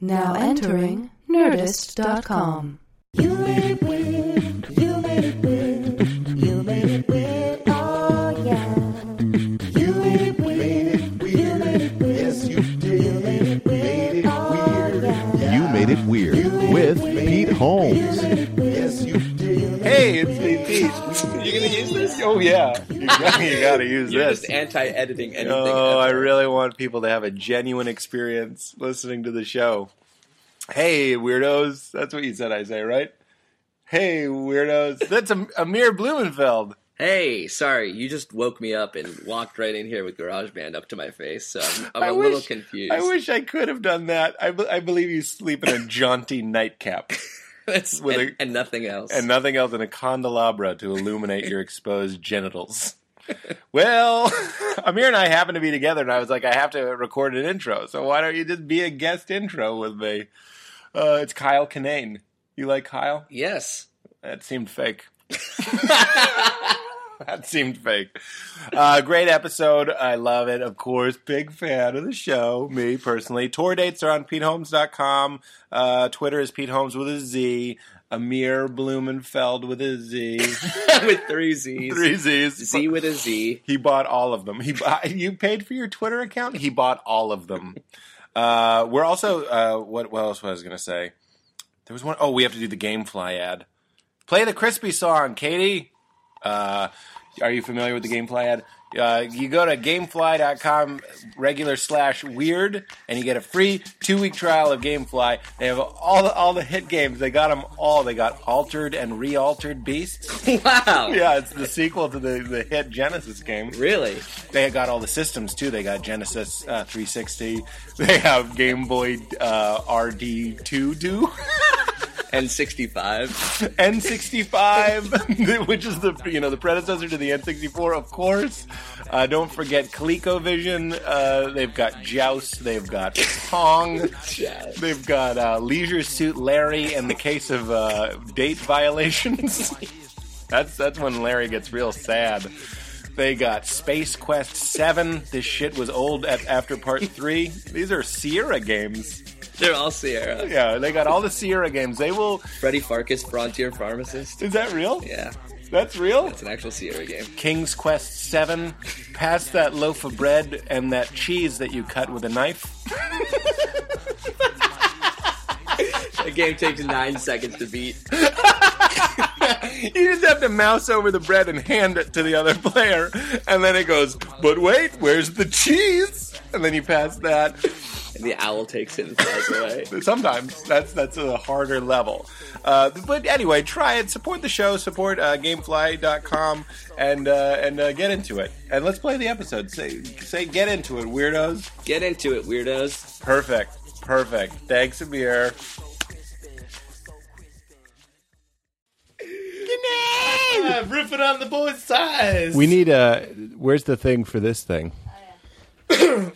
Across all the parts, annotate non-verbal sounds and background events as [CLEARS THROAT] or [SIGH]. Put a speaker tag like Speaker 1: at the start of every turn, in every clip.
Speaker 1: Now entering Nerdist.com.
Speaker 2: You made it weird. You made it weird. You made it weird. Oh yeah. You made it weird. You made it weird. Yes, you did. You made it weird. Oh yeah.
Speaker 3: You Made It Weird with Pete Holmes.
Speaker 4: Hey, it's me, Pete. You gonna use this? Oh yeah, you [LAUGHS] gotta, you gotta use
Speaker 5: You're
Speaker 4: this.
Speaker 5: just anti-editing anything.
Speaker 4: Oh, I really want people to have a genuine experience listening to the show. Hey, weirdos. That's what you said I say, right? Hey, weirdos. That's a, Amir Blumenfeld.
Speaker 5: hey, sorry, you just woke me up and walked right in here with GarageBand up to my face. So I'm, I'm
Speaker 4: I
Speaker 5: a
Speaker 4: wish-
Speaker 5: little confused.
Speaker 4: I
Speaker 5: [LAUGHS]
Speaker 4: wish I could have done that. I, be- I believe you sleep in a jaunty nightcap
Speaker 5: That's-
Speaker 4: with
Speaker 5: and,
Speaker 4: a-
Speaker 5: and nothing else.
Speaker 4: and nothing else than a candelabra to illuminate your exposed genitals. Well, [LAUGHS] Amir and I happened to be together, and I was like, I have to record an intro, so why don't you just be a guest intro with me? Uh, it's Kyle Kinane. You like Kyle?
Speaker 5: yes. [LAUGHS]
Speaker 4: That seemed fake. [LAUGHS] that seemed fake. Uh, great episode. I love it. Of course, big fan of the show. Me personally. Tour dates are on PeteHolmes.com. Uh, Twitter is Pete Holmes with a Z. Amir Blumenfeld with a [LAUGHS] Z.
Speaker 5: with three Z's.
Speaker 4: Three Z's.
Speaker 5: Z with a Z.
Speaker 4: He bought all of them. He bought, [LAUGHS] you paid for your Twitter account. He bought all of them. Uh, we're also uh, what, what else was I going to say? There was one oh we have to do the GameFly ad. Play the crispy song, Katie. Uh, are you familiar with the GameFly ad? Uh, you go to gamefly.com regular slash weird and you get a free two week trial of Gamefly. They have all the, all the hit games. They got them all. They got Altered and Realtered Beasts. [LAUGHS]
Speaker 5: Wow.
Speaker 4: Yeah, it's the sequel to the, the hit Genesis game.
Speaker 5: Really?
Speaker 4: They got all the systems too. They got Genesis uh, 360. They have Game Boy uh, RD2 [LAUGHS] do
Speaker 5: And 65.
Speaker 4: N65, [LAUGHS] which is the you know the predecessor to the N64, of course. Uh, don't forget ColecoVision. Uh, they've got Joust. They've got Pong.
Speaker 5: Joust.
Speaker 4: They've got uh, Leisure Suit Larry. In the case of uh, date violations, [LAUGHS] that's that's when Larry gets real sad. They got Space Quest 7. This shit was old at, after part 3. These are Sierra games.
Speaker 5: They're all Sierra.
Speaker 4: Yeah, they got all the Sierra games. They will.
Speaker 5: Freddy Farkas, Frontier Pharmacist.
Speaker 4: Is that real?
Speaker 5: Yeah.
Speaker 4: That's real?
Speaker 5: It's an actual Sierra game.
Speaker 4: King's Quest 7. Pass that loaf of bread and that cheese that you cut with a knife.
Speaker 5: A game takes nine seconds to beat.
Speaker 4: You just have to mouse over the bread and hand it to the other player. And then it goes, but wait, where's the cheese? And then you pass that.
Speaker 5: And the owl takes it and flies away.
Speaker 4: Sometimes that's that's a harder level. Uh, but anyway, try it. Support the show. Support uh, Gamefly.com and uh, and uh, get into it. And let's play the episode. Say say get into it, weirdos.
Speaker 5: Get into it, weirdos.
Speaker 4: Perfect. Perfect. Thanks, Amir.
Speaker 6: riffing Uh, on the boys' size.
Speaker 3: We need a. Where's the thing for this thing? [COUGHS]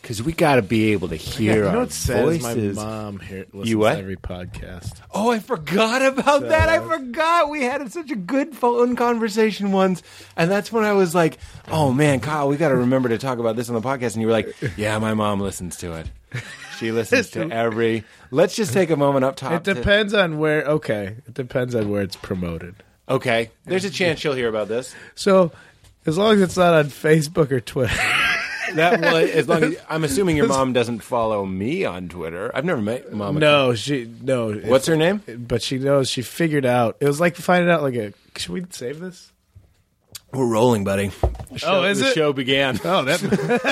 Speaker 3: Because we got to be able to hear
Speaker 6: you know
Speaker 3: our
Speaker 6: what says
Speaker 3: voices.
Speaker 6: my mom here listens
Speaker 3: You what?
Speaker 6: to every podcast.
Speaker 3: Oh, I forgot about that. I forgot we had such a good phone conversation once, and that's when I was like, "Oh man, Kyle, we got to remember to talk about this on the podcast." And you were like, "Yeah, my mom listens to it. She listens
Speaker 6: [LAUGHS]
Speaker 3: to every." Let's just take a moment up top.
Speaker 6: It
Speaker 3: to-
Speaker 6: depends on where. Okay, it depends on where it's promoted.
Speaker 3: okay, there's a chance she'll hear about this.
Speaker 6: So as long as it's not on Facebook or [LAUGHS] Twitter,
Speaker 3: That will, as long as I'm assuming your mom doesn't follow me on Twitter. I've never met mom.
Speaker 6: no, she no.
Speaker 3: what's her name?
Speaker 6: But she knows. She figured out. It was like finding out. Like a. Should we save this?
Speaker 3: We're rolling, buddy.
Speaker 6: oh, is
Speaker 3: the
Speaker 6: it?
Speaker 3: show
Speaker 6: [LAUGHS]
Speaker 3: began.
Speaker 6: Oh, that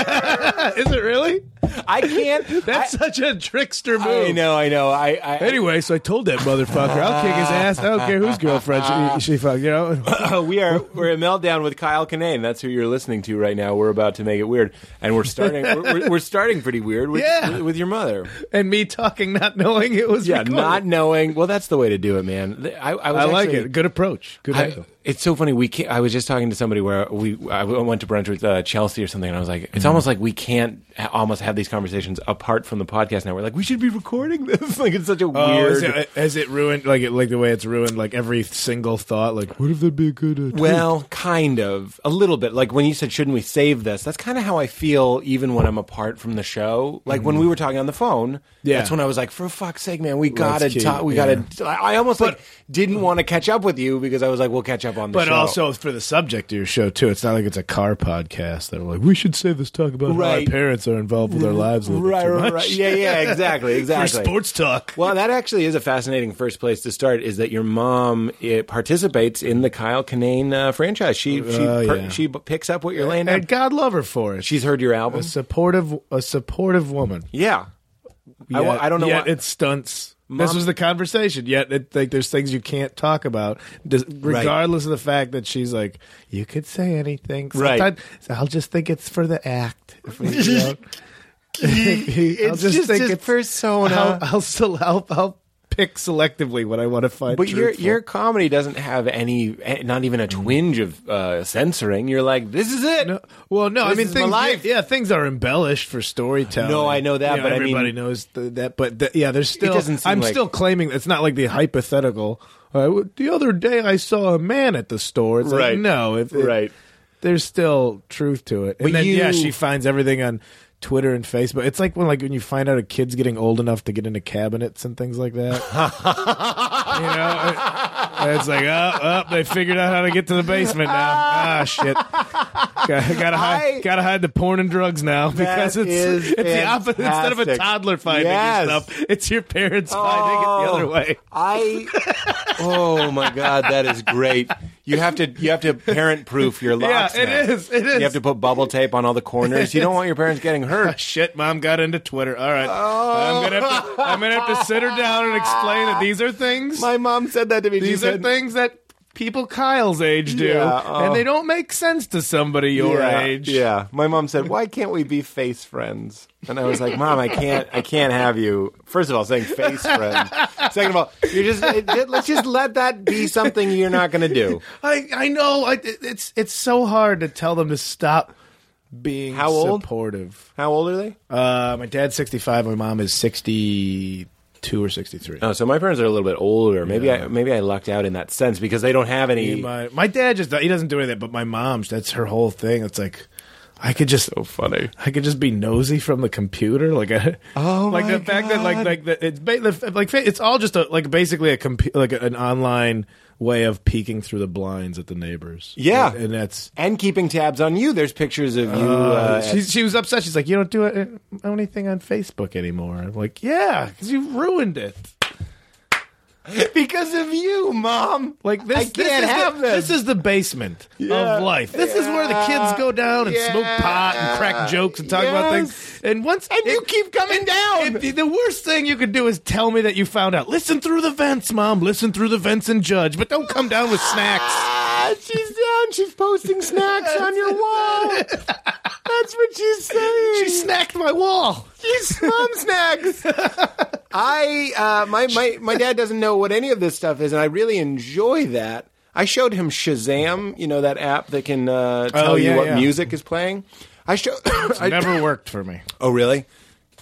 Speaker 6: is it. Really?
Speaker 3: I can't.
Speaker 6: That's such a trickster move.
Speaker 3: I know, I know. I, I
Speaker 6: Anyway, so I told that motherfucker, I'll kick his ass. I don't care whose girlfriend she, she fucked. You know,
Speaker 4: [LAUGHS]
Speaker 3: Oh, we are we're a meltdown with Kyle Kinane. That's who you're listening to right now. We're about to make it weird, and we're starting. we're, we're- we're starting pretty weird with,
Speaker 6: Yeah.
Speaker 3: with, with your mother.
Speaker 6: and me talking, not knowing it was.
Speaker 3: Yeah,
Speaker 6: recorded.
Speaker 3: not knowing. Well, that's the way to do it, man. I, I, was
Speaker 6: I like
Speaker 3: actually-
Speaker 6: it. Good approach. Good
Speaker 3: I-
Speaker 6: angle.
Speaker 4: It's so funny. We can't, I was just talking to somebody where we I went to brunch with uh, Chelsea or something, and I was like, it's
Speaker 6: Mm-hmm.
Speaker 4: almost like we can't ha- almost have these conversations apart from the podcast now. We're like, we should be recording this. [LAUGHS] like it's such a
Speaker 6: Oh,
Speaker 4: weird.
Speaker 6: is it, has it ruined like it, like the way it's ruined like every single thought? Like, what if that'd be a good? Uh,
Speaker 4: Well, kind of, a little bit. Like when you said, "Shouldn't we save this?" That's kind of how I feel, even when I'm apart from the show. Like when we were talking on the phone,
Speaker 6: Mm-hmm. Yeah.
Speaker 4: that's when I was like, "For fuck's sake, man, we gotta
Speaker 6: keep-
Speaker 4: talk. We
Speaker 6: yeah.
Speaker 4: gotta." I I almost like didn't want to catch up with you because I was like, "We'll catch up on the
Speaker 6: but
Speaker 4: show."
Speaker 6: also for the subject of your show too. It's not like it's a car podcast that we're like we should save this talk about how our
Speaker 4: Right.
Speaker 6: parents are involved with our lives a little
Speaker 4: right,
Speaker 6: bit too
Speaker 4: right,
Speaker 6: much.
Speaker 4: right. Yeah,
Speaker 6: [LAUGHS]
Speaker 4: yeah, exactly,
Speaker 6: For
Speaker 4: exactly.
Speaker 6: sports talk.
Speaker 4: Well, that actually is a fascinating first place to start. Is that your mom it, participates in the Kyle Kinane uh, franchise? She she
Speaker 6: Oh,
Speaker 4: per-
Speaker 6: yeah.
Speaker 4: she b- picks up what you're laying down.
Speaker 6: and God love her for it.
Speaker 4: She's heard your album.
Speaker 6: a supportive, a supportive woman.
Speaker 4: Yeah, I, wa-
Speaker 6: Yet-
Speaker 4: I don't know.
Speaker 6: Yet
Speaker 4: why- [LAUGHS]
Speaker 6: it stunts.
Speaker 4: Mom-
Speaker 6: this was the conversation. Yet, it, like, there's things you can't talk about, dis- regardless of the fact that she's like, you could say anything.
Speaker 4: Right.
Speaker 6: Sometimes I'll just think it's for the act. If we, you know. [LAUGHS] I'll
Speaker 4: [LAUGHS] it's just his persona.
Speaker 6: I'll, I'll, sel- I'll, I'll pick selectively what I want to find.
Speaker 4: but your
Speaker 6: truthful.
Speaker 4: your comedy doesn't have any, eh, not even a twinge of uh, censoring. You're like, this is it.
Speaker 6: No, well, no, I
Speaker 4: This
Speaker 6: mean
Speaker 4: is my
Speaker 6: things.
Speaker 4: life.
Speaker 6: Yeah, things are embellished for storytelling.
Speaker 4: No, I know that,
Speaker 6: You
Speaker 4: but I mean-
Speaker 6: everybody knows th- that. But th- yeah, there's still.
Speaker 4: doesn't seem
Speaker 6: I'm
Speaker 4: like-
Speaker 6: still claiming it's not like the hypothetical. I w the other day, I saw a man at the store. It's
Speaker 4: Right.
Speaker 6: Like, no, if, it-
Speaker 4: Right.
Speaker 6: There's still truth to it, and
Speaker 4: But
Speaker 6: then yeah,
Speaker 4: you-
Speaker 6: she finds everything on Twitter and Facebook. It's like when like when you find out a kid's getting old enough to get into cabinets and things like
Speaker 4: [LAUGHS]
Speaker 6: that. you know, and it's like oh, oh, they figured out how to get to the basement now. Ah, shit. Gotta, gotta hide,
Speaker 4: I-
Speaker 6: gotta hide the porn and drugs now because it's
Speaker 4: is
Speaker 6: it's the opposite. Instead of a
Speaker 4: fantastic.
Speaker 6: toddler finding
Speaker 4: Yes.
Speaker 6: your stuff, it's your parents finding it the other way.
Speaker 4: I oh my god, that is great. You have to you have to parent proof your locks.
Speaker 6: Yeah, it
Speaker 4: now.
Speaker 6: is, it is.
Speaker 4: You have to put bubble tape on all the corners. You don't want your parents getting hurt.
Speaker 6: Shit, mom got into Twitter. All right, I'm gonna have to, I'm gonna have to sit her down and explain that these are things.
Speaker 4: My mom said that to me. She
Speaker 6: these are
Speaker 4: said-
Speaker 6: things that people Kyle's age do,
Speaker 4: Yeah, oh.
Speaker 6: and they don't make sense to somebody your
Speaker 4: yeah,
Speaker 6: age.
Speaker 4: Yeah. My mom said, "Why can't we be face friends?" And I was like, "Mom, I can't. I can't have you." First of all, saying face friend. Second of all, you're just it- it- let's just let that be something you're not going to do.
Speaker 6: I I know. I, it- it's it's so hard to tell them to stop being
Speaker 4: How old?
Speaker 6: supportive.
Speaker 4: How old are they?
Speaker 6: Uh, my dad's 65. My mom is 62 or 63.
Speaker 4: Oh, so my parents are a little bit older. Maybe I maybe I lucked out in that sense because they don't have any.
Speaker 6: my, my dad just he doesn't do anything. But my mom's that's her whole thing. It's like I could just so funny. I could just be nosy from the computer. Like I,
Speaker 4: Oh
Speaker 6: like
Speaker 4: my
Speaker 6: the fact that like
Speaker 4: God.
Speaker 6: like the, it's ba- the, like fa- it's all just a, like basically a compu- like an online way of peeking through the blinds at the neighbors.
Speaker 4: Yeah.
Speaker 6: and, and that's
Speaker 4: and keeping tabs on you. There's pictures of you. Uh,
Speaker 6: she, she was upset. She's like, "You don't do it, uh, anything on Facebook anymore." I'm like, "Yeah, because you ruined it."
Speaker 4: because of you, mom.
Speaker 6: Like this,
Speaker 4: I
Speaker 6: this
Speaker 4: can't
Speaker 6: is
Speaker 4: have
Speaker 6: the,
Speaker 4: this.
Speaker 6: This is the basement of life. This is where the kids go down and smoke pot and crack jokes and talk about
Speaker 4: Yes.
Speaker 6: things. And once
Speaker 4: And you keep coming down.
Speaker 6: it- the worst thing you could do is tell me that you found out. Listen through the vents, mom. Listen through the vents and judge, but don't come down with snacks.
Speaker 4: Ah, she's down. She's posting snacks on your [LAUGHS] wall. That's what she's saying.
Speaker 6: She snacked my wall.
Speaker 4: She's mom snacks. I uh, my my my dad doesn't know what any of this stuff is, and I really enjoy that. I showed him Shazam, you know that app that can uh, tell
Speaker 6: Oh, yeah,
Speaker 4: you what
Speaker 6: yeah.
Speaker 4: music is playing. I show. [COUGHS] I- [LAUGHS]
Speaker 6: Never worked for me.
Speaker 4: Oh, really?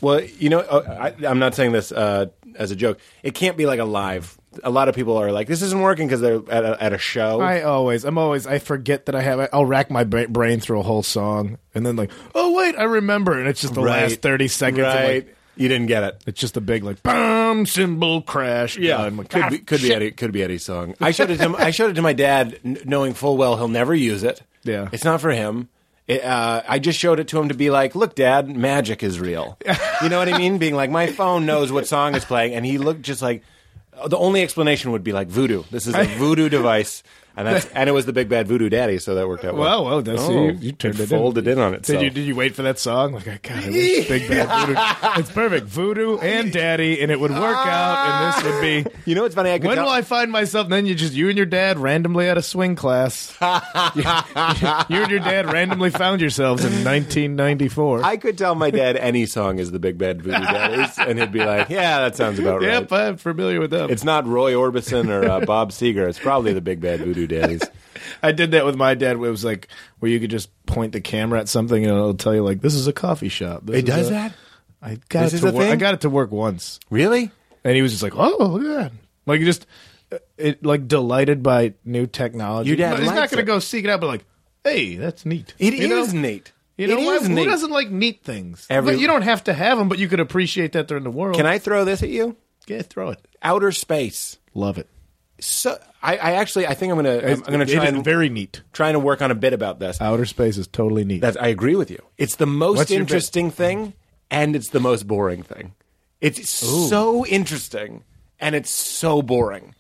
Speaker 4: Well, you know, uh, I, I'm not saying this uh, as a joke. It can't be like a live. A lot of people are like, "This isn't working" because they're at a, at a show.
Speaker 6: I always, I'm always, I forget that I have. I'll rack my bra- brain through a whole song, and then like, oh wait, I remember, and it's just the last thirty seconds. I'm like,
Speaker 4: Right? you didn't get it.
Speaker 6: It's just a big like boom cymbal crash.
Speaker 4: Yeah,
Speaker 6: I'm like,
Speaker 4: Um, could be
Speaker 6: "Ah,
Speaker 4: could be
Speaker 6: shit."
Speaker 4: Eddie could be Eddie's song. I showed it to him, I showed it to my dad, n- knowing full well he'll never use it.
Speaker 6: Yeah.
Speaker 4: it's not for him. It, uh, I just showed it to him to be like, look, Dad, magic is real. You know what I mean? Being like, my phone knows what song is playing, and he looked just like. uh, The only explanation would be like voodoo.
Speaker 6: [LAUGHS]
Speaker 4: This is a voodoo device, and that's and it was the big bad voodoo daddy, so that worked out well.
Speaker 6: Well, well, that's
Speaker 4: Oh,
Speaker 6: you, you turned it,
Speaker 4: folded in, on
Speaker 6: Did
Speaker 4: itself.
Speaker 6: you did you wait for that song? Like, I God, I wish Big
Speaker 4: [LAUGHS]
Speaker 6: Bad Voodoo. It's perfect, Voodoo and Daddy, and it would work out, and this would be.
Speaker 4: [LAUGHS] You know what's funny? I could
Speaker 6: When
Speaker 4: tell-
Speaker 6: will I find myself? And then you just you and your dad randomly at a swing
Speaker 4: [LAUGHS]
Speaker 6: class. you, and your dad randomly found yourselves in 1994.
Speaker 4: I could tell my dad any song is the big
Speaker 6: [LAUGHS]
Speaker 4: bad voodoo daddy, and he'd be like, yeah, that sounds about right.
Speaker 6: Yep, I'm familiar with them. [LAUGHS]
Speaker 4: It's not Roy Orbison or uh, Bob Seger. It's probably the Big Bad Voodoo Daddies.
Speaker 6: I did that with my dad. Where it was like where you could just point the camera at something and it'll tell you like this is a coffee shop. This
Speaker 4: It
Speaker 6: is
Speaker 4: does
Speaker 6: a-
Speaker 4: that?
Speaker 6: I got
Speaker 4: This
Speaker 6: it
Speaker 4: is
Speaker 6: to
Speaker 4: a
Speaker 6: work. I
Speaker 4: thing?
Speaker 6: got it to work once,
Speaker 4: Really?
Speaker 6: and he was just like, "Oh, look at that!" Like it just it like delighted by new technology.
Speaker 4: Your dad
Speaker 6: But he's not
Speaker 4: likes
Speaker 6: going to
Speaker 4: it.
Speaker 6: go seek it out, but like, hey, that's neat.
Speaker 4: It is
Speaker 6: You know?
Speaker 4: neat.
Speaker 6: You know
Speaker 4: It
Speaker 6: why-
Speaker 4: is
Speaker 6: who
Speaker 4: neat.
Speaker 6: doesn't like neat things?
Speaker 4: Every-
Speaker 6: Look, you don't have to have them, but you could appreciate that they're in the world.
Speaker 4: Can I throw this at you?
Speaker 6: Yeah, throw it.
Speaker 4: Outer space.
Speaker 6: Love it.
Speaker 4: So I, I actually I think I'm gonna I'm, I'm gonna
Speaker 6: It
Speaker 4: try
Speaker 6: is
Speaker 4: and
Speaker 6: very neat.
Speaker 4: trying to work on a bit about this.
Speaker 6: Outer space is totally neat.
Speaker 4: That's, I agree with you. It's the most
Speaker 6: What's your bit?
Speaker 4: interesting thing, and it's the most boring thing. It's so interesting, and it's so boring.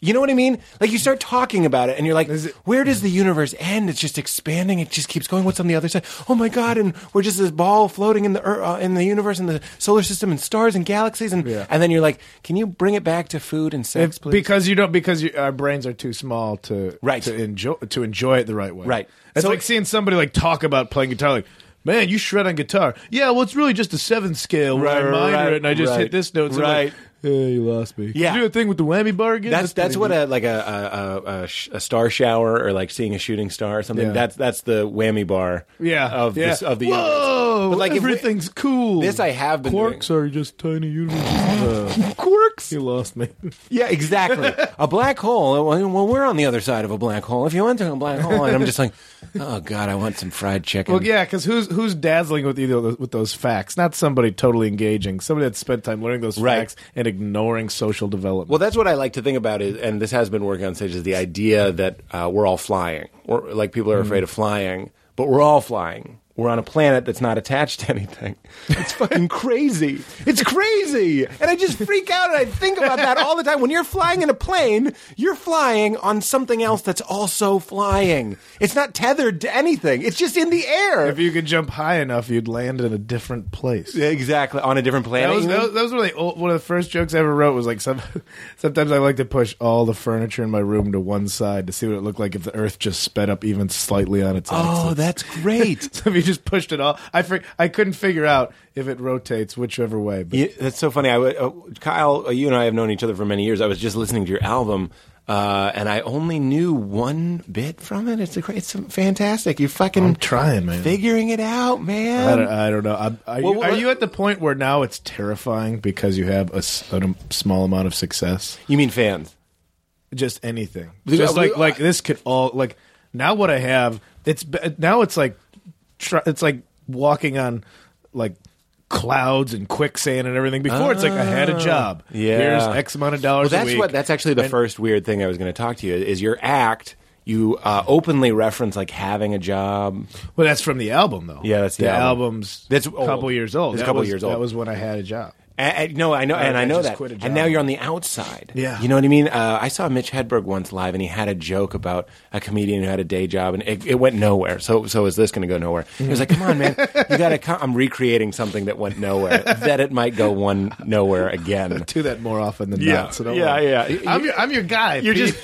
Speaker 4: You know what I mean? Like you start talking about it, and you're like,
Speaker 6: Is it-
Speaker 4: "Where does the universe end? It's just expanding. It just keeps going. What's on the other side? Oh my god! And we're just this ball floating in the ear- uh, in the universe, and the solar system, and stars, and galaxies, and
Speaker 6: Yeah.
Speaker 4: and then you're like, "Can you bring it back to food and sex,
Speaker 6: If-
Speaker 4: please?"
Speaker 6: because you don't because you, our brains are too small to
Speaker 4: Right.
Speaker 6: to enjoy to enjoy it the right way.
Speaker 4: Right.
Speaker 6: It's
Speaker 4: So-
Speaker 6: like seeing somebody like talk about playing guitar like Man, you shred on guitar. Yeah, well, it's really just a seventh scale where I
Speaker 4: Right,
Speaker 6: minor
Speaker 4: right,
Speaker 6: it and I just
Speaker 4: right,
Speaker 6: hit this note. So I'm
Speaker 4: right.
Speaker 6: Like, hey, you lost me.
Speaker 4: Yeah.
Speaker 6: Did you do a thing with the whammy bar again?
Speaker 4: That's that's
Speaker 6: pretty
Speaker 4: what
Speaker 6: neat.
Speaker 4: a like a a, a, a, sh- a star shower or like seeing a shooting star or something.
Speaker 6: Yeah.
Speaker 4: That's that's the whammy bar.
Speaker 6: yeah
Speaker 4: of
Speaker 6: yeah.
Speaker 4: this of the
Speaker 6: whoa.
Speaker 4: universe. But like if we-
Speaker 6: everything's cool.
Speaker 4: This I have been doing.
Speaker 6: Quarks are just tiny universes. [LAUGHS] Uh,
Speaker 4: quirks.
Speaker 6: you lost me.
Speaker 4: Yeah, exactly. a black hole. Well, well, we're on the other side of a black hole. If you went to a black hole, and I'm just like, [LAUGHS] oh god, I want some fried chicken.
Speaker 6: Well, yeah, because who's who's dazzling with either of those, with those facts? Not somebody totally engaging. Somebody that spent time learning those
Speaker 4: Right.
Speaker 6: facts and ignoring social development.
Speaker 4: Well, that's what I like to think about is, and this has been working on stage, is the idea that uh, we're all flying. We're, like people are afraid of flying, but we're all flying. We're on a planet that's not attached to anything. It's fucking crazy. It's crazy. And I just freak out and I think about that all the time. When you're flying in a plane, you're flying on something else that's also flying. It's not tethered to anything. It's just in the air.
Speaker 6: if you could jump high enough, you'd land in a different place.
Speaker 4: exactly. On a different planet.
Speaker 6: That was,
Speaker 4: you
Speaker 6: that
Speaker 4: mean?
Speaker 6: was that was really old, one of the first jokes I ever wrote. Was like some, [LAUGHS] sometimes I like to push all the furniture in my room to one side to see what it looked like if the Earth just sped up even slightly on its
Speaker 4: oh,
Speaker 6: axis.
Speaker 4: that's great.
Speaker 6: [LAUGHS] so if you just pushed it all, I fig- I couldn't figure out if it rotates whichever way. But
Speaker 4: You, that's so funny. I, would- uh, Kyle, uh, you and I have known each other for many years. I was just listening to your album, uh, and I only knew one bit from it. It's a, cra- it's fantastic. You fucking
Speaker 6: I'm trying, man.
Speaker 4: figuring it
Speaker 6: I
Speaker 4: out,
Speaker 6: don't,
Speaker 4: man.
Speaker 6: I don't know. I'm- Are,
Speaker 4: Well,
Speaker 6: you,
Speaker 4: what-
Speaker 6: are you at the point where now it's terrifying because you have a, s- a small amount of success?
Speaker 4: You mean fans?
Speaker 6: Just anything.
Speaker 4: Yeah,
Speaker 6: Just like
Speaker 4: well,
Speaker 6: like
Speaker 4: I-
Speaker 6: this could all like now what I have. It's be- now it's like tr- it's like walking on like clouds and quicksand and everything. Before it's like I had a job.
Speaker 4: Ah, Yeah.
Speaker 6: here's X amount of dollars.
Speaker 4: Well,
Speaker 6: a
Speaker 4: that's
Speaker 6: week.
Speaker 4: what. That's actually the
Speaker 6: And-
Speaker 4: first weird thing I was going to talk to you is your act. You uh, openly reference like having a job.
Speaker 6: Well, that's from the album though.
Speaker 4: Yeah, that's the album.
Speaker 6: album's
Speaker 4: That's
Speaker 6: a
Speaker 4: old.
Speaker 6: couple years old.
Speaker 4: It's a
Speaker 6: That
Speaker 4: couple
Speaker 6: was-
Speaker 4: years old.
Speaker 6: That was when I had a job. [LAUGHS]
Speaker 4: And, and- no, I know, and
Speaker 6: I
Speaker 4: I know
Speaker 6: just
Speaker 4: that.
Speaker 6: quit a
Speaker 4: And
Speaker 6: job.
Speaker 4: now you're on the outside.
Speaker 6: Yeah.
Speaker 4: you know what I mean. Uh, I saw Mitch Hedberg once live, and he had a joke about a comedian who had a day job, and it, it went nowhere. So, so is this going to go nowhere? He was like, "Come on, man, you got to come." I'm recreating something that went nowhere. that it might go one nowhere again.
Speaker 6: do that more often than
Speaker 4: Yeah.
Speaker 6: not. So don't
Speaker 4: Yeah,
Speaker 6: worry.
Speaker 4: yeah.
Speaker 6: I'm your, I'm your guy.
Speaker 4: You're
Speaker 6: Pete.
Speaker 4: just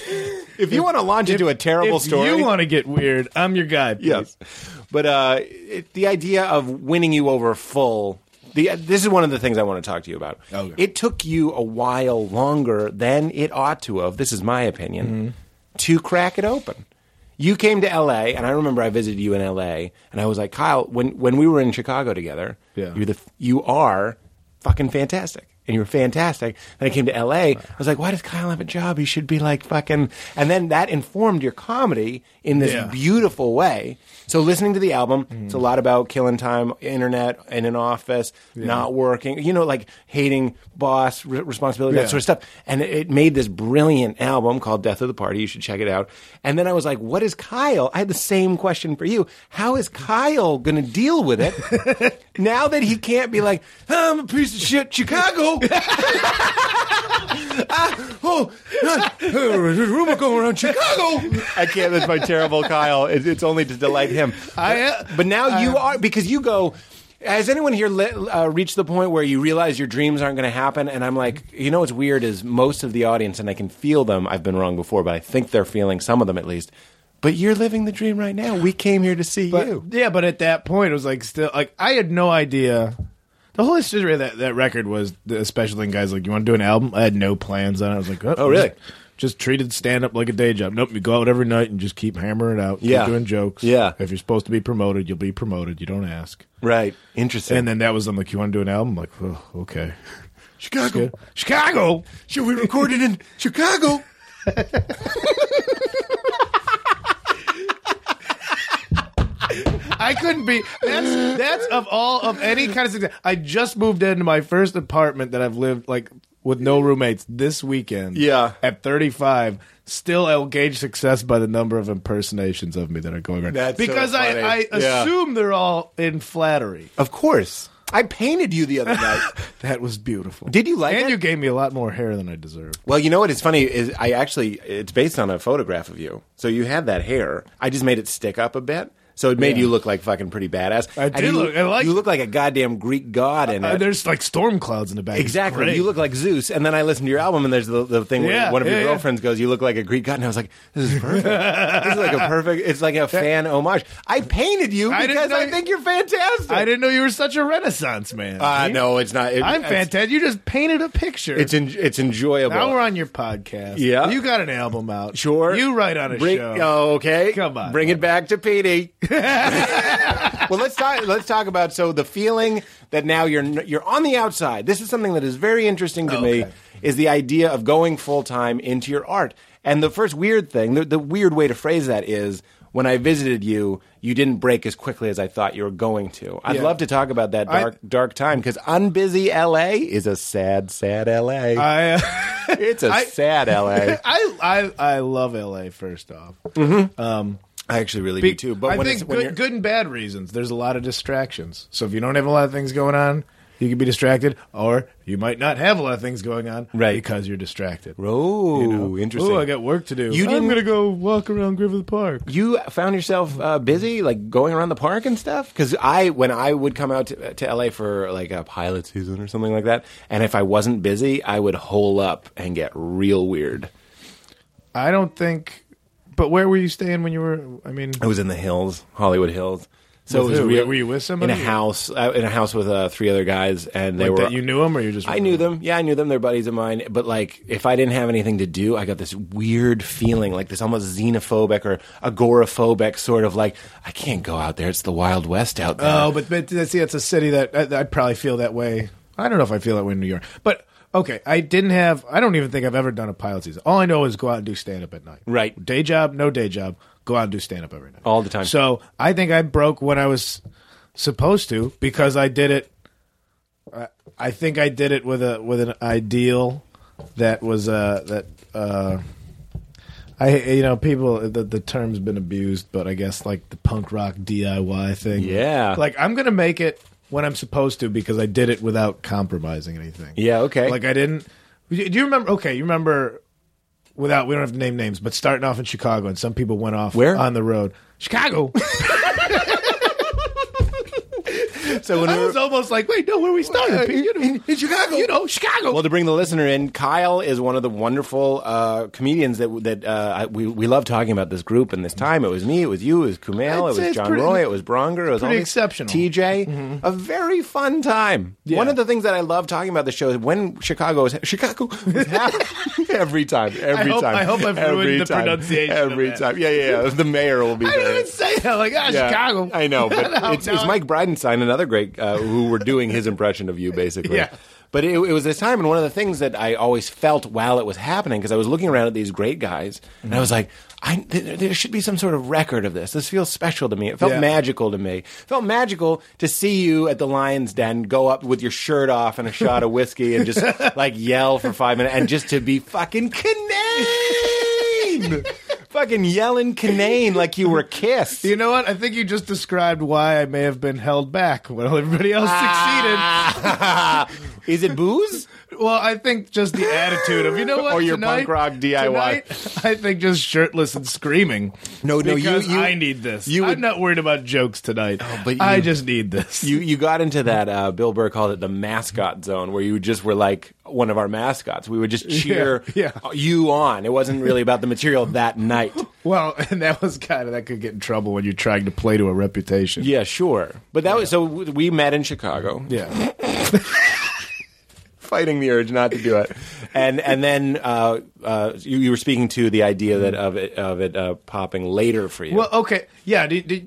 Speaker 4: [LAUGHS] if you want to launch into a terrible
Speaker 6: if
Speaker 4: story,
Speaker 6: You want to get weird? I'm your guy. Pete.
Speaker 4: Yes, but uh, it, the idea of winning you over full. The, this is one of the things I want to talk to you about.
Speaker 6: Okay.
Speaker 4: It took you a while longer than it ought to have. This is my opinion
Speaker 6: Mm-hmm.
Speaker 4: to crack it open. You came to L.A. and I remember I visited you in L.A. and I was like, Kyle, when when we were in Chicago together,
Speaker 6: Yeah.
Speaker 4: you're the f- you are fucking fantastic. And you were fantastic. Then I came to LA. I was like, why does Kyle have a job? He should be like fucking. And then that informed your comedy in this
Speaker 6: Yeah.
Speaker 4: beautiful way. So listening to the album, it's a lot about killing time, internet, in an office, not working, you know, like hating boss, re- responsibility,
Speaker 6: Yeah.
Speaker 4: that sort of stuff. And it, it made this brilliant album called Death of the Party. You should check it out. And then I was like, what is Kyle? I had the same question for you. How is Kyle going to deal with it now that he can't be like, I'm a piece of shit, Chicago? oh, there's a rumor going around Chicago. I can't. That's my terrible Kyle. It, it's only to delight him.
Speaker 6: I, uh,
Speaker 4: but now you are because you go. Has anyone here let, uh, reached the point where you realize your dreams aren't going to happen? And I'm like, you know what's weird is most of the audience, and I can feel them. I've been wrong before, but I think they're feeling some of them at least. But you're living the dream right now. We came here to see
Speaker 6: But-
Speaker 4: you.
Speaker 6: yeah, but at that point, it was like still like I had no idea. The whole history of that, that record was, especially in guys like, you want to do an album? I had no plans on it. I was like, oh,
Speaker 4: really?
Speaker 6: just treated stand up like a day job. Nope, you go out every night and just keep hammering it out. keep
Speaker 4: Yeah.
Speaker 6: doing jokes.
Speaker 4: Yeah.
Speaker 6: if you're supposed to be promoted, you'll be promoted. You don't ask.
Speaker 4: Right. Interesting.
Speaker 6: And then that was I'm like, you want to do an album? I'm like, oh, okay, [LAUGHS]
Speaker 4: Chicago.
Speaker 6: good. Chicago.
Speaker 4: Should we record it in Chicago?
Speaker 6: I couldn't be. That's that's of all of any kind of success. I just moved into my first apartment that I've lived like with no roommates this weekend.
Speaker 4: Yeah.
Speaker 6: at 35, still I'll gauge success by the number of impersonations of me that are going around.
Speaker 4: That's so
Speaker 6: because
Speaker 4: funny.
Speaker 6: I, I
Speaker 4: Yeah.
Speaker 6: assume they're all in flattery.
Speaker 4: Of course. I painted you the other night. [LAUGHS]
Speaker 6: That was beautiful.
Speaker 4: Did you like
Speaker 6: and
Speaker 4: it?
Speaker 6: you gave me a lot more hair than I deserved.
Speaker 4: well, you know what is funny is I actually it's based on a photograph of you. So you had that hair. I just made it stick up a bit. So it made
Speaker 6: Yeah.
Speaker 4: you look like fucking pretty badass.
Speaker 6: I
Speaker 4: And
Speaker 6: did
Speaker 4: you
Speaker 6: look- I liked
Speaker 4: you
Speaker 6: it.
Speaker 4: look like a goddamn Greek god in
Speaker 6: Uh,
Speaker 4: it.
Speaker 6: there's like storm clouds in the back. It's
Speaker 4: Exactly.
Speaker 6: great.
Speaker 4: You look like Zeus. And then I listened to your album, and there's the, the thing
Speaker 6: Yeah,
Speaker 4: where one of your
Speaker 6: yeah, yeah.
Speaker 4: girlfriends goes, You look like a Greek god. And I was like, This is perfect. this is
Speaker 6: [LAUGHS]
Speaker 4: like a perfect, it's like a fan homage. I painted you
Speaker 6: I didn't
Speaker 4: because
Speaker 6: know
Speaker 4: I
Speaker 6: you-
Speaker 4: think you're fantastic.
Speaker 6: I didn't know you were such a Renaissance man.
Speaker 4: Uh,
Speaker 6: See?
Speaker 4: no, it's not. It-
Speaker 6: I'm
Speaker 4: it's-
Speaker 6: fantastic. You just painted a picture.
Speaker 4: It's, en- it's enjoyable.
Speaker 6: Now we're on your podcast.
Speaker 4: Yeah.
Speaker 6: You got an album out.
Speaker 4: Sure.
Speaker 6: You write on a
Speaker 4: Bring-
Speaker 6: show.
Speaker 4: Oh, okay.
Speaker 6: Come on.
Speaker 4: Bring it back
Speaker 6: [LAUGHS]
Speaker 4: to Petey. well, let's talk let's talk about so the feeling that now you're n- you're on the outside. This is something that is very interesting to me
Speaker 6: Okay.
Speaker 4: is the idea of going full time into your art. And the first weird thing, the, the weird way to phrase that is when I visited you, you didn't break as quickly as I thought you were going to. I'd
Speaker 6: Yeah.
Speaker 4: love to talk about that
Speaker 6: I-
Speaker 4: dark dark time because unbusy LA is a sad sad LA.
Speaker 6: I, [LAUGHS] uh,
Speaker 4: it's a
Speaker 6: I- [LAUGHS]
Speaker 4: sad LA.
Speaker 6: I, I I love LA. First off,
Speaker 4: I actually really
Speaker 6: Be-
Speaker 4: do too. But
Speaker 6: I
Speaker 4: when
Speaker 6: think
Speaker 4: it's, when
Speaker 6: good,
Speaker 4: you're-
Speaker 6: good and bad reasons. There's a lot of distractions. So if you don't have a lot of things going on, you can be distracted, or you might not have a lot of things going on,
Speaker 4: Right.
Speaker 6: Because you're distracted.
Speaker 4: Oh, interesting.
Speaker 6: Oh, I got work to do.
Speaker 4: You
Speaker 6: I'm
Speaker 4: didn't-
Speaker 6: gonna go walk around Griffith Park.
Speaker 4: you found yourself uh, busy, like going around the park and stuff. Because I, when I would come out to, to LA for like a pilot season or something like that, and if I wasn't busy, I would hole up and get real weird.
Speaker 6: I don't think. But where were you staying when you were? I mean,
Speaker 4: I was in the hills, Hollywood Hills. So
Speaker 6: With
Speaker 4: it was
Speaker 6: who?
Speaker 4: real.
Speaker 6: Were you with somebody?
Speaker 4: in a house? Uh, in a house with uh, three other guys, and they
Speaker 6: like
Speaker 4: were.
Speaker 6: that you knew him, or you just?
Speaker 4: I knew them. Yeah, I knew them. They're buddies of mine. But like, if I didn't have anything to do, I got this weird feeling, like this almost xenophobic or agoraphobic sort of like, I can't go out there. It's the Wild West out there.
Speaker 6: Oh, but, but see, that's a city that I, I'd probably feel that way. I don't know if I feel that way in New York, but okay. I didn't have. I don't even think I've ever done a pilot season. All I know is go out and do stand up at night.
Speaker 4: Right.
Speaker 6: Day job, no day job. Go out and do stand up every night.
Speaker 4: All the time.
Speaker 6: So I think I broke when I was supposed to because I did it. I, I think I did it with a with an ideal that was uh that uh. I you know people the, the term's been abused, but I guess like the punk rock DIY thing.
Speaker 4: Yeah.
Speaker 6: like I'm gonna make it when I'm supposed to because I did it without compromising anything.
Speaker 4: Yeah, okay.
Speaker 6: Like I didn't. Do you remember? Okay, you remember. Without we don't have to name names, but starting off in Chicago, and some people went off
Speaker 4: Where?
Speaker 6: on the road. Chicago.
Speaker 4: [LAUGHS] so when
Speaker 6: I was almost like, wait, no, where we started? Pete? You know,
Speaker 4: Chicago,
Speaker 6: you know, Chicago.
Speaker 4: Well, to bring the listener in, Kyle is one of the wonderful uh, comedians that that uh, I- we we love talking about this group and this time. It was me, it was you, it was Kumail,
Speaker 6: I'd
Speaker 4: it
Speaker 6: say
Speaker 4: was
Speaker 6: it's
Speaker 4: John
Speaker 6: pretty-
Speaker 4: Roy, it was Bronger, it was all
Speaker 6: pretty
Speaker 4: these-
Speaker 6: exceptional. Mm-hmm.
Speaker 4: TJ, a very fun time. One of the things that I love talking about the show is when Chicago is Chicago was happening [LAUGHS] every time, every
Speaker 6: hope-
Speaker 4: time.
Speaker 6: I hope I've
Speaker 4: every
Speaker 6: ruined the
Speaker 4: time,
Speaker 6: pronunciation of
Speaker 4: every
Speaker 6: that.
Speaker 4: time. Yeah, yeah, yeah. The mayor will be.
Speaker 6: I didn't
Speaker 4: there.
Speaker 6: even say that. Like, ah,
Speaker 4: Yeah,
Speaker 6: Chicago.
Speaker 4: I know, but
Speaker 6: [LAUGHS] No,
Speaker 4: it's,
Speaker 6: no.
Speaker 4: it's Mike Bridenstine, another great, uh, who were doing his impression of you, basically.
Speaker 6: Yeah.
Speaker 4: But it, it was this time, and one of the things that I always felt while it was happening, because I was looking around at these great guys, and I was like, I, th- there should be some sort of record of this. This feels special to me. It felt
Speaker 6: Yeah.
Speaker 4: magical to me. It felt magical to see you at the Lions Den go up with your shirt off and a shot of
Speaker 6: [LAUGHS]
Speaker 4: whiskey and just like yell for five minutes and just to be fucking
Speaker 6: [LAUGHS]
Speaker 4: Canaan! fucking yelling Canaan like you were Kiss.
Speaker 6: You know what? I think you just described why I may have been held back when everybody [LAUGHS] else
Speaker 4: Ah. [LAUGHS] Is it booze?
Speaker 6: succeeded. Well, I think just the attitude of you know what
Speaker 4: Or your
Speaker 6: tonight,
Speaker 4: punk rock DIY.
Speaker 6: tonight, I think just shirtless and screaming.
Speaker 4: No, no, you-
Speaker 6: because
Speaker 4: you-
Speaker 6: I need this.
Speaker 4: you would- Oh,
Speaker 6: I'm not worried about jokes tonight.
Speaker 4: but
Speaker 6: I
Speaker 4: you-
Speaker 6: just need this.
Speaker 4: You you got into that uh, Bill Burr called it the mascot zone where you just were like one of our mascots. We would just cheer
Speaker 6: Yeah, yeah.
Speaker 4: you on. It wasn't really about the material
Speaker 6: [GASPS]
Speaker 4: that night.
Speaker 6: well, [LAUGHS] and that was kind of that could get in trouble when you're trying to play to a reputation.
Speaker 4: Yeah, sure. But that was so we met in Chicago.
Speaker 6: Yeah.
Speaker 4: fighting the urge not to do it. And and then uh, uh, you, you were speaking to the idea that of it of it uh, popping later for you.
Speaker 6: Well, okay, yeah. Do, do,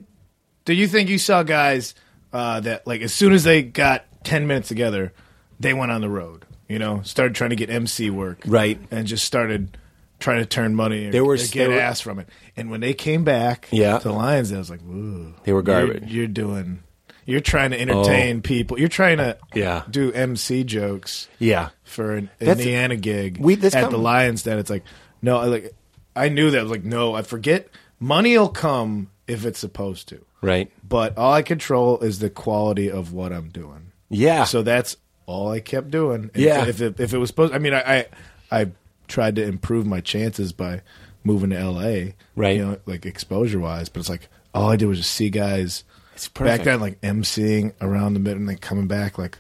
Speaker 6: do you think you saw guys uh, that like as soon as they got ten minutes together, they went on the road? You know, started trying to get MC work,
Speaker 4: Right.
Speaker 6: And just started trying to turn money. Or,
Speaker 4: There
Speaker 6: there
Speaker 4: were-
Speaker 6: were get
Speaker 4: there were-
Speaker 6: ass from it. And when they came back,
Speaker 4: Yeah.
Speaker 6: to the Lions, I was like, ooh,
Speaker 4: They were
Speaker 6: you're-
Speaker 4: garbage. Oh.
Speaker 6: You're, doing. You're trying to entertain people. You're trying to
Speaker 4: Yeah.
Speaker 6: do MC jokes
Speaker 4: yeah.
Speaker 6: for an
Speaker 4: That's-
Speaker 6: Indiana gig
Speaker 4: We- this
Speaker 6: at
Speaker 4: com-
Speaker 6: the Lions Den. It's like, no, I like I knew that. I was like, no, I forget. Money'll come if it's supposed to,
Speaker 4: Right.
Speaker 6: but all I control is the quality of what I'm doing.
Speaker 4: Yeah.
Speaker 6: So that's all I kept doing. And
Speaker 4: Yeah.
Speaker 6: If it, if it was supposed, I mean, I, I I tried to improve my chances by moving to L.A.
Speaker 4: Right.
Speaker 6: You know, like exposure wise, but it's like all I did was just see guys.
Speaker 4: It's perfect.
Speaker 6: Back then, like emceeing around the bit and then coming back, like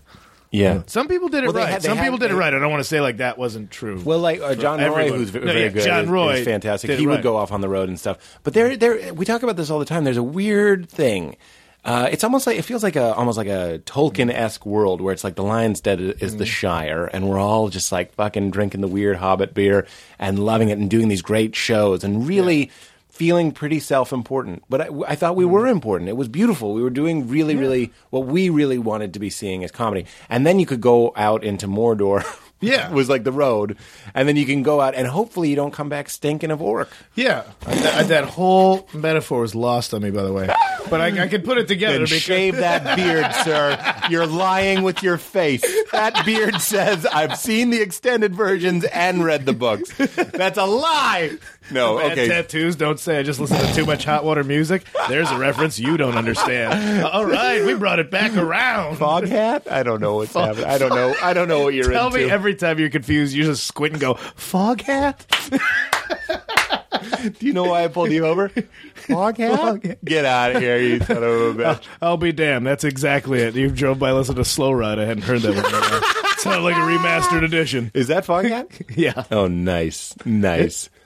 Speaker 4: yeah.
Speaker 6: some people did it
Speaker 4: Well, they
Speaker 6: right.
Speaker 4: had- they
Speaker 6: Some
Speaker 4: had-
Speaker 6: people did
Speaker 4: they-
Speaker 6: it right. I don't want to say like that wasn't true.
Speaker 4: Well, like uh, John Roy,
Speaker 6: everyone.
Speaker 4: who's v-
Speaker 6: No,
Speaker 4: very
Speaker 6: yeah,
Speaker 4: good.
Speaker 6: John
Speaker 4: is-
Speaker 6: Roy
Speaker 4: is fantastic.
Speaker 6: did
Speaker 4: He
Speaker 6: it
Speaker 4: would
Speaker 6: right.
Speaker 4: go off on the road and stuff. But there, there, we talk about this all the time. There's a weird thing. Uh, it's almost like it feels like a almost like a Tolkien esque world where it's like the Lion's Den is the Shire, and we're all just like fucking drinking the weird Hobbit beer and loving it and doing these great shows and really. Feeling pretty self important, but I, I thought we were important. It was beautiful. We were doing really, really what we really wanted to be seeing as comedy. And then you could go out into Mordor, [LAUGHS]
Speaker 6: Yeah.
Speaker 4: was like the road, and then you can go out and hopefully you don't come back stinking of orc.
Speaker 6: yeah, I- that, that whole metaphor was lost on me, by the way. But I, I could put it together.
Speaker 4: Then
Speaker 6: Because,
Speaker 4: shave
Speaker 6: [LAUGHS]
Speaker 4: that beard, sir. You're lying with your face. That beard says I've seen the extended versions and read the books. That's a lie. No,
Speaker 6: Bad
Speaker 4: okay.
Speaker 6: tattoos. Don't say. I just listen to too much hot water music. There's a reference you don't understand. All right, we brought it back around.
Speaker 4: Fog hat? I don't know what's happening. I don't know. I don't know what you're
Speaker 6: Tell
Speaker 4: into.
Speaker 6: me every time you're confused, you just squint and go fog hat.
Speaker 4: Do you know why I pulled you over? Fog hat? Get out of here, you son of a bitch.
Speaker 6: I'll be damned. That's exactly it. You drove by listening to Slow Ride. I hadn't heard that one. [LAUGHS] in a while. It Sounded like a remastered edition.
Speaker 4: Is that fog hat?
Speaker 6: Yeah.
Speaker 4: Oh, nice, nice. [LAUGHS]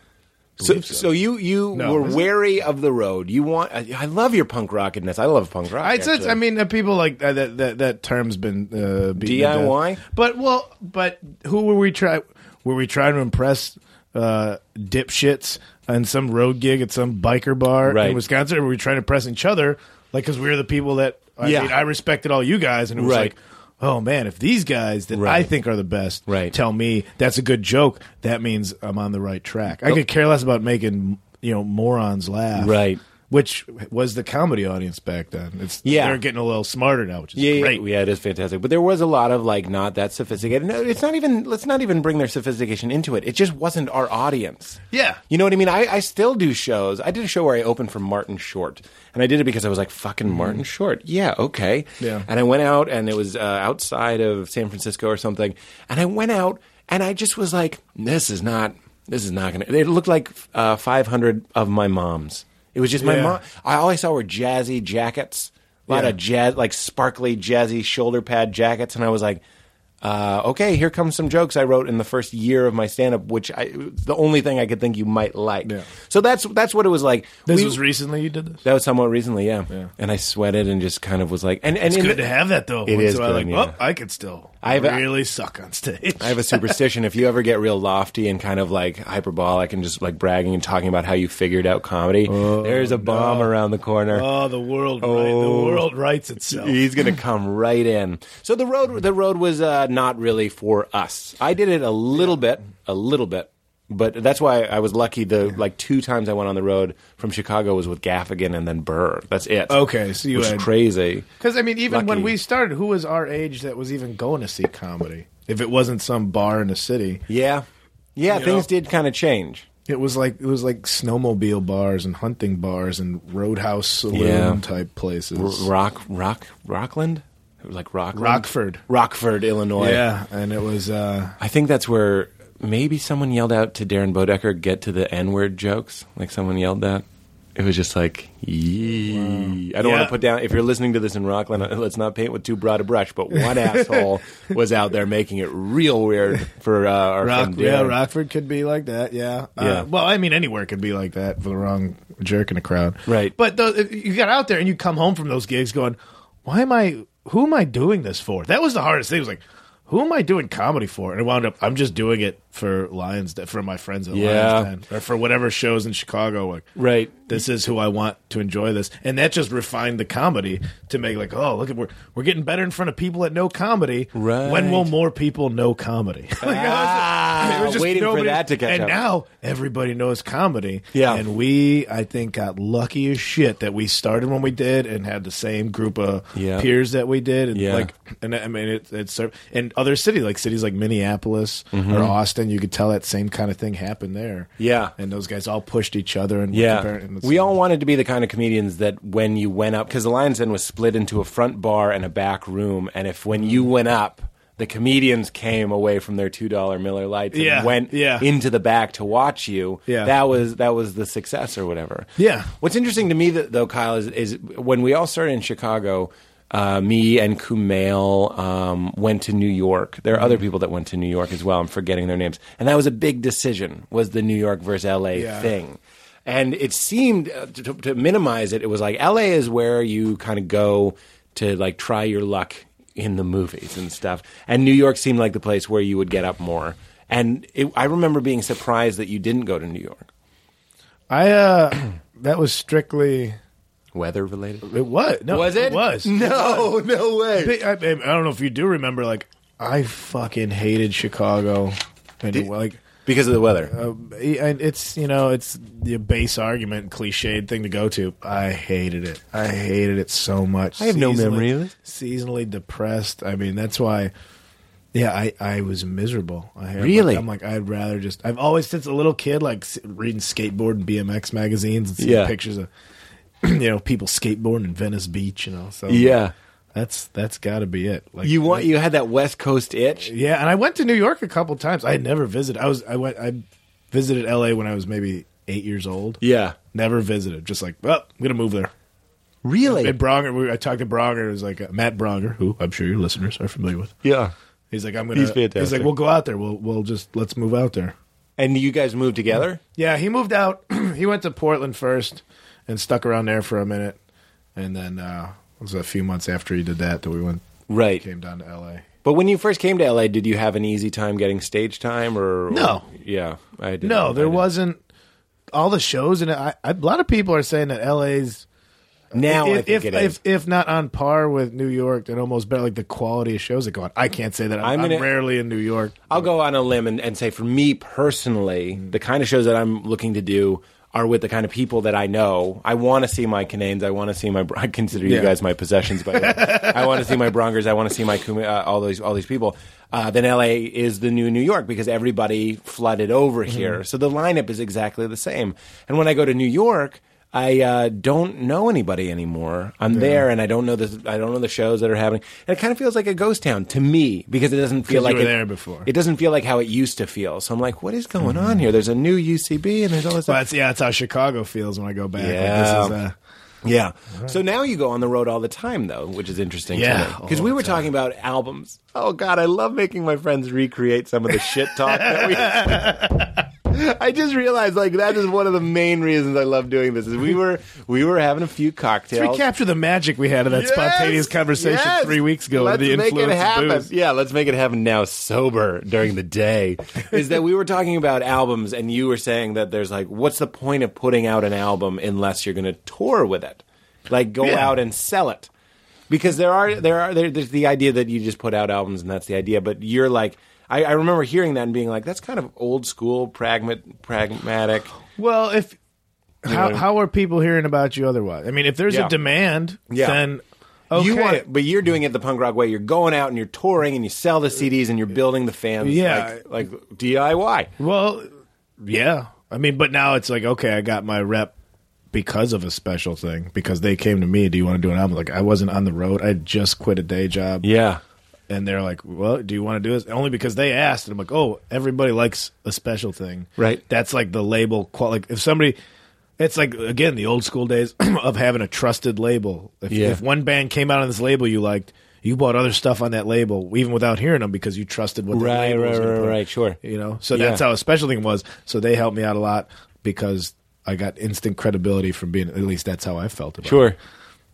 Speaker 4: So, so. you you
Speaker 6: No,
Speaker 4: were
Speaker 6: is it?
Speaker 4: wary of the road. You want? I, I love your punk rockiness. I love punk rock.
Speaker 6: I
Speaker 4: actually.
Speaker 6: just, I mean, uh, people like uh, that. That that term's been uh, beaten to
Speaker 4: DIY?
Speaker 6: death. But well, but who were we try? Were we trying to impress uh, dipshits on some road gig at some biker bar
Speaker 4: Right.
Speaker 6: in Wisconsin? Or were we trying to impress each other? Like, because we were the people that I
Speaker 4: Yeah.
Speaker 6: mean, I respected all you guys, and it was
Speaker 4: Right.
Speaker 6: like. Oh man! If these guys that I
Speaker 4: Right.
Speaker 6: think are the best
Speaker 4: Right.
Speaker 6: tell me that's a good joke, that means I'm on the right track.
Speaker 4: Oh.
Speaker 6: I could care less about making you know morons laugh,
Speaker 4: Right.
Speaker 6: Which was the comedy audience back then. It's
Speaker 4: Yeah.
Speaker 6: they're getting a little smarter now, which is
Speaker 4: yeah,
Speaker 6: great.
Speaker 4: yeah, yeah, it is fantastic. But there was a lot of like not that sophisticated. No, it's not even. Let's not even bring their sophistication into it. It just wasn't our audience.
Speaker 6: Yeah.
Speaker 4: you know what I mean. I, I still do shows. I did a show where I opened for Martin Short, and I did it because I was like, "Fucking Martin Short." Yeah, okay.
Speaker 6: Mm-hmm. Yeah.
Speaker 4: And I went out, and it was uh, outside of San Francisco or something. And I went out, and I just was like, "This is not. This is not gonna." It looked like uh, 500 of my moms. It was just my
Speaker 6: Yeah.
Speaker 4: mom. I all I saw were jazzy jackets, a lot
Speaker 6: Yeah.
Speaker 4: of jazz, like sparkly, jazzy shoulder pad jackets, and I was like, uh, "Okay, here comes some jokes I wrote in the first year of my stand up, which I, it's the only thing I could think you might like."
Speaker 6: Yeah.
Speaker 4: So that's that's what it was like.
Speaker 6: This
Speaker 4: We-
Speaker 6: was recently you did this.
Speaker 4: that was somewhat recently, yeah. And I sweated and just kind of was like, and and
Speaker 6: It's
Speaker 4: in
Speaker 6: good
Speaker 4: the-
Speaker 6: to have that though.
Speaker 4: It
Speaker 6: Once
Speaker 4: is
Speaker 6: in a while,
Speaker 4: good,
Speaker 6: like,
Speaker 4: yeah.
Speaker 6: oh, I could still
Speaker 4: I have a-
Speaker 6: really suck on stage.
Speaker 4: I have a superstition. if you ever get real lofty and kind of like hyperbolic and just like bragging and talking about how you figured out comedy, there's a bomb around the corner.
Speaker 6: [LAUGHS] oh, the world, right, the
Speaker 4: Oh.
Speaker 6: world writes itself.
Speaker 4: He's gonna come right in. So the road, the road was uh, not really for us. I did it a little bit, a little bit, but that's why I was lucky. The like two times I went on the road from Chicago was with Gaffigan and then Burr. That's it.
Speaker 6: Okay, so you
Speaker 4: which
Speaker 6: had-
Speaker 4: is crazy.
Speaker 6: Because I mean, even when
Speaker 4: Lucky.
Speaker 6: we started, who was our age that was even going to see comedy? If it wasn't some bar in the city,
Speaker 4: Yeah, yeah.
Speaker 6: You
Speaker 4: things
Speaker 6: know?
Speaker 4: did kind of change.
Speaker 6: it was like it was like snowmobile bars and hunting bars and roadhouse saloon
Speaker 4: Yeah.
Speaker 6: type places.
Speaker 4: R- rock, rock, Rockland. It was like Rockland.
Speaker 6: Rockford.
Speaker 4: Rockford, Illinois.
Speaker 6: yeah, and it was uh,
Speaker 4: I think that's where maybe someone yelled out to Darren Bodecker, "Get to the N-word jokes." Like someone yelled that. It was just like, yee. I don't want
Speaker 6: Yeah.
Speaker 4: to put down. If you're listening to this in Rockland, let's not paint with too broad a brush.
Speaker 6: [LAUGHS]
Speaker 4: But one asshole was out there making it real weird for uh, our
Speaker 6: Rock,
Speaker 4: friend Darren.
Speaker 6: yeah, Rockford could be like that. Yeah.
Speaker 4: Yeah.
Speaker 6: Uh, well, I mean, anywhere could be like that for the wrong jerk in a crowd.
Speaker 4: Right.
Speaker 6: But the, you got out there and you come home from those gigs going, "Why am I? Who am I doing this for?" That was the hardest thing. It was like, who am I doing comedy for? And I wound up, I'm just doing it for Lions, Den- for my friends at
Speaker 4: Yeah.
Speaker 6: Lions Den, or for whatever shows in Chicago. Like,
Speaker 4: Right.
Speaker 6: this is who I want to enjoy this, and that just refined the comedy to make like, oh, look at we're we're getting better in front of people that know comedy.
Speaker 4: Right.
Speaker 6: When will more people know comedy? [LAUGHS] Like,
Speaker 4: Ah,
Speaker 6: [LAUGHS] there was just
Speaker 4: waiting
Speaker 6: nobody-
Speaker 4: for that to catch
Speaker 6: and
Speaker 4: up.
Speaker 6: now everybody knows comedy.
Speaker 4: Yeah.
Speaker 6: And we, I think, got lucky as shit that we started when we did and had the same group of
Speaker 4: Yeah.
Speaker 6: peers that we did. And
Speaker 4: Yeah.
Speaker 6: like, and I mean, it, it's served. And other cities, like cities like Minneapolis or Austin, you could tell that same kind of thing happened there.
Speaker 4: Mm-hmm. Yeah.
Speaker 6: And those guys all pushed each other. And were comparing-
Speaker 4: Yeah.
Speaker 6: and it's-
Speaker 4: We all wanted to be the kind of comedians that when you went up, because the Lion's Den was split into a front bar and a back room. And if when you went up, the comedians came away from their $2 Miller lights and
Speaker 6: Yeah,
Speaker 4: went
Speaker 6: yeah.
Speaker 4: into the back to watch you,
Speaker 6: Yeah.
Speaker 4: that was that was the success or whatever.
Speaker 6: Yeah.
Speaker 4: What's interesting to me, that, though, Kyle, is, is when we all started in Chicago, uh, me and Kumail um, went to New York. There are other people that went to New York as well. I'm forgetting their names, and that was a big decision: was the New York versus LA
Speaker 6: Yeah.
Speaker 4: thing. And it seemed uh, to, to minimize it. It was like LA is where you kind of go to like try your luck in the movies and stuff, and New York seemed like the place where you would get up more. And it, I remember being surprised that you didn't go to New York.
Speaker 6: I, uh, [CLEARS THROAT] that was strictly.
Speaker 4: Weather related?
Speaker 6: It was. No,
Speaker 4: Was it? Mm.
Speaker 6: was.
Speaker 4: No, no way.
Speaker 6: But I, I don't know if you do remember, like, I fucking hated Chicago. And like,
Speaker 4: Because of the weather.
Speaker 6: uh, and it's you know it's the base argument cliched thing to go to i hated it i hated it so much
Speaker 4: I have no memory of it.
Speaker 6: seasonally depressed i mean that's why yeah i i was miserable I, I'm
Speaker 4: Really?
Speaker 6: like- i'm like i'd rather just i've always since a little kid like s- reading skateboard and bmx magazines and seeing
Speaker 4: Yeah.
Speaker 6: pictures of [CLEARS THROAT] you know people skateboarding in venice beach you know so
Speaker 4: Yeah.
Speaker 6: that's that's gotta be it like
Speaker 4: You want you had that West Coast itch?
Speaker 6: yeah, and I went to New York a couple times. I had never visited. I was I went I visited LA when I was maybe eight years old.
Speaker 4: Yeah.
Speaker 6: Never visited. Just like, well, I'm gonna move there.
Speaker 4: Really?
Speaker 6: And Bronger, we, I talked to Bronger. It was like uh, Matt Bronger, who I'm sure your listeners are familiar with.
Speaker 4: Yeah.
Speaker 6: He's like, I'm gonna.
Speaker 4: He's fantastic.
Speaker 6: like, we'll go out there. We'll we'll just let's move out there.
Speaker 4: And you guys moved together?
Speaker 6: Yeah, he moved out. [CLEARS THROAT] he went to Portland first and stuck around there for a minute, and then uh, it was a few months after he did that that we went
Speaker 4: Right.
Speaker 6: came down to LA.
Speaker 4: But when you first came to LA, did you have an easy time getting stage time or
Speaker 6: No.
Speaker 4: or- yeah, I did.
Speaker 6: No, there wasn't all the shows, and I, I, a lot of people are saying that LA's
Speaker 4: Now
Speaker 6: if,
Speaker 4: I think
Speaker 6: if,
Speaker 4: it
Speaker 6: if
Speaker 4: is.
Speaker 6: if not on par with New York, then almost better. Like the quality of shows that go on. I can't say that. I'm,
Speaker 4: I'm
Speaker 6: I'm
Speaker 4: gonna-
Speaker 6: rarely in New York.
Speaker 4: I'll go on a limb and, and say for me personally, the kind of shows that I'm looking to do are with the kind of people that I know. I want to see my Canadians. I want to see my. I consider you
Speaker 6: Yeah.
Speaker 4: guys my possessions, by the
Speaker 6: [LAUGHS]
Speaker 4: way. I want to see my Brongers. I want to see my Kuma, uh, all these all these people. Uh, then LA is the new New York because everybody flooded over
Speaker 6: Mm-hmm.
Speaker 4: here. So the lineup is exactly the same. And when I go to New York, I uh, don't know anybody anymore. I'm there, and I don't know the I don't know the shows that are happening. And it kind of feels like a ghost town to me because it doesn't feel
Speaker 6: 'Cause you
Speaker 4: like
Speaker 6: were
Speaker 4: it-
Speaker 6: there before.
Speaker 4: It doesn't feel like how it used to feel. So I'm like, what is going on here? There's a new UCB, and there's all this.
Speaker 6: But
Speaker 4: stuff.
Speaker 6: that's, yeah, that's how Chicago feels when I go back. Like,
Speaker 4: Yeah.
Speaker 6: this is, uh,
Speaker 4: Yeah. So now you go on the road all the time, though, which is interesting.
Speaker 6: Yeah,
Speaker 4: Because
Speaker 6: all
Speaker 4: we
Speaker 6: the
Speaker 4: were talking about albums. Oh God, I love making my friends recreate some of the shit talk that we.
Speaker 6: [LAUGHS]
Speaker 4: I just realized like that is one of the main reasons I love doing this is we were we were having a few
Speaker 6: let's
Speaker 4: cocktails.
Speaker 6: recapture the magic we had of that
Speaker 4: Yes!
Speaker 6: spontaneous conversation
Speaker 4: Yes!
Speaker 6: three weeks ago. with
Speaker 4: Let's
Speaker 6: the
Speaker 4: make it
Speaker 6: influence of
Speaker 4: happen.
Speaker 6: booze.
Speaker 4: Yeah, let's make it happen now. Sober during the [LAUGHS] day is that we were talking about albums, and you were saying that there's like, what's the point of putting out an album unless you're going to tour with it, like go
Speaker 6: Yeah.
Speaker 4: out and sell it, because there are there are there, there's the idea that you just put out albums and that's the idea, but you're like. I, I remember hearing that and being like, "That's kind of old school, pragmat, pragmatic."
Speaker 6: Well, if
Speaker 4: know what I
Speaker 6: how,
Speaker 4: mean?
Speaker 6: how are people hearing about you otherwise? I mean, if there's
Speaker 4: Yeah.
Speaker 6: a demand,
Speaker 4: Yeah.
Speaker 6: then okay,
Speaker 4: You want it, but you're doing it the punk rock way. You're going out and you're touring and you sell the CDs and you're building the fans.
Speaker 6: Yeah.
Speaker 4: like, like DIY.
Speaker 6: Well, yeah. I mean, but now it's like, okay, I got my rep because of a special thing because they came to me. Do you want to do an album? Like, I wasn't on the road. I had just quit a day job,
Speaker 4: Yeah,
Speaker 6: and they're like, "Well, do you want to do this?" Only because they asked, and I'm like, "Oh, everybody likes a special thing,
Speaker 4: Right.
Speaker 6: That's like the label. Qual- like, if somebody. It's like again the old school days [CLEARS THROAT] of having a trusted label. If,
Speaker 4: Yeah.
Speaker 6: if one band came out on this label you liked, you bought other stuff on that label even without hearing them because you trusted what the
Speaker 4: Right,
Speaker 6: label was
Speaker 4: right,
Speaker 6: gonna
Speaker 4: right,
Speaker 6: put.
Speaker 4: right, sure.
Speaker 6: You know, so
Speaker 4: Yeah.
Speaker 6: that's how a special thing was. So they helped me out a lot because I got instant credibility from being at least that's how I felt about it.
Speaker 4: sure.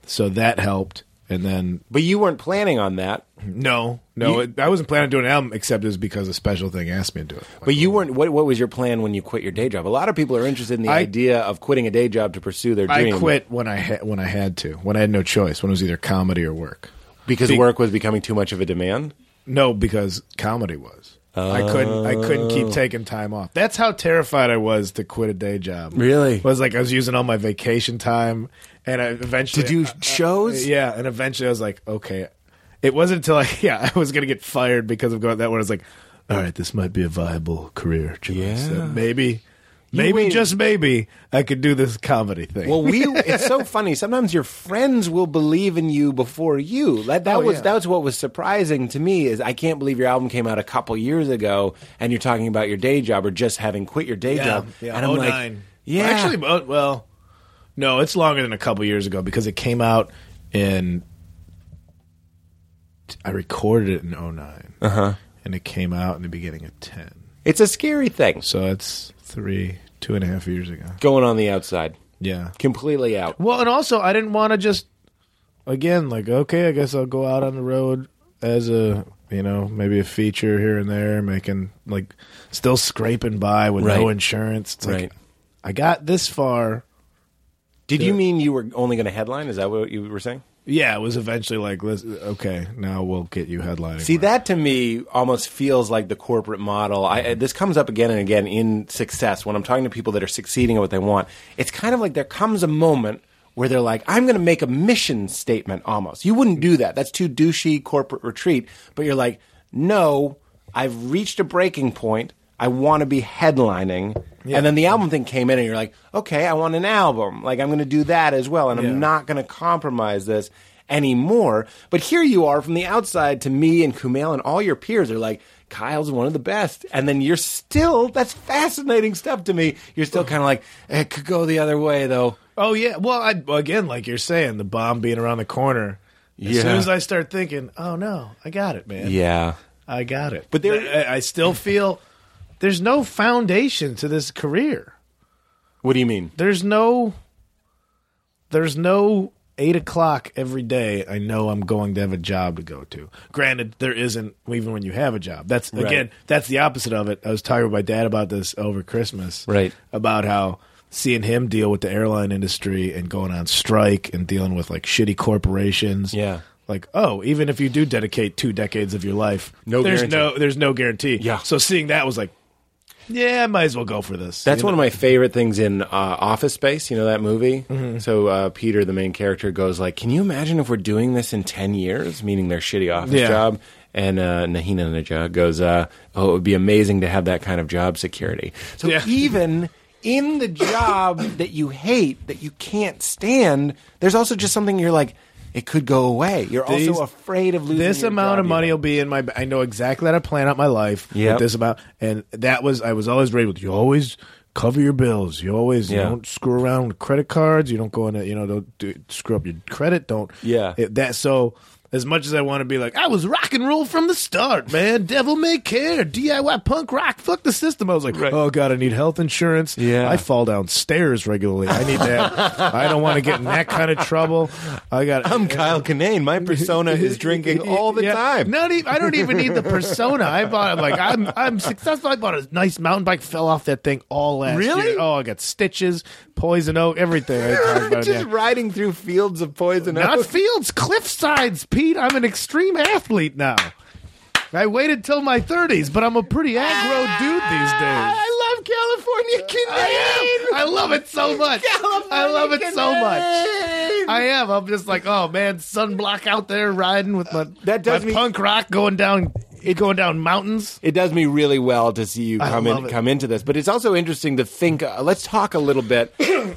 Speaker 6: So that helped. And then
Speaker 4: But you weren't planning on that.
Speaker 6: no, no, it, I wasn't planning on doing an album except it was because a special thing asked me to do it.
Speaker 4: But you weren't. What, what was your plan when you quit your day job? A lot of people are interested in the
Speaker 6: I-
Speaker 4: idea of quitting a day job to pursue their dream.
Speaker 6: I quit when I ha- when I had to, when I had no choice, when it was either comedy or work.
Speaker 4: because work was becoming too much of a demand.
Speaker 6: No, because comedy was. I couldn't. I couldn't
Speaker 4: Oh.
Speaker 6: keep taking time off. That's how terrified I was to quit a day job.
Speaker 4: Really?
Speaker 6: was like I was using all my vacation time, and I eventually
Speaker 4: To do
Speaker 6: I- I-
Speaker 4: shows?
Speaker 6: yeah, and eventually I was like, okay. It wasn't until I [LAUGHS] yeah I was gonna get fired because of going that one. I was like, all right, this might be a viable career choice.
Speaker 4: Yeah.
Speaker 6: Uh, maybe, maybe
Speaker 4: waited-
Speaker 6: just maybe I could do this comedy thing. [LAUGHS]
Speaker 4: Well, we. it's so funny. Sometimes your friends will believe in you before you. That that
Speaker 6: Oh,
Speaker 4: was
Speaker 6: yeah.
Speaker 4: that was what was surprising to me is I can't believe your album came out a couple years ago and you're talking about your day job or just having quit your day job. And I'm like,
Speaker 6: 09.
Speaker 4: yeah,
Speaker 6: Well, actually, uh, well, no, it's longer than a couple years ago because it came out in. I recorded it in 09. Uh
Speaker 4: Uh-huh.
Speaker 6: huh. And it came out in the beginning of 10.
Speaker 4: it's a scary thing
Speaker 6: So it's three, two and a half years ago.
Speaker 4: going on the outside,
Speaker 6: Yeah.
Speaker 4: completely out.
Speaker 6: Well, and also, I didn't want to just, again, like, okay, I guess I'll go out on the road as a, you know, maybe a feature here and there, making, like, still scraping by with no
Speaker 4: Right.
Speaker 6: insurance. It's
Speaker 4: Right.
Speaker 6: like, I got this far.
Speaker 4: Did you mean you were only going to headline? Is that what you were saying?
Speaker 6: Yeah, it was eventually like, let's, okay, now we'll get you headlining.
Speaker 4: See, that to me almost feels like the corporate model. I, I- this comes up again and again in success when I'm talking to people that are succeeding at what they want. It's kind of like there comes a moment where they're like, I'm going to make a mission statement almost. You wouldn't do that. That's too douchey corporate retreat. But you're like, no, I've reached a breaking point. I want to be headlining. And then the album thing came in and you're like, okay, I want an album. Like, I'm going to do that as well. And
Speaker 6: Yeah.
Speaker 4: I'm not not going to compromise this anymore. But here you are from the outside to me and Kumail and all your peers are like, Kyle's one of the best. And then you're still, that's fascinating stuff to me. You're still kind of like, it could go the other way though.
Speaker 6: Oh, yeah. Well, I, again, like you're saying, the bomb being around the corner. As
Speaker 4: Yeah.
Speaker 6: soon as I start thinking, oh, no, I got it, man.
Speaker 4: Yeah.
Speaker 6: I got it.
Speaker 4: But there-
Speaker 6: I, I still feel there's no foundation to this career.
Speaker 4: What do you mean?
Speaker 6: There's no, there's no eight o'clock every day. I know I'm going to have a job to go to. Granted, there isn't even when you have a job. That's again, that's the opposite of it. I was talking with my dad about this over Christmas,
Speaker 4: Right.
Speaker 6: About how seeing him deal with the airline industry and going on strike and dealing with like shitty corporations,
Speaker 4: Yeah.
Speaker 6: Like oh, even if you do dedicate two decades of your life,
Speaker 4: No
Speaker 6: there's
Speaker 4: guarantee.
Speaker 6: no there's no guarantee.
Speaker 4: Yeah.
Speaker 6: So seeing that was like, yeah, I might as well go for this.
Speaker 4: That's
Speaker 6: You
Speaker 4: one of my favorite things in uh, Office Space. You know that movie.
Speaker 6: Mm-hmm.
Speaker 4: So uh, Peter, the main character, goes like, "Can you imagine if we're doing this in ten years?" Meaning their shitty office
Speaker 6: Yeah.
Speaker 4: job. And uh, Nahina Najah goes, uh, "Oh, it would be amazing to have that kind of job security." So
Speaker 6: Yeah. [LAUGHS]
Speaker 4: even in the job that you hate, that you can't stand, there's also just something you're like, it could go away. You're
Speaker 6: These-
Speaker 4: also afraid of losing
Speaker 6: this
Speaker 4: your
Speaker 6: amount
Speaker 4: job
Speaker 6: of
Speaker 4: you
Speaker 6: money
Speaker 4: love.
Speaker 6: will be in my. I know exactly how to plan out my life. with
Speaker 4: Yep.
Speaker 6: this amount, and that was I was always raised with. You always cover your bills. You always you
Speaker 4: Yeah.
Speaker 6: don't screw around with credit cards. You don't go into you know don't do, screw up your credit. Don't
Speaker 4: Yeah.
Speaker 6: It- that so. As much as I want to be like, I was rock and roll from the start, man. Devil may care, DIY punk rock. Fuck the system. I was like, oh god, I need health insurance.
Speaker 4: Yeah.
Speaker 6: I fall downstairs regularly. I need
Speaker 4: [LAUGHS]
Speaker 6: that. I don't want to get in that kind of trouble. I got.
Speaker 4: I'm Kyle Kinane. My
Speaker 6: [LAUGHS]
Speaker 4: persona is drinking all the
Speaker 6: Yeah.
Speaker 4: time.
Speaker 6: Not even, I don't even need the persona. I bought. I'm like I'm. I'm successful. I bought a nice mountain bike. Fell off that thing all last
Speaker 4: Really?
Speaker 6: year. Oh, I got stitches, poison oak, everything.
Speaker 4: [LAUGHS]
Speaker 6: I talked about it,
Speaker 4: just
Speaker 6: yeah.
Speaker 4: riding through fields of poison.
Speaker 6: Not
Speaker 4: [LAUGHS] oak.
Speaker 6: fields, cliff sides, Pete. I'm an extreme athlete now. I waited till my 30s, but I'm a pretty aggro dude these days.
Speaker 4: Ah, I love California
Speaker 6: I am. I love it so much. I love it so much. I am. I'm just like, oh man, sunblock out there riding with my
Speaker 4: That does
Speaker 6: my
Speaker 4: me-
Speaker 6: punk rock going down going down mountains.
Speaker 4: it does me really well to see you
Speaker 6: I
Speaker 4: come in,
Speaker 6: love it.
Speaker 4: come into this, but it's also interesting to think. Uh, let's talk a little [COUGHS] bit.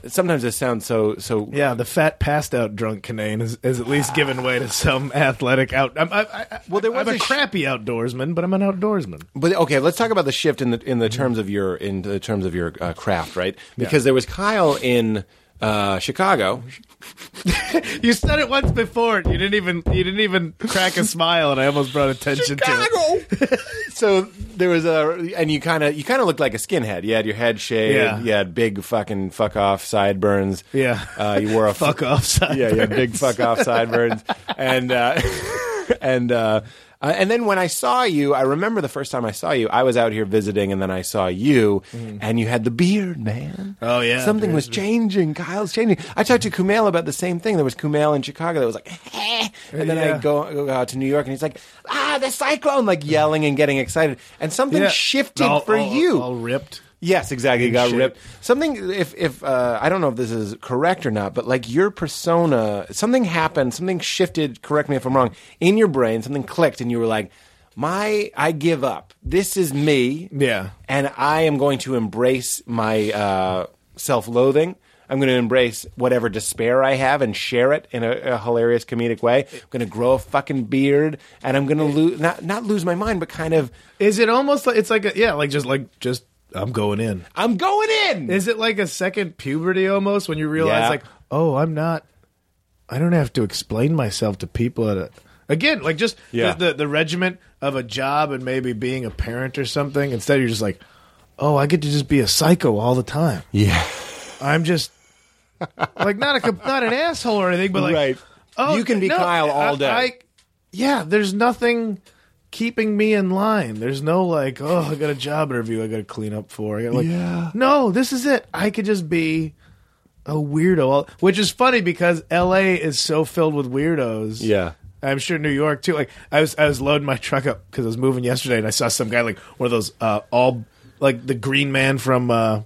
Speaker 4: Sometimes this sounds so so.
Speaker 6: Yeah, the fat passed out drunk Canaan is, is at least giving way to some athletic out. I'm, I, I,
Speaker 4: Well, there was
Speaker 6: I'm a,
Speaker 4: a sh-
Speaker 6: crappy outdoorsman, but I'm an outdoorsman.
Speaker 4: But okay, let's talk about the shift in the in the terms of your in the terms of your uh, craft, right? Because there was Kyle in uh, Chicago.
Speaker 6: You said it once before. and You didn't even you didn't even crack a smile, and I almost brought attention to it.
Speaker 4: [LAUGHS] so there was a, and you kind of you kind of looked like a skinhead. You had your head shaved.
Speaker 6: Yeah.
Speaker 4: You had big fucking fuck off sideburns.
Speaker 6: Yeah.
Speaker 4: Uh, you
Speaker 6: [LAUGHS]
Speaker 4: wore a
Speaker 6: Fuck off, son.
Speaker 4: Yeah, yeah, big fuck off sideburns, and uh, [LAUGHS] and uh, uh, and then when I saw you, I remember the first time I saw you. I was out here visiting, and then I saw you, and you had the beard, man.
Speaker 6: Mm-hmm. Oh, yeah,
Speaker 4: something
Speaker 6: beard.
Speaker 4: was changing. Kyle's changing. I talked to Kumail about the same thing. There was Kumail in Chicago that was like, [LAUGHS] "Eh," and then
Speaker 6: Yeah.
Speaker 4: I go, go out to New York, and he's like, ah, the cyclone, like yelling and getting excited, and something
Speaker 6: [LAUGHS] Yeah. Oh,
Speaker 4: shifted
Speaker 6: All-
Speaker 4: for
Speaker 6: all-
Speaker 4: you.
Speaker 6: All ripped.
Speaker 4: Yes, exactly. You
Speaker 6: Big
Speaker 4: got
Speaker 6: shit.
Speaker 4: ripped. Something. If if uh, I don't know if this is correct or not, but like your persona, something happened. Something shifted. Correct me if I'm wrong. In your brain, something clicked, and you were like, "My, I give up. This is me.
Speaker 6: Yeah.
Speaker 4: and I am going to embrace my uh, self-loathing." I'm going to embrace whatever despair I have and share it in a, a hilarious comedic way. I'm going to grow a fucking beard and I'm going to lose not not lose my mind, but kind of
Speaker 6: Is it almost like it's like a, yeah, like just like just I'm going in.
Speaker 4: I'm going in.
Speaker 6: Is it like a second puberty almost when you realize
Speaker 4: Yeah.
Speaker 6: like, oh, I'm not, I don't have to explain myself to people at a, again, like just
Speaker 4: Yeah.
Speaker 6: the, the the regiment of a job and maybe being a parent or something. Instead, you're just like, oh, I get to just be a psycho all the time.
Speaker 4: yeah.
Speaker 6: I'm just like not a com- not an asshole or anything, but like
Speaker 4: Right.
Speaker 6: oh,
Speaker 4: You can be
Speaker 6: no,
Speaker 4: Kyle all
Speaker 6: I-
Speaker 4: day.
Speaker 6: I- yeah, there's nothing keeping me in line. There's no like, oh, I got a job interview I got to clean up for. I got like,
Speaker 4: Yeah.
Speaker 6: no, this is it. I could just be a weirdo, which is funny because L.A. is so filled with weirdos.
Speaker 4: Yeah.
Speaker 6: I'm sure New York too. Like I was, I was loading my truck up because I was moving yesterday, and I saw some guy like one of those uh, all like the green man from uh,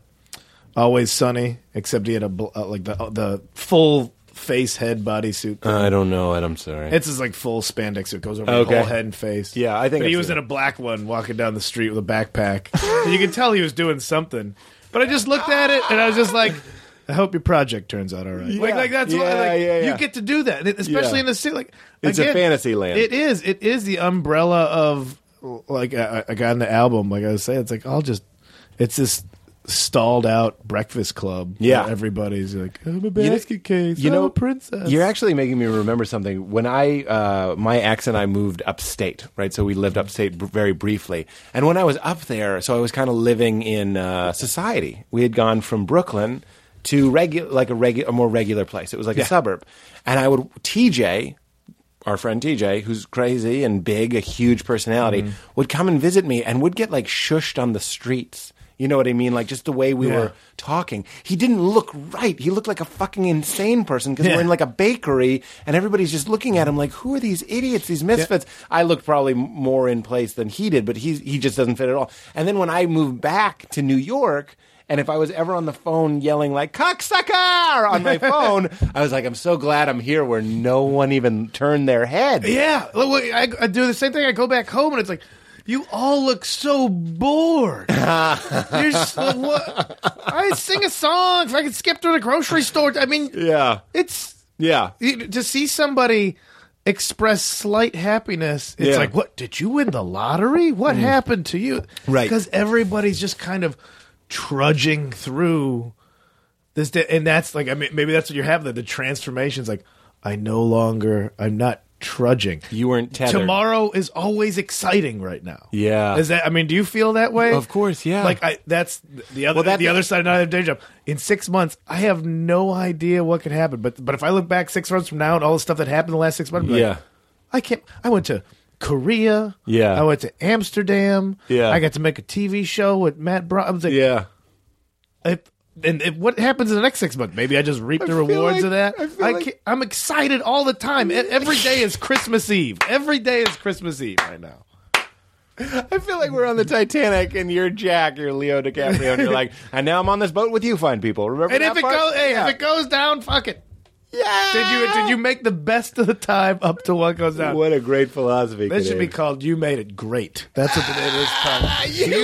Speaker 6: Always Sunny, except he had a bl- uh, like the the full face head bodysuit.
Speaker 4: I don't know it. I'm sorry.
Speaker 6: It's his like full spandex that goes over
Speaker 4: Okay.
Speaker 6: your whole head and face.
Speaker 4: Yeah, I think
Speaker 6: But he
Speaker 4: I've
Speaker 6: was
Speaker 4: seen
Speaker 6: in a
Speaker 4: it.
Speaker 6: black one walking down the street with a backpack. And you could tell he was doing something. But I just looked at it and I was just like, I hope your project turns out all right. Like,
Speaker 4: Yeah.
Speaker 6: like that's what,
Speaker 4: Yeah,
Speaker 6: like,
Speaker 4: yeah, yeah.
Speaker 6: you get to do that, and especially
Speaker 4: Yeah.
Speaker 6: in the city. Like
Speaker 4: It's a
Speaker 6: again,
Speaker 4: fantasy land.
Speaker 6: It is. It is the umbrella of like I, I got in the album. Like I was saying, it's like I'll just. It's this stalled out breakfast club. where
Speaker 4: Yeah.
Speaker 6: everybody's like I'm a
Speaker 4: You know-
Speaker 6: basket case.
Speaker 4: you
Speaker 6: I'm
Speaker 4: know,
Speaker 6: a princess.
Speaker 4: You're actually making me remember something. When I, uh, my ex and I moved upstate, right? So we lived upstate br- very briefly. And when I was up there, so I was kind of living in uh, society. We had gone from Brooklyn to regu- like a, regu- a more regular place. It was like a suburb. And I would, TJ, our friend TJ, who's crazy and big, a huge personality,
Speaker 6: Mm-hmm.
Speaker 4: would come and visit me and would get like shushed on the streets. You know what I mean? Like just the way we were talking. He didn't look right. He looked like a fucking insane person because
Speaker 6: Yeah.
Speaker 4: we're in like a bakery and everybody's just looking at him like, who are these idiots, these misfits? I looked probably m- more in place than he did, but he he just doesn't fit at all. And then when I moved back to New York. And if I was ever on the phone yelling like "cocksucker"
Speaker 6: [LAUGHS]
Speaker 4: on my phone, I was like, "I'm so glad I'm here, where no one even turned their head."
Speaker 6: Yeah, Look, wait, I, I do the same thing. I go back home and it's like, you all look so bored. You're just like, what? I sing a song. If I could skip through the grocery store, I mean,
Speaker 4: yeah,
Speaker 6: it's
Speaker 4: yeah.
Speaker 6: you- to see somebody express slight happiness. It's
Speaker 4: Yeah. Mm.
Speaker 6: like, what did you win the lottery? What happened to you?
Speaker 4: Right.
Speaker 6: because everybody's just kind of trudging through this, day, and that's like, I mean, maybe that's what you're having. The, the transformation's like, I no longer, I'm not trudging.
Speaker 4: You weren't tethered.
Speaker 6: Tomorrow is always exciting right now.
Speaker 4: Yeah.
Speaker 6: Is that I mean, do you feel that way?
Speaker 4: Of course, yeah.
Speaker 6: Like I that's the other
Speaker 4: Well, that-
Speaker 6: the other side of another day job. In six months, I have no idea what could happen. But but if I look back six months from now and all the stuff that happened the last six months, I'm like,
Speaker 4: Yeah.
Speaker 6: I can't I went to Korea.
Speaker 4: Yeah.
Speaker 6: I went to Amsterdam.
Speaker 4: Yeah.
Speaker 6: I got to make a TV show with Matt Brown. I was like,
Speaker 4: Yeah.
Speaker 6: if, and if, what happens in the next six months? Maybe I just reap the
Speaker 4: feel
Speaker 6: rewards
Speaker 4: like-
Speaker 6: of that.
Speaker 4: I feel
Speaker 6: I
Speaker 4: like-
Speaker 6: can't- I'm excited all the time. E- Every day is Christmas Eve. Every day is Christmas Eve right now.
Speaker 4: I feel like we're on the Titanic and you're Jack, you're Leo DiCaprio, and
Speaker 6: [LAUGHS]
Speaker 4: you're like, and now I'm on this boat with you fine people. Remember
Speaker 6: And
Speaker 4: that
Speaker 6: if it
Speaker 4: part?
Speaker 6: goes, hey,
Speaker 4: yeah.
Speaker 6: if it goes down, fuck it.
Speaker 4: yeah.
Speaker 6: Did you did you make the best of the time up to what goes down?
Speaker 4: What a great philosophy.
Speaker 6: This should be
Speaker 4: Kadeem.
Speaker 6: called "You Made It Great." That's [SIGHS] what the name is. Called.
Speaker 4: [LAUGHS]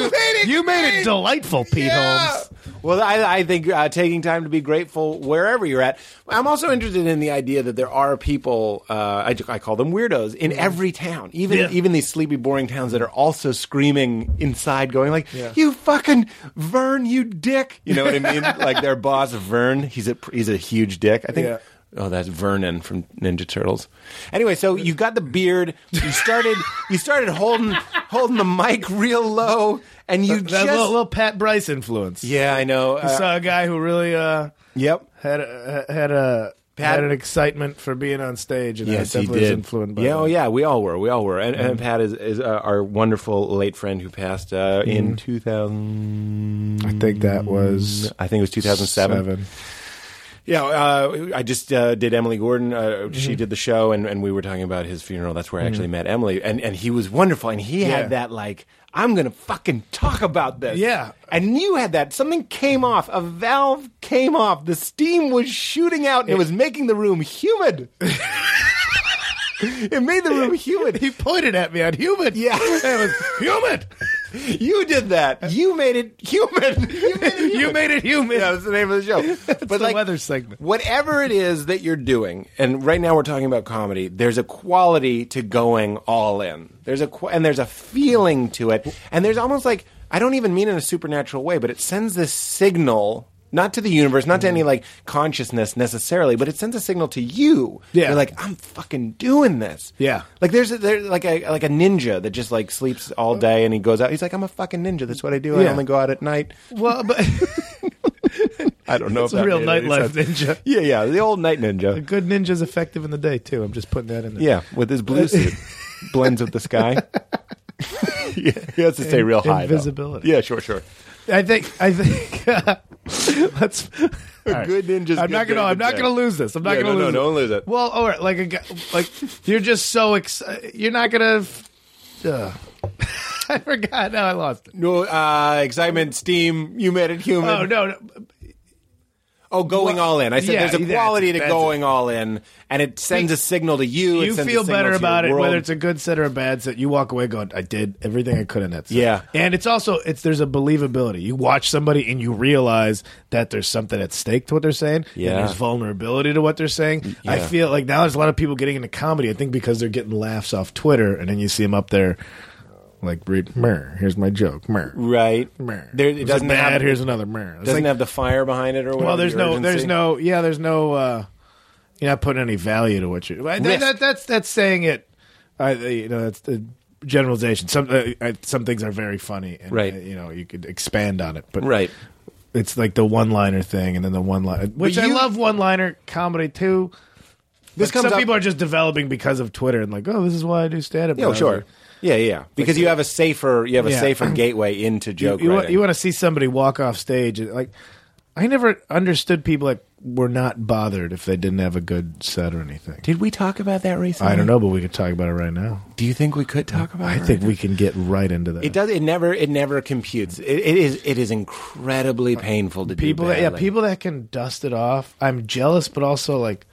Speaker 4: You made it
Speaker 6: You made
Speaker 4: great.
Speaker 6: it delightful, Pete Holmes.
Speaker 4: Well, I, I think uh, taking time to be grateful wherever you're at. I'm also interested in the idea that there are people, uh, I, I call them weirdos, in every town, even
Speaker 6: Mm-hmm. Yeah.
Speaker 4: even these sleepy, boring towns that are also screaming inside, going like,
Speaker 6: Yeah.
Speaker 4: "You fucking
Speaker 6: [LAUGHS]
Speaker 4: Vern, you dick!" You know what I mean? like their boss Vern, he's a he's a huge dick. I think
Speaker 6: Yeah.
Speaker 4: Oh, that's Vernon from Ninja Turtles. Anyway, so you got the beard. You started. you started holding holding the mic real low, and you
Speaker 6: That
Speaker 4: just
Speaker 6: little, little Pat Bryce influence.
Speaker 4: yeah, I know.
Speaker 6: I
Speaker 4: Uh,
Speaker 6: saw a guy who really uh,
Speaker 4: yep.
Speaker 6: had a, had a
Speaker 4: Pat-
Speaker 6: had an excitement for being on stage, and
Speaker 4: Yes,
Speaker 6: I
Speaker 4: he
Speaker 6: definitely
Speaker 4: did.
Speaker 6: was influenced by
Speaker 4: yeah,
Speaker 6: that.
Speaker 4: oh yeah, we all were. We all were. And, and Pat is, is uh, our wonderful late friend who passed uh, in 2000.
Speaker 6: I think that was
Speaker 4: I think it was 2007.
Speaker 6: seven.
Speaker 4: Yeah, uh, I just uh, did Emily Gordon. Uh, She did the show, and, and we were talking about his funeral. That's where I actually met Emily, and and he was wonderful. And he
Speaker 6: Yeah.
Speaker 4: had that like, I'm gonna fucking talk about this.
Speaker 6: Yeah.
Speaker 4: and you had that. Something came off. A valve came off. The steam was shooting out, and it was making the room [LAUGHS] humid. it made the room humid. [LAUGHS]
Speaker 6: He pointed at me on human. [LAUGHS]
Speaker 4: Yeah.
Speaker 6: it was [LAUGHS] human.
Speaker 4: You did that. You made it human. You made it human.
Speaker 6: You made it human.
Speaker 4: Yeah, that's the name of the
Speaker 6: [LAUGHS]
Speaker 4: show. but
Speaker 6: the weather segment.
Speaker 4: Whatever it is that you're doing, and right now we're talking about comedy. There's a quality to going all in. There's a qu- and there's a feeling to it, and there's almost like I don't even mean in a supernatural way, but it sends this signal. Not to the universe, not to
Speaker 6: Mm-hmm.
Speaker 4: any like consciousness necessarily, but it sends a signal to you.
Speaker 6: Yeah.
Speaker 4: You're like, I'm fucking doing this.
Speaker 6: Yeah.
Speaker 4: Like there's a, there's like a like a ninja that just like sleeps all day and he goes out. He's like, I'm a fucking ninja. That's what I do. I
Speaker 6: Mm-hmm. Yeah.
Speaker 4: only go out at night.
Speaker 6: Well, but [LAUGHS]
Speaker 4: I don't know.
Speaker 6: it's
Speaker 4: if
Speaker 6: a
Speaker 4: that
Speaker 6: real
Speaker 4: made any
Speaker 6: nightlife
Speaker 4: sense.
Speaker 6: ninja.
Speaker 4: [LAUGHS] Yeah, yeah, the old night
Speaker 6: A
Speaker 4: ninja.
Speaker 6: good ninja's effective in the day too. I'm just putting that in there.
Speaker 4: Yeah, with his
Speaker 6: [LAUGHS]
Speaker 4: blue suit, blends with the sky. [LAUGHS] yeah, he has to stay real high. though.
Speaker 6: invisibility.
Speaker 4: Yeah, sure, sure.
Speaker 6: I think I think [LAUGHS] let's.
Speaker 4: Good ninjas.
Speaker 6: I'm not gonna.
Speaker 4: good day,
Speaker 6: I'm not
Speaker 4: good
Speaker 6: gonna
Speaker 4: day.
Speaker 6: lose this. I'm not
Speaker 4: Yeah,
Speaker 6: gonna
Speaker 4: no,
Speaker 6: lose.
Speaker 4: no,
Speaker 6: it.
Speaker 4: don't lose it.
Speaker 6: Well, all right. Like a guy, like you're just so excited. You're not gonna. f- Ugh. [LAUGHS] I forgot. Now I lost it.
Speaker 4: No uh, excitement, steam. You made it human.
Speaker 6: Oh no, no.
Speaker 4: Oh, going all in. I said
Speaker 6: yeah,
Speaker 4: there's a
Speaker 6: that's
Speaker 4: quality
Speaker 6: it,
Speaker 4: to
Speaker 6: that's
Speaker 4: going all in, and it sends a signal to you. it
Speaker 6: You
Speaker 4: sends a
Speaker 6: feel
Speaker 4: signal
Speaker 6: better
Speaker 4: to your
Speaker 6: about it,
Speaker 4: world.
Speaker 6: whether it's a good set or a bad set. You walk away going, "I did everything I could in that set."
Speaker 4: Yeah.
Speaker 6: and it's also it's there's a believability. You watch somebody and you realize that there's something at stake to what they're saying. and
Speaker 4: Yeah.
Speaker 6: there's vulnerability to what they're saying. I
Speaker 4: yeah.
Speaker 6: feel like now there's a lot of people getting into comedy. I think because they're getting laughs off Twitter, and then you see them up there. Like read, mer. Here's my joke. Mer,
Speaker 4: right.
Speaker 6: mer.
Speaker 4: There, it
Speaker 6: Was
Speaker 4: doesn't
Speaker 6: bad.
Speaker 4: have.
Speaker 6: here's another mer. It's
Speaker 4: doesn't
Speaker 6: like,
Speaker 4: have the fire behind it or whatever.
Speaker 6: well, there's
Speaker 4: the
Speaker 6: no, there's
Speaker 4: urgency.
Speaker 6: no, yeah, there's no. uh You're not putting any value to what you. That,
Speaker 4: Risk.
Speaker 6: that, that's that's saying it. I uh, you know that's the generalization. Some uh, I, some things are very funny, and,
Speaker 4: Right.
Speaker 6: uh, you know, you could expand on it, but
Speaker 4: right.
Speaker 6: It's like the one liner thing, and then the one line, which I
Speaker 4: you-
Speaker 6: love one liner comedy too.
Speaker 4: This
Speaker 6: But
Speaker 4: comes
Speaker 6: some
Speaker 4: up-
Speaker 6: people are just developing because of Twitter and like, oh, this is why I do stand up.
Speaker 4: Yeah, sure. Yeah, yeah. Because you have a safer, you have a
Speaker 6: Yeah. [CLEARS THROAT]
Speaker 4: safer gateway into joke
Speaker 6: you,
Speaker 4: writing.
Speaker 6: you want to see somebody walk off stage and, like i never understood people that were not bothered if they didn't have a good set or anything
Speaker 4: Did we talk about that recently?
Speaker 6: i don't know but we could talk about it right now
Speaker 4: Do you think we could talk about?
Speaker 6: i
Speaker 4: it?
Speaker 6: think we can get right into that
Speaker 4: it does. It never. It never computes. It, it is. It is incredibly painful to do
Speaker 6: people that, yeah
Speaker 4: badly.
Speaker 6: people that can dust it off i'm jealous but also like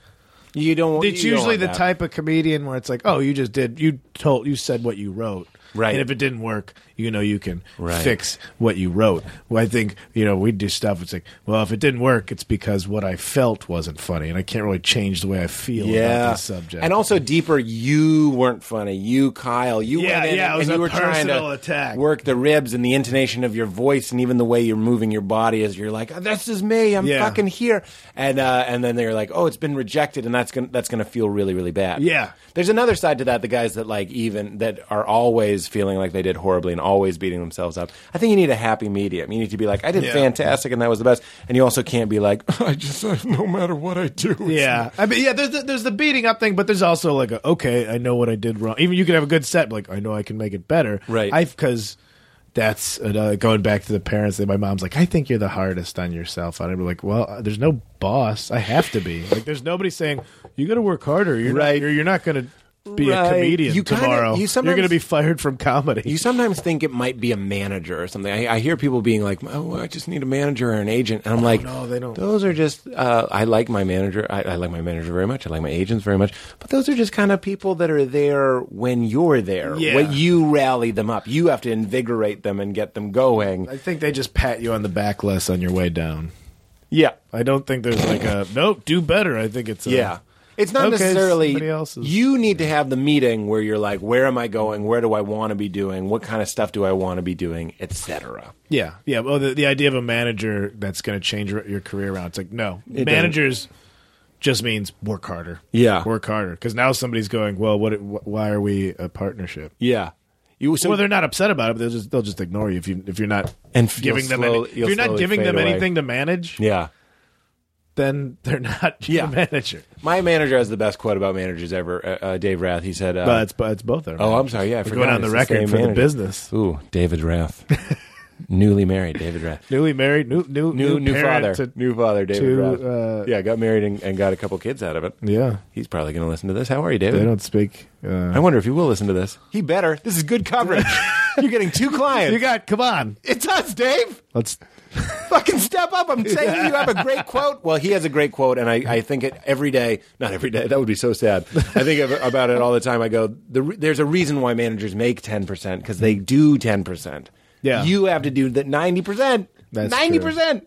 Speaker 4: You don't.
Speaker 6: it's
Speaker 4: you don't
Speaker 6: usually
Speaker 4: want
Speaker 6: the
Speaker 4: that.
Speaker 6: type of comedian where it's like oh you just did you told you said what you wrote
Speaker 4: Right.
Speaker 6: and if it didn't work you know you can
Speaker 4: Right.
Speaker 6: fix what you wrote well i think you know we do stuff it's like well if it didn't work it's because what i felt wasn't funny and i can't really change the way i feel about
Speaker 4: Yeah.
Speaker 6: this subject
Speaker 4: And also deeper, you weren't funny. You, Kyle, you
Speaker 6: Yeah,
Speaker 4: went in
Speaker 6: yeah,
Speaker 4: and,
Speaker 6: it was
Speaker 4: and
Speaker 6: a
Speaker 4: you were trying
Speaker 6: personal
Speaker 4: to
Speaker 6: attack.
Speaker 4: work the ribs and the intonation of your voice and even the way you're moving your body as you're like, "This is me. I'm
Speaker 6: Yeah.
Speaker 4: fucking here." And uh, and then they're like, "Oh, it's been rejected," and that's gonna that's gonna feel really really bad.
Speaker 6: Yeah.
Speaker 4: There's another side to that. The guys that like even that are always feeling like they did horribly and always beating themselves up. I think you need a happy medium. You need to be like, "I did
Speaker 6: Yeah.
Speaker 4: fantastic and that was the best," and you also can't be like, [LAUGHS] "I just no matter what I do." it's
Speaker 6: yeah i mean yeah there's the, there's the beating up thing but there's also like a, okay i know what i did wrong even you could have a good set but like i know i can make it better
Speaker 4: Right.
Speaker 6: i because that's another, going back to the parents that my mom's like i think you're the hardest on yourself and i'm like well uh, there's no boss i have to be like there's nobody saying you gotta work harder you're
Speaker 4: Right.
Speaker 6: not, you're, you're not gonna be
Speaker 4: Right.
Speaker 6: a comedian
Speaker 4: You kinda-
Speaker 6: tomorrow
Speaker 4: you sometimes-
Speaker 6: are gonna be fired from comedy
Speaker 4: You sometimes think it might be a manager or something. I, I hear people being like, "Oh, I just need a manager or an agent," and I'm like,
Speaker 6: no, they don't.
Speaker 4: Those are just. Uh, I like my manager. I, I like my manager very much. I like my agents very much. But those are just kind of people that are there when you're there.
Speaker 6: Yeah.
Speaker 4: When you rally them up, you have to invigorate them and get them going.
Speaker 6: i think they just pat you on the back less on your way down
Speaker 4: Yeah,
Speaker 6: i don't think there's like a nope do better i think it's a,
Speaker 4: yeah. It's not
Speaker 6: Okay,
Speaker 4: necessarily
Speaker 6: somebody else's-
Speaker 4: you need to have the meeting where you're like, where am I going? Where do I want to be doing? What kind of stuff do I want to be doing? Etc.
Speaker 6: Yeah, yeah. Well, the, the idea of a manager that's going to change your your career around—it's like no,
Speaker 4: It
Speaker 6: managers just means work harder.
Speaker 4: Yeah.
Speaker 6: work harder. Because now somebody's going, well, what? wh- Why are we a partnership?
Speaker 4: Yeah. You so
Speaker 6: well, they're not upset about it, but they'll just they'll just ignore you if you if you're not
Speaker 4: And f-
Speaker 6: giving
Speaker 4: you'll
Speaker 6: them
Speaker 4: slowly-
Speaker 6: any, if
Speaker 4: you'll
Speaker 6: you're not
Speaker 4: slowly
Speaker 6: giving
Speaker 4: fade
Speaker 6: them
Speaker 4: away.
Speaker 6: anything to manage,
Speaker 4: yeah.
Speaker 6: then they're not
Speaker 4: Yeah.
Speaker 6: your manager.
Speaker 4: My manager has the best quote about managers ever. Uh, uh, Dave Rath. He said, uh,
Speaker 6: But it's, but it's both of them.
Speaker 4: "Oh, I'm sorry. Yeah, I
Speaker 6: We're
Speaker 4: forgot.
Speaker 6: going on the
Speaker 4: It's
Speaker 6: record
Speaker 4: same
Speaker 6: for the
Speaker 4: manager.
Speaker 6: business.
Speaker 4: Ooh, David Rath,
Speaker 6: [LAUGHS]
Speaker 4: newly married. David Rath.
Speaker 6: Newly married, new new
Speaker 4: new new
Speaker 6: parent
Speaker 4: father,
Speaker 6: to-
Speaker 4: new father, David.
Speaker 6: to,
Speaker 4: Rath.
Speaker 6: uh,
Speaker 4: yeah, got married and, and got a couple kids out of it.
Speaker 6: yeah,
Speaker 4: He's probably going to listen to this. How are you,
Speaker 6: they
Speaker 4: David?
Speaker 6: don't speak. Uh,
Speaker 4: I wonder if he will listen to this. He better. This is
Speaker 6: [LAUGHS]
Speaker 4: good coverage. You're getting two clients.
Speaker 6: you got. Come on,
Speaker 4: it's us, Dave.
Speaker 6: let's.
Speaker 4: Fucking step up. I'm saying you have a [LAUGHS] great quote. Well, he has a great quote, and I, I think it every day. Not every day. That would be so sad. I think of, about it all the time. I go, the, re- there's a reason why managers make 10% because they do 10%.
Speaker 6: Yeah.
Speaker 4: You have to do the 90%.
Speaker 6: That's
Speaker 4: 90%.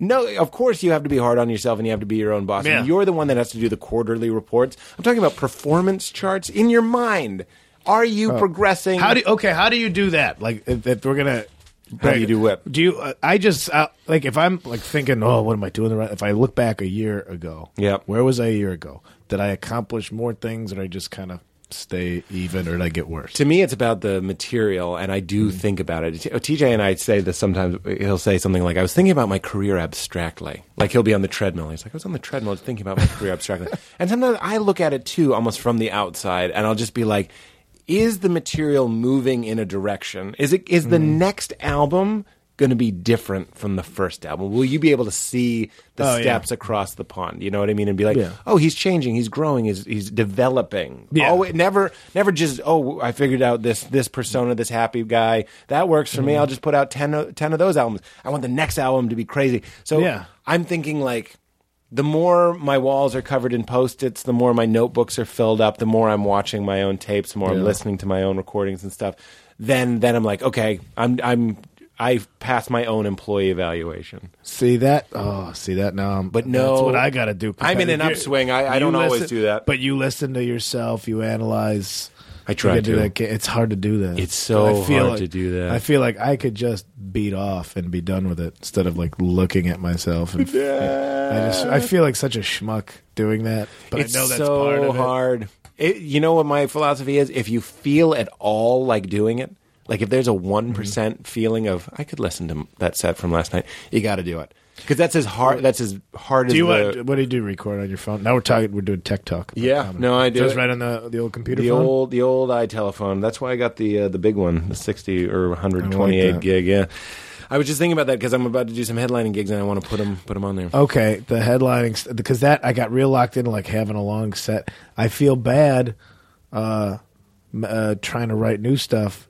Speaker 4: No, of course you have to be hard on yourself and you have to be your own boss.
Speaker 6: Yeah.
Speaker 4: And you're the one that has to do the quarterly reports. I'm talking about performance charts in your mind. Are you progressing?
Speaker 6: Oh. How do okay? How do you do that? Like if, if we're gonna.
Speaker 4: How do you do what?
Speaker 6: Do you? Uh, I just uh, like if I'm like thinking, oh, what am I doing? the right- If I look back a year ago,
Speaker 4: Yep.
Speaker 6: where was I a year ago? Did I accomplish more things, or did I just kind of stay even, or did I get worse?
Speaker 4: to me it's about the material and i do
Speaker 6: Mm-hmm.
Speaker 4: think about it T- tj and i say this sometimes he'll say something like i was thinking about my career abstractly like he'll be on the treadmill he's like i was on the treadmill thinking about my
Speaker 6: [LAUGHS]
Speaker 4: career abstractly and sometimes i look at it too almost from the outside and i'll just be like is the material moving in a direction is it is the
Speaker 6: Mm-hmm.
Speaker 4: next album going to be different from the first album will you be able to see the
Speaker 6: Oh, yeah.
Speaker 4: steps across the pond you know what i mean and be like
Speaker 6: Yeah.
Speaker 4: oh he's changing he's growing he's, he's developing
Speaker 6: Yeah.
Speaker 4: Always- Oh, never never just oh i figured out this this persona this happy guy that works for
Speaker 6: Mm-hmm.
Speaker 4: me i'll just put out 10, o- 10 of those albums i want the next album to be crazy so
Speaker 6: Yeah.
Speaker 4: i'm thinking like the more my walls are covered in post-its the more my notebooks are filled up the more i'm watching my own tapes the more i'm listening to my own recordings and stuff then then i'm like okay i'm i'm i pass my own employee evaluation
Speaker 6: See that? Oh, see that now. I'm,
Speaker 4: But no.
Speaker 6: that's what I got to do.
Speaker 4: I'm in an
Speaker 6: You-
Speaker 4: upswing. I- I
Speaker 6: you
Speaker 4: don't always
Speaker 6: listen-
Speaker 4: do that.
Speaker 6: But you listen to yourself. You analyze.
Speaker 4: I try
Speaker 6: You gotta do
Speaker 4: to.
Speaker 6: that. It's hard to do that.
Speaker 4: It's so
Speaker 6: I feel
Speaker 4: hard
Speaker 6: like-
Speaker 4: to do that.
Speaker 6: I feel like I could just beat off and be done with it instead of like looking at myself. And I just I feel like such a schmuck doing that. But
Speaker 4: it's
Speaker 6: I know that's
Speaker 4: so
Speaker 6: part of it.
Speaker 4: hard. It- you know what my philosophy is? If you feel at all like doing it, like if there's a
Speaker 6: Mm-hmm.
Speaker 4: one feeling of I could listen to that set from last night, you got to do it because that's as hard. That's as hard
Speaker 6: Do
Speaker 4: as
Speaker 6: you
Speaker 4: the,
Speaker 6: want, what do you do? Record on your phone? Now we're talking. We're doing tech talk.
Speaker 4: Yeah.
Speaker 6: Comedy.
Speaker 4: No, I do
Speaker 6: Just
Speaker 4: it-
Speaker 6: right on the the old computer.
Speaker 4: the
Speaker 6: phone?
Speaker 4: old the old eye telephone. That's why I got the uh, the big one, the sixty or one hundred twenty
Speaker 6: I
Speaker 4: eight
Speaker 6: like that.
Speaker 4: gig. Yeah, I was just thinking about that because I'm about to do some headlining gigs and I want to put them put them on there.
Speaker 6: Okay, the headlining st- because that I got real locked into like having a long set. I feel bad uh, m- uh, trying to write new stuff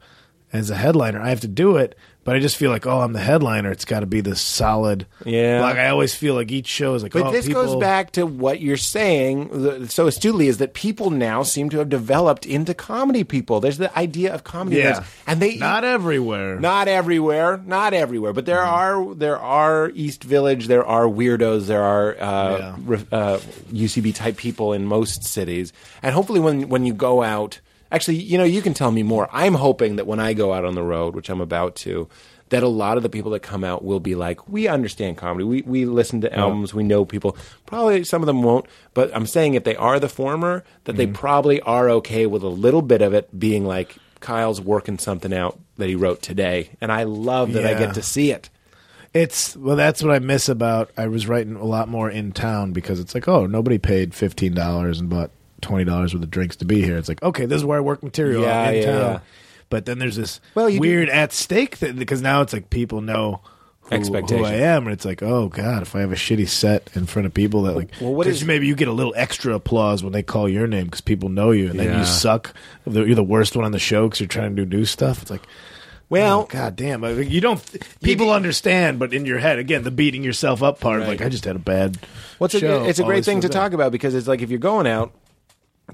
Speaker 6: as a headliner. I have to do it, but I just feel like oh, I'm the headliner. It's got to be this solid.
Speaker 4: Yeah.
Speaker 6: like I always feel like each show is like.
Speaker 4: But
Speaker 6: oh,
Speaker 4: this goes
Speaker 6: people-
Speaker 4: back to what you're saying th- so astutely is that people now seem to have developed into comedy people. There's the idea of comedy,
Speaker 6: Yeah,
Speaker 4: nerds, and they
Speaker 6: not everywhere.
Speaker 4: not everywhere, not everywhere, but there
Speaker 6: Mm-hmm.
Speaker 4: are there are East Village, there are weirdos, there are uh,
Speaker 6: Yeah.
Speaker 4: re- uh, UCB type people in most cities, and hopefully when when you go out, actually, you know, you can tell me more. I'm hoping that when I go out on the road, which I'm about to. That a lot of the people that come out will be like, we understand comedy. We, we listen to albums. We know people. Probably some of them won't, but I'm saying if they are the former, that they probably are okay with a little bit of it being like, Kyle's working something out that he wrote today, and I love that I
Speaker 6: Yeah.
Speaker 4: get to see it.
Speaker 6: It's well, that's what I miss about. I was writing a lot more in town because it's like, oh, nobody paid fifteen dollars and bought twenty dollars worth of drinks to be here. It's like, okay, this is where I work material
Speaker 4: Yeah,
Speaker 6: I'm in
Speaker 4: yeah,
Speaker 6: town.
Speaker 4: yeah.
Speaker 6: But then there's this
Speaker 4: Well, you do-
Speaker 6: weird at stake thing because now it's like people know who, who
Speaker 4: Expectation.
Speaker 6: I am, and it's like, oh god, if I have a shitty set in front of people that like,
Speaker 4: Well, what
Speaker 6: 'cause
Speaker 4: is-
Speaker 6: maybe you get a little extra applause when they call your name because people know you, and then
Speaker 4: Yeah.
Speaker 6: you suck. You're the worst one on the show because you're trying to do new stuff. It's like.
Speaker 4: Well,
Speaker 6: Oh, God damn! I mean, You don't. People understand, but in your head, again, the beating yourself up part. Like I just had a bad.
Speaker 4: what's
Speaker 6: show.
Speaker 4: a, it's a great
Speaker 6: Always
Speaker 4: thing to
Speaker 6: feel
Speaker 4: talk
Speaker 6: bad.
Speaker 4: about because it's like if you're going out,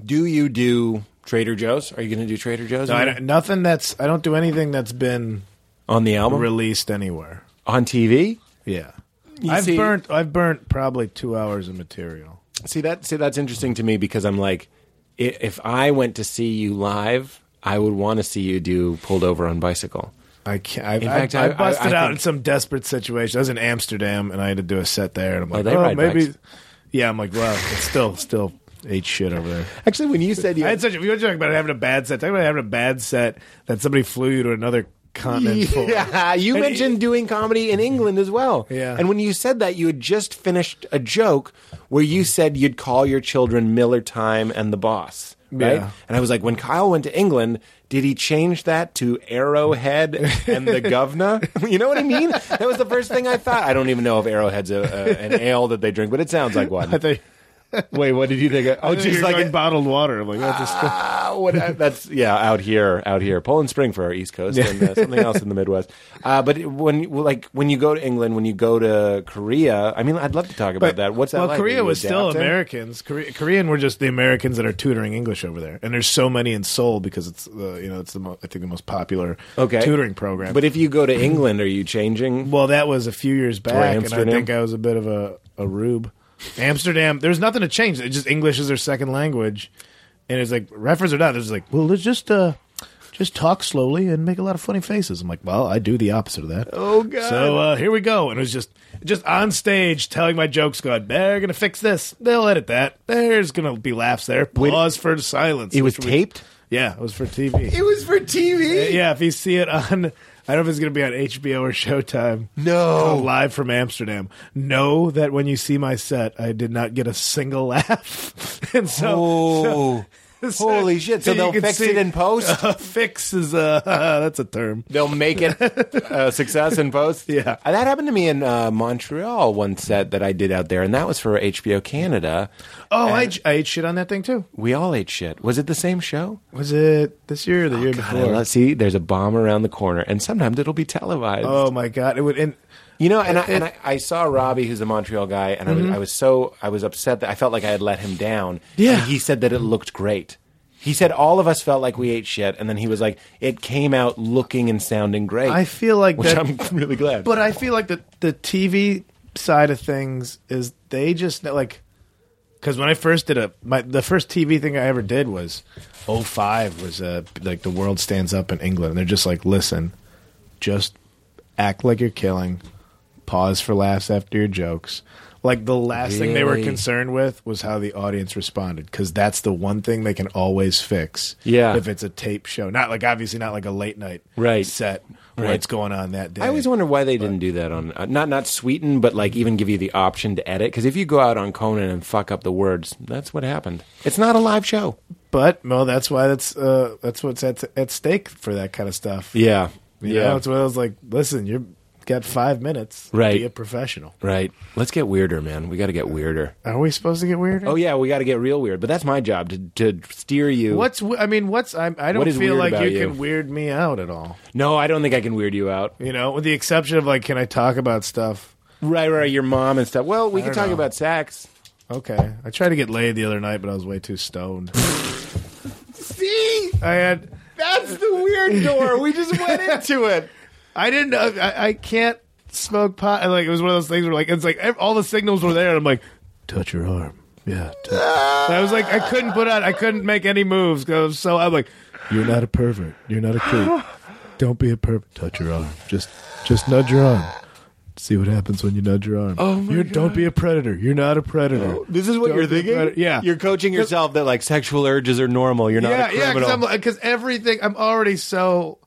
Speaker 4: do you do Trader Joe's? Are you going to do Trader Joe's
Speaker 6: No, I don't, nothing that's. I don't do anything that's been
Speaker 4: on the album
Speaker 6: released anywhere.
Speaker 4: on TV?
Speaker 6: Yeah, I've
Speaker 4: see-
Speaker 6: burnt. I've burnt probably two hours of material.
Speaker 4: See that? See that's interesting to me because I'm like, i- if I went to see you live, I would want to see you do pulled over on bicycle.
Speaker 6: I can't. I, I,
Speaker 4: fact, I-
Speaker 6: I,
Speaker 4: I-
Speaker 6: busted
Speaker 4: I
Speaker 6: out
Speaker 4: think-
Speaker 6: in some desperate situation. I was in Amsterdam and I had to do a set there, and I'm like,
Speaker 4: they
Speaker 6: oh,
Speaker 4: ride
Speaker 6: maybe.
Speaker 4: bikes.
Speaker 6: yeah, I'm like, wow, it's still still ate shit over there.
Speaker 4: Actually, when you said you
Speaker 6: I had such. If you were talking about having a bad set, talk about having a bad set that somebody flew you to another continent for.
Speaker 4: [LAUGHS] Yeah, you
Speaker 6: And
Speaker 4: mentioned doing comedy in England as well.
Speaker 6: Yeah.
Speaker 4: And when you said that, you had just finished a joke where you said you'd call your children Miller Time and the Boss. Right?
Speaker 6: Yeah.
Speaker 4: And I was like, when Kyle went to England, did he change that to Arrowhead and the Governor? [LAUGHS] You know what I mean? That was the first thing I thought. I don't even know if Arrowhead's a, a, an ale that they drink, but it sounds like one.
Speaker 6: [LAUGHS] I think.
Speaker 4: Wait, what did you think? Of? Oh,
Speaker 6: I think
Speaker 4: just
Speaker 6: you're
Speaker 4: like
Speaker 6: going bottled water. I'm like, that's [SIGHS] just-
Speaker 4: Ah, what, uh, that's yeah, out here, out here, Poland Spring for our East Coast, and uh, something else in the Midwest. Uh, but it- when well, like when you go to England, when you go to Korea, I mean, I'd love to talk about that. What's that?
Speaker 6: well,
Speaker 4: like? Are
Speaker 6: Korea
Speaker 4: you
Speaker 6: was still
Speaker 4: adapting?
Speaker 6: Americans. Korea, Korean were just the Americans that are tutoring English over there, and there's so many in Seoul because it's the you know it's the mo- I think the most popular
Speaker 4: Okay.
Speaker 6: tutoring program.
Speaker 4: But if you go to England, are you changing?
Speaker 6: well, that was a few years back, and I
Speaker 4: Amsterdam?
Speaker 6: think I was a bit of a a rube. Amsterdam, there's nothing to change. It's just English is their second language, and it's like reference or not, it's like well, let's just uh just talk slowly and make a lot of funny faces. I'm like, well, I do the opposite of that.
Speaker 4: Oh, God.
Speaker 6: So uh, here we go, and it was just just on stage telling my jokes. Going, they're gonna fix this. They'll edit that. There's gonna be laughs there. Pause for silence.
Speaker 4: It was
Speaker 6: which we-
Speaker 4: taped.
Speaker 6: yeah, it was for TV.
Speaker 4: It was for TV.
Speaker 6: Uh, yeah, if you see it on, I don't know if it's gonna be on HBO or Showtime. Called
Speaker 4: No.
Speaker 6: Uh, Live from Amsterdam. Know that when you see my set, I did not get a single [LAUGHS] laugh, and so, [LAUGHS]
Speaker 4: Oh.
Speaker 6: so- so-
Speaker 4: Holy shit! So
Speaker 6: you
Speaker 4: they'll
Speaker 6: can
Speaker 4: fix
Speaker 6: see-
Speaker 4: it in post.
Speaker 6: [LAUGHS] Uh, fix is uh, [LAUGHS] that's a term.
Speaker 4: They'll make it a success in post.
Speaker 6: Yeah.
Speaker 4: Uh, that happened to me in uh, Montreal one set that I did out there, and that was for HBO Canada.
Speaker 6: Oh, I, I ate shit on that thing too.
Speaker 4: We all ate shit. Was it the same show?
Speaker 6: Was it this year or the year
Speaker 4: Oh, God, I
Speaker 6: before?
Speaker 4: love- see, there's a bomb around the corner, and sometimes it'll be televised.
Speaker 6: Oh my god! It would. And
Speaker 4: you know, and, I, and I, I saw Robbie, who's a Montreal guy, and I,
Speaker 6: Mm-hmm.
Speaker 4: was, I was so I was upset that I felt like I had let him down.
Speaker 6: Yeah.
Speaker 4: And he said that it looked great. He said all of us felt like we ate shit, and then he was like, "It came out looking and sounding great."
Speaker 6: I feel like
Speaker 4: [LAUGHS] which
Speaker 6: that-
Speaker 4: I'm really glad.
Speaker 6: but I feel like the the TV side of things is they just like because when I first did a my the first TV thing I ever did was 05 was uh like the world stands up in England and they're just like listen just act like you're killing pause for laughs after your jokes like the last thing they were
Speaker 4: Really?
Speaker 6: concerned with was how the audience responded because that's the one thing they can always fix
Speaker 4: Yeah.
Speaker 6: if it's a tape show not like obviously not like a late night
Speaker 4: Right.
Speaker 6: set where
Speaker 4: Right.
Speaker 6: it's going on that day
Speaker 4: I always wonder why they didn't do that on uh, not not sweeten, but like even give you the option to edit. Because if you go out on Conan and fuck up the words, that's what happened. It's not a live show.
Speaker 6: But well, that's why that's uh, that's what's at at stake for that kind of stuff.
Speaker 4: Yeah,
Speaker 6: you know, it's one of those like, listen, you've got five minutes.
Speaker 4: Right.
Speaker 6: be a professional.
Speaker 4: Right. Let's get weirder, man. We got to get weirder.
Speaker 6: Are we supposed to get weirder?
Speaker 4: Oh yeah, we got to get real weird. But that's my job to to steer you.
Speaker 6: What's we- I mean, what's I'm, I don't
Speaker 4: What is
Speaker 6: feel
Speaker 4: weird
Speaker 6: like you,
Speaker 4: about you?
Speaker 6: can weird me out at all.
Speaker 4: No, I don't think I can weird you out.
Speaker 6: You know, with the exception of like, can I talk about stuff?
Speaker 4: Right, right. Your mom and stuff. Well, we can
Speaker 6: don't
Speaker 4: talk
Speaker 6: know.
Speaker 4: about sex.
Speaker 6: Okay, I tried to get laid the other night, but I was way too
Speaker 4: [LAUGHS]
Speaker 6: stoned.
Speaker 4: See,
Speaker 6: I had
Speaker 4: that's the weird door. We just went into it.
Speaker 6: I didn't. know- I, I can't smoke pot. And like it was one of those things where like it's like ev- all the signals were there, and I'm like, touch your arm. Yeah. touch- I was like, I couldn't put out. I couldn't make any moves. 'cause I was so I'm like, you're not a pervert. You're not a [GASPS] creep. Don't be a pervert. Touch your arm. Just, just nudge your arm. See what happens when you nudge your arm. Oh my Oh, you're, Don't be a predator. You're not a predator.
Speaker 4: This is what
Speaker 6: Don't
Speaker 4: you're
Speaker 6: be a
Speaker 4: thinking.
Speaker 6: predator. Yeah.
Speaker 4: you're coaching yourself that like sexual urges are normal. You're not a
Speaker 6: yeah,
Speaker 4: criminal.
Speaker 6: yeah, because everything I'm already so,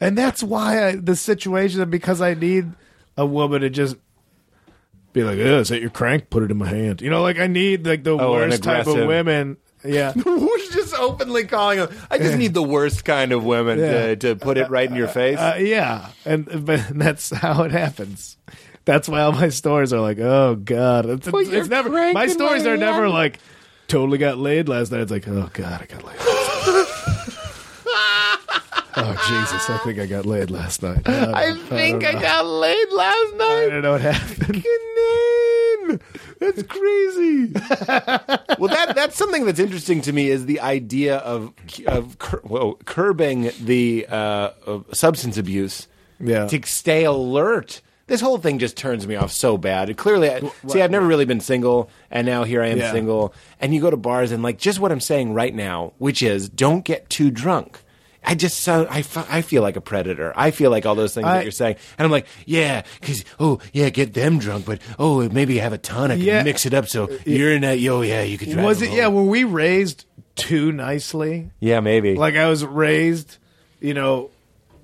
Speaker 6: and that's why I, the situation because I need a woman to just be like, "Ugh, "Is that your crank? Put it in my hand." You know, like I need like the
Speaker 4: Oh, an
Speaker 6: worst type of
Speaker 4: aggressive-
Speaker 6: women. Yeah,
Speaker 4: [LAUGHS] Who's just openly calling them? I just need the worst kind of women
Speaker 6: Yeah.
Speaker 4: to, to put it right in your face.
Speaker 6: uh, yeah, and but [LAUGHS] that's how it happens. That's why all my stories are like, "Oh God," it's, it's
Speaker 4: your
Speaker 6: never.
Speaker 4: crank
Speaker 6: My
Speaker 4: in
Speaker 6: stories
Speaker 4: my
Speaker 6: are never
Speaker 4: hand.
Speaker 6: like totally got laid last night. It's like, "Oh God, I got laid."
Speaker 4: [LAUGHS]
Speaker 6: last night." oh Jesus, I think I got laid last night. I don't-
Speaker 4: think I, got laid last
Speaker 6: I
Speaker 4: night.
Speaker 6: don't know what happened.
Speaker 4: Name. That's crazy. well, that that's something that's interesting to me is the idea of of cur- whoa, curbing the uh, of substance abuse.
Speaker 6: Yeah.
Speaker 4: To stay alert. This whole thing just turns me off so bad. Clearly, I, see, I've never really been single, and now here I am
Speaker 6: Yeah.
Speaker 4: single. And you go to bars, and like just what I'm saying right now, which is don't get too drunk. I just sound, I, fe- I feel like a predator. I feel like all those things
Speaker 6: I-
Speaker 4: that you're saying. And I'm like, yeah, because, oh, yeah, get them drunk, but, oh, maybe have a tonic
Speaker 6: Yeah.
Speaker 4: and mix it up so you're in that, yo, Uh, yeah, you could drive.
Speaker 6: was
Speaker 4: them
Speaker 6: it? Yeah,
Speaker 4: home.
Speaker 6: were we raised too nicely?
Speaker 4: Yeah,
Speaker 6: [LAUGHS]
Speaker 4: maybe.
Speaker 6: Like I was raised, you know,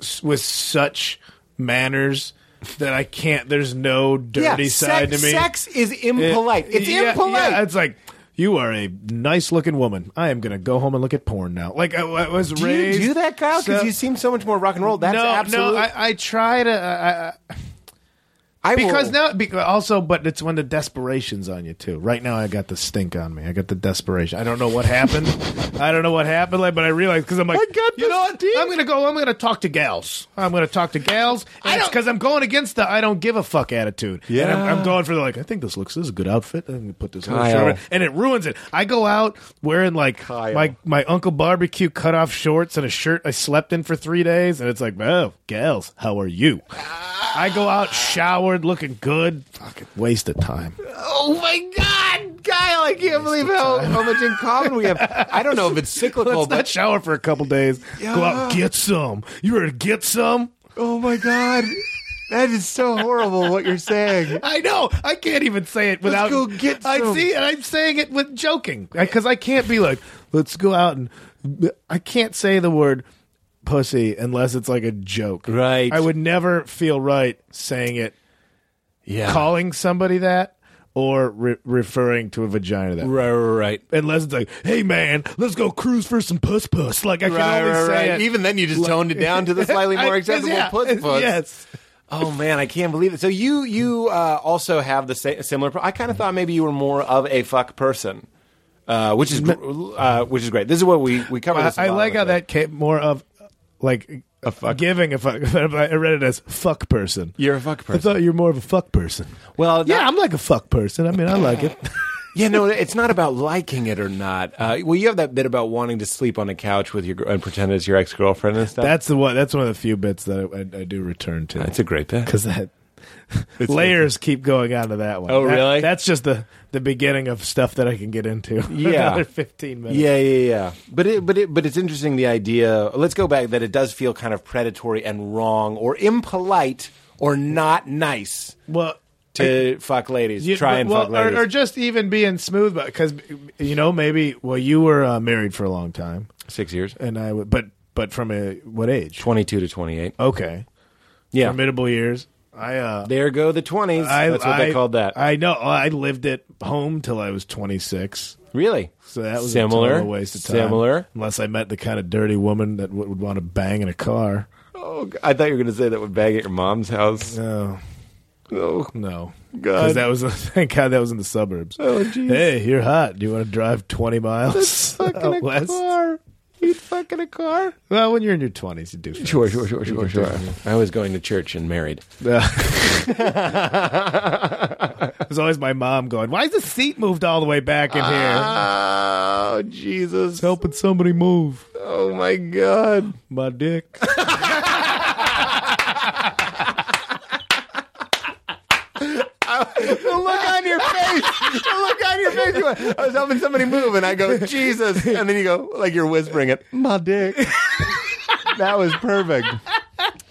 Speaker 6: s- with such manners that I can't. There's no dirty side
Speaker 4: sex,
Speaker 6: to me.
Speaker 4: Sex is impolite.
Speaker 6: It-
Speaker 4: it's
Speaker 6: yeah,
Speaker 4: impolite.
Speaker 6: yeah, it's like you are a nice looking woman. I am gonna go home and look at porn now. Like I, I was
Speaker 4: do you
Speaker 6: raised.
Speaker 4: do that, Kyle? Because
Speaker 6: so-
Speaker 4: you seem so much more rock and roll. That's
Speaker 6: no,
Speaker 4: absolute.
Speaker 6: no. I, I try to. I, I-
Speaker 4: I will-
Speaker 6: because now, be, also, but it's when the desperation's on you too. Right now, I got the stink on me. I got the desperation. I don't know what happened. I don't know what happened. Like, but I realized because I'm like,
Speaker 4: I got
Speaker 6: you
Speaker 4: the
Speaker 6: know what?
Speaker 4: stink."
Speaker 6: I'm gonna go. I'm gonna talk to gals. I'm gonna talk to gals. And it's because I'm going against the I don't give a fuck attitude. Yeah, and I'm, I'm going for the like. I think this looks this is a good outfit. I'm gonna put this little
Speaker 4: Kyle.
Speaker 6: shirt on, and it ruins it. I go out wearing like
Speaker 4: Kyle.
Speaker 6: my my uncle barbecue cut off shorts and a shirt I slept in for three days, and it's like, oh, gals, how are you? I go out showered, looking good. Fucking waste of time.
Speaker 4: Oh my God, Kyle! I can't believe how, how much in common we have. I don't know if [LAUGHS] it's cyclical,
Speaker 6: Let's not
Speaker 4: Oh, but
Speaker 6: shower for a couple days. Go out,
Speaker 4: Yeah.
Speaker 6: get some. You ready to get some?
Speaker 4: oh my God, that is so horrible what you're saying.
Speaker 6: I know. I can't even say it without.
Speaker 4: go get
Speaker 6: I
Speaker 4: some.
Speaker 6: see, and I'm saying it with joking because I can't be like, let's go out and. I can't say the word pussy unless it's like a joke.
Speaker 4: Right.
Speaker 6: I would never feel right saying it,
Speaker 4: Yeah,
Speaker 6: calling somebody that, or re- referring to a vagina that.
Speaker 4: right, right.
Speaker 6: Unless it's like, hey man, let's go cruise for some puss puss. Like I can
Speaker 4: Right,
Speaker 6: only
Speaker 4: right,
Speaker 6: say it.
Speaker 4: right. Even then, you just toned it down to the [LAUGHS] slightly more
Speaker 6: I-
Speaker 4: acceptable
Speaker 6: yeah,
Speaker 4: puss
Speaker 6: [LAUGHS]
Speaker 4: puss.
Speaker 6: Yes.
Speaker 4: Oh man, I can't believe it. So you you uh, also have the sa- similar. Pro- I kind of thought maybe you were more of a fuck person, uh, which is gr- uh, which is great. This is what we we cover.
Speaker 6: I,
Speaker 4: This
Speaker 6: I like how
Speaker 4: about,
Speaker 6: that came more of like a fuck. giving a fuck. [LAUGHS] I read it as fuck person.
Speaker 4: You're a fuck
Speaker 6: I
Speaker 4: person.
Speaker 6: thought you're more of a fuck person.
Speaker 4: Well,
Speaker 6: yeah,
Speaker 4: not-
Speaker 6: I'm like a fuck person. I mean, I like
Speaker 4: [LAUGHS]
Speaker 6: it. [LAUGHS]
Speaker 4: Yeah, no, it's not about liking it or not. Uh, well, you have that bit about wanting to sleep on a couch with your gr- and pretend it's your ex girlfriend and stuff.
Speaker 6: That's the one. That's one of the few bits that I, I, I do return to
Speaker 4: that's a great
Speaker 6: [LAUGHS]
Speaker 4: bit.
Speaker 6: because that [LAUGHS] layers keep going on to that one.
Speaker 4: Oh,
Speaker 6: That-
Speaker 4: really?
Speaker 6: That's just the the beginning of stuff that I can get into. [LAUGHS]
Speaker 4: Yeah.
Speaker 6: another 15 minutes.
Speaker 4: Yeah, yeah, yeah. But it, but it, but it's interesting the idea. Let's go back that it does feel kind of predatory and wrong or impolite or not nice
Speaker 6: Well.
Speaker 4: to fuck ladies.
Speaker 6: You-
Speaker 4: try and
Speaker 6: well,
Speaker 4: fuck ladies.
Speaker 6: Or, or just even being smooth, because you know maybe well you were uh, married for a long time,
Speaker 4: Six years,
Speaker 6: and I would but but from a what age?
Speaker 4: twenty-two to twenty-eight.
Speaker 6: Okay,
Speaker 4: Yeah,
Speaker 6: formidable years. I uh,
Speaker 4: there go the twenties.
Speaker 6: I
Speaker 4: That's what
Speaker 6: I-
Speaker 4: they called that.
Speaker 6: I know. I lived at home till I was twenty six.
Speaker 4: really?
Speaker 6: So that was a
Speaker 4: Similar,
Speaker 6: total waste of time.
Speaker 4: similar.
Speaker 6: unless I met the kind of dirty woman that would, would want to bang in a car.
Speaker 4: Oh, God, I thought you were going to say that would bang at your mom's house.
Speaker 6: No,
Speaker 4: Oh,
Speaker 6: no, because
Speaker 4: God.
Speaker 6: that was [LAUGHS] thank God that was in the suburbs.
Speaker 4: Oh, jeez.
Speaker 6: Hey, you're hot. Do you want to drive twenty miles [LAUGHS]
Speaker 4: fucking
Speaker 6: out west?
Speaker 4: You'd fucking a car.
Speaker 6: Well, when you're in your twenties, you do.
Speaker 4: Sure, sure, sure, sure, sure. I was going to church and married.
Speaker 6: There's always my mom going, "Why is the seat moved all the way back in
Speaker 4: Ah.
Speaker 6: here?"
Speaker 4: Oh Jesus!
Speaker 6: Helping somebody move
Speaker 4: Oh my God!
Speaker 6: my dick.
Speaker 4: The look on your face! The look on your face! You went, I was helping somebody move, and I go Jesus, and then you go like you're whispering it. [LAUGHS] My dick. that was perfect.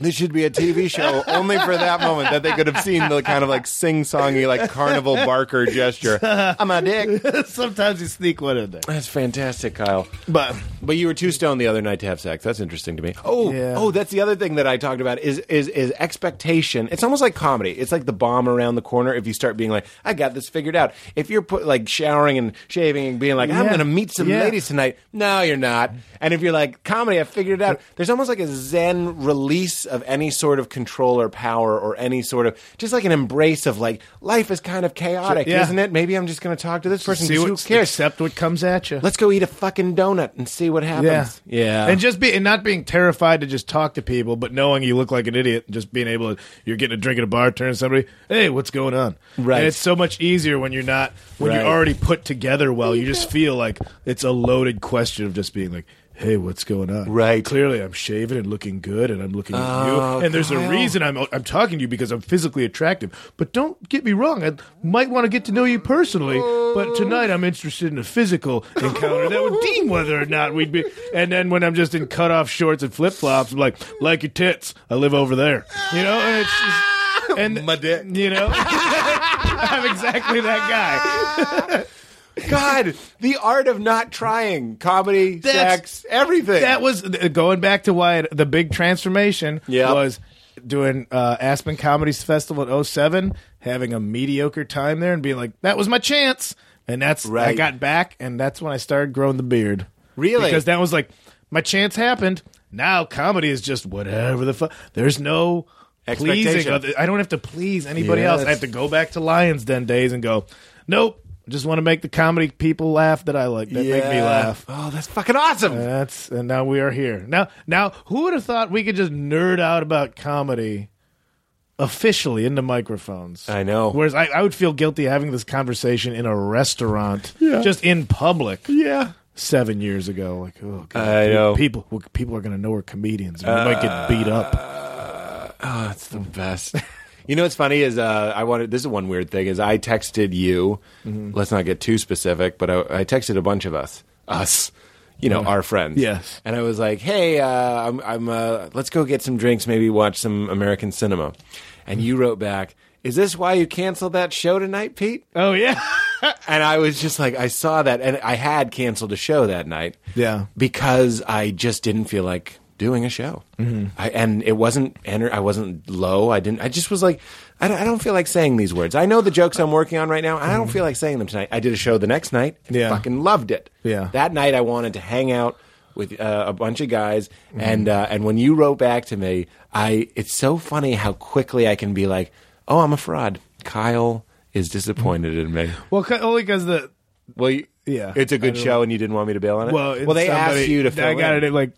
Speaker 4: This should be a TV show only for that moment that they could have seen the kind of like sing-songy, like carnival barker gesture. I'm a
Speaker 6: [LAUGHS]
Speaker 4: dick.
Speaker 6: Sometimes you sneak one in there.
Speaker 4: That's fantastic, Kyle.
Speaker 6: But
Speaker 4: But you were too stoned the other night to have sex. That's interesting to me. Oh,
Speaker 6: Yeah.
Speaker 4: oh, that's the other thing that I talked about is is is expectation. It's almost like comedy. It's like the bomb around the corner. If you start being like, I got this figured out. If you're put like showering and shaving and being like, I'm
Speaker 6: Yeah.
Speaker 4: going to meet some
Speaker 6: Yeah.
Speaker 4: ladies tonight. No, you're not. And if you're like comedy, I figured it out. There's almost like a zen release of any sort of control or power or any sort of just like an embrace of like life is kind of chaotic,
Speaker 6: Sure, yeah.
Speaker 4: isn't it? Maybe I'm just going to talk to this person.
Speaker 6: see
Speaker 4: 'cause
Speaker 6: what
Speaker 4: who cares?
Speaker 6: accept what comes at you.
Speaker 4: Let's go eat a fucking donut and see what happens.
Speaker 6: And just be and not being terrified to just talk to people, but knowing you look like an idiot, and just being able to you're getting a drink at a bar, turn to somebody, hey, what's going on?
Speaker 4: Right.
Speaker 6: And it's so much easier when you're not when
Speaker 4: Right.
Speaker 6: you're already put together well. You just feel like it's a loaded question of just being like, hey, what's going on?
Speaker 4: Right.
Speaker 6: Clearly, I'm shaving and looking good, and I'm looking at
Speaker 4: Oh,
Speaker 6: you. And there's
Speaker 4: Kyle.
Speaker 6: a reason I'm I'm talking to you because I'm physically attractive. But don't get me wrong, I might want to get to know you personally.
Speaker 4: Oh.
Speaker 6: But tonight, I'm interested in a physical encounter that would deem whether or not we'd be. And then when I'm just in cutoff shorts and flip flops, I'm like, like your tits. I live over there. You know, and it's just, and
Speaker 4: My dick.
Speaker 6: You know, [LAUGHS] I'm exactly that guy.
Speaker 4: God, the art of not trying. Comedy,
Speaker 6: That's-
Speaker 4: sex, everything.
Speaker 6: that was th- going back to why it, the big transformation
Speaker 4: Yeah.
Speaker 6: was doing uh, Aspen Comedy Festival in 07, having a mediocre time there and being like, that was my chance. And that's, I
Speaker 4: Right.
Speaker 6: got back, and that's when I started growing the beard.
Speaker 4: Really?
Speaker 6: Because that was like, my chance happened. Now comedy is just whatever the fuck. There's no pleasing.
Speaker 4: Expectation.
Speaker 6: Other- I don't have to please anybody
Speaker 4: Yeah,
Speaker 6: else. I
Speaker 4: that's-
Speaker 6: have to go back to Lions Den days and go, nope. Just want to make the comedy people laugh that I like. That make me
Speaker 4: Yeah.
Speaker 6: laugh.
Speaker 4: Oh, that's fucking awesome.
Speaker 6: That's and now we are here. Now, now, who would have thought we could just nerd out about comedy officially into microphones?
Speaker 4: I know.
Speaker 6: Whereas I, I would feel guilty having this conversation in a restaurant, just in public. Yeah. Seven years ago, like oh god,
Speaker 4: I
Speaker 6: dude,
Speaker 4: know. Uh,
Speaker 6: people well, people are going to know we're comedians. and we might get beat up.
Speaker 4: Oh, it's the best. You know what's funny is uh, I wanted. This is one weird thing is I texted you. Let's not get too specific, but I, I texted a bunch of us, us, you know, our friends.
Speaker 6: Yes.
Speaker 4: And I was like, hey, uh, I'm, I'm. Uh, let's go get some drinks. Maybe watch some American cinema. And you wrote back, "Is this why you canceled that show tonight, Pete?"
Speaker 6: Oh yeah,
Speaker 4: and I was just like, I saw that, and I had canceled a show that night.
Speaker 6: Yeah.
Speaker 4: because I just didn't feel like doing a show,
Speaker 6: Mm-hmm.
Speaker 4: I, and it wasn't. Enter, I wasn't low. I didn't. I just was like, I don't, I don't feel like saying these words. I know the jokes I'm working on right now. I don't feel like saying them tonight. I did a show the next night.
Speaker 6: Mm-hmm.
Speaker 4: and
Speaker 6: Yeah.
Speaker 4: fucking loved it.
Speaker 6: Yeah.
Speaker 4: that night I wanted to hang out. With uh, a bunch of guys,
Speaker 6: Mm-hmm.
Speaker 4: and uh, and when you wrote back to me, I it's so funny how quickly I can be like, oh, I'm a fraud. Kyle is disappointed in me.
Speaker 6: [LAUGHS] well, 'cause- only because the
Speaker 4: Well, you,
Speaker 6: Yeah.
Speaker 4: it's a
Speaker 6: I
Speaker 4: good
Speaker 6: don't-
Speaker 4: show, and you didn't want me to bail on it.
Speaker 6: well,
Speaker 4: well, they
Speaker 6: somebody-
Speaker 4: asked you to. Fill
Speaker 6: I got
Speaker 4: in.
Speaker 6: it like,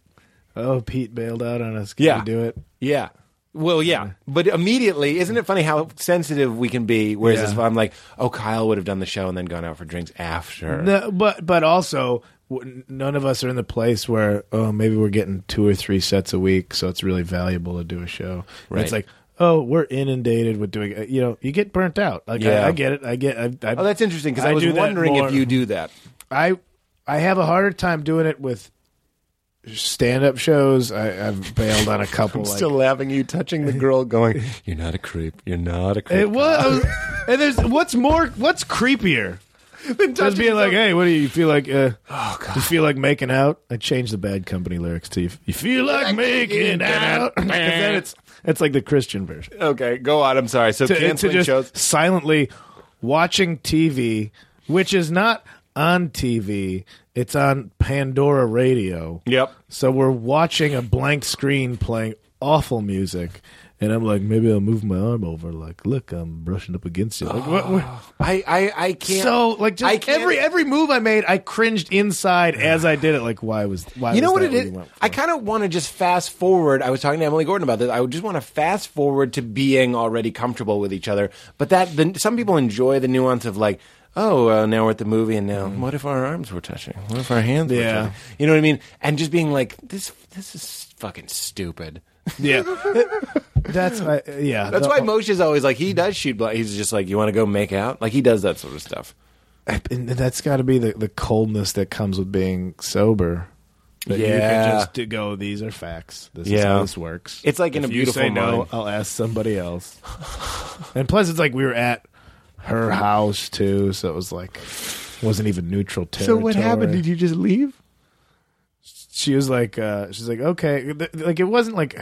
Speaker 6: oh, Pete bailed out on us. Can
Speaker 4: Yeah,
Speaker 6: we do it.
Speaker 4: Yeah. Well, yeah, but immediately, isn't it funny how sensitive we can be? Whereas
Speaker 6: Yeah.
Speaker 4: if I'm like, oh, Kyle would have done the show and then gone out for drinks after.
Speaker 6: No, but but also w- none of us are in the place where oh maybe we're getting two or three sets a week, so it's really valuable to do a show. And It's
Speaker 4: Right.
Speaker 6: like oh we're inundated with doing uh, you know you get burnt out. Like,
Speaker 4: Yeah.
Speaker 6: I, I get it. I get. I, I,
Speaker 4: Oh, that's interesting because I, was
Speaker 6: do that
Speaker 4: wondering
Speaker 6: more.
Speaker 4: if you
Speaker 6: [LAUGHS]
Speaker 4: do that.
Speaker 6: I I have a harder time doing it with stand up shows. I, I've bailed on a
Speaker 4: [LAUGHS]
Speaker 6: couple. like,
Speaker 4: laughing you touching the girl, going, [LAUGHS] "You're not a creep. You're not a creep."
Speaker 6: it was. [LAUGHS] and there's what's more what's [LAUGHS] creepier. Just being like, hey, what do you feel like? Uh, You feel like making out? I changed the bad company lyrics to you. You feel like making out? [LAUGHS] 'Cause then it's it's like the Christian version.
Speaker 4: okay, go on. I'm sorry. So
Speaker 6: To, to
Speaker 4: canceling
Speaker 6: just
Speaker 4: shows.
Speaker 6: silently watching TV, which is not on TV. It's on Pandora Radio.
Speaker 4: Yep.
Speaker 6: So we're watching a blank screen playing awful music. And I'm like, maybe I'll move my arm over. Like, look, I'm brushing up against you. Like, what, what-
Speaker 4: I, I, I [GASPS] can't.
Speaker 6: so like
Speaker 4: I
Speaker 6: just
Speaker 4: can't-
Speaker 6: every every move I made, I cringed
Speaker 4: [SIGHS]
Speaker 6: inside as I did it. Like why was why?
Speaker 4: you know
Speaker 6: was
Speaker 4: what
Speaker 6: that
Speaker 4: it is?
Speaker 6: we went for?
Speaker 4: I kind of want to just fast forward. I was talking to Emily Gordon about this. I would just want to fast forward to being already comfortable with each other. But that the, some people enjoy the nuance of like, oh, uh, now we're at the movie, and now what if our arms were touching? What if our hands? were
Speaker 6: Yeah.
Speaker 4: touching? you know what I mean. And just being like, this, this is fucking stupid.
Speaker 6: yeah,
Speaker 4: [LAUGHS]
Speaker 6: that's I, yeah.
Speaker 4: That's
Speaker 6: The-
Speaker 4: why Moshe's always like he does shoot. Bla- he's just like, you want to go make out? Like he does that sort of stuff.
Speaker 6: and that's got to be the the coldness that comes with being sober. That you
Speaker 4: Yeah.
Speaker 6: can just to go. These are facts. This is
Speaker 4: Yeah.
Speaker 6: how this works.
Speaker 4: It's like in
Speaker 6: If
Speaker 4: a
Speaker 6: you
Speaker 4: beautiful
Speaker 6: say no,
Speaker 4: mind.
Speaker 6: I'll ask somebody else. and plus, it's like we were at her house too, so it was like wasn't even neutral territory.
Speaker 4: you just leave?
Speaker 6: she was like uh she's like okay Th- like it wasn't like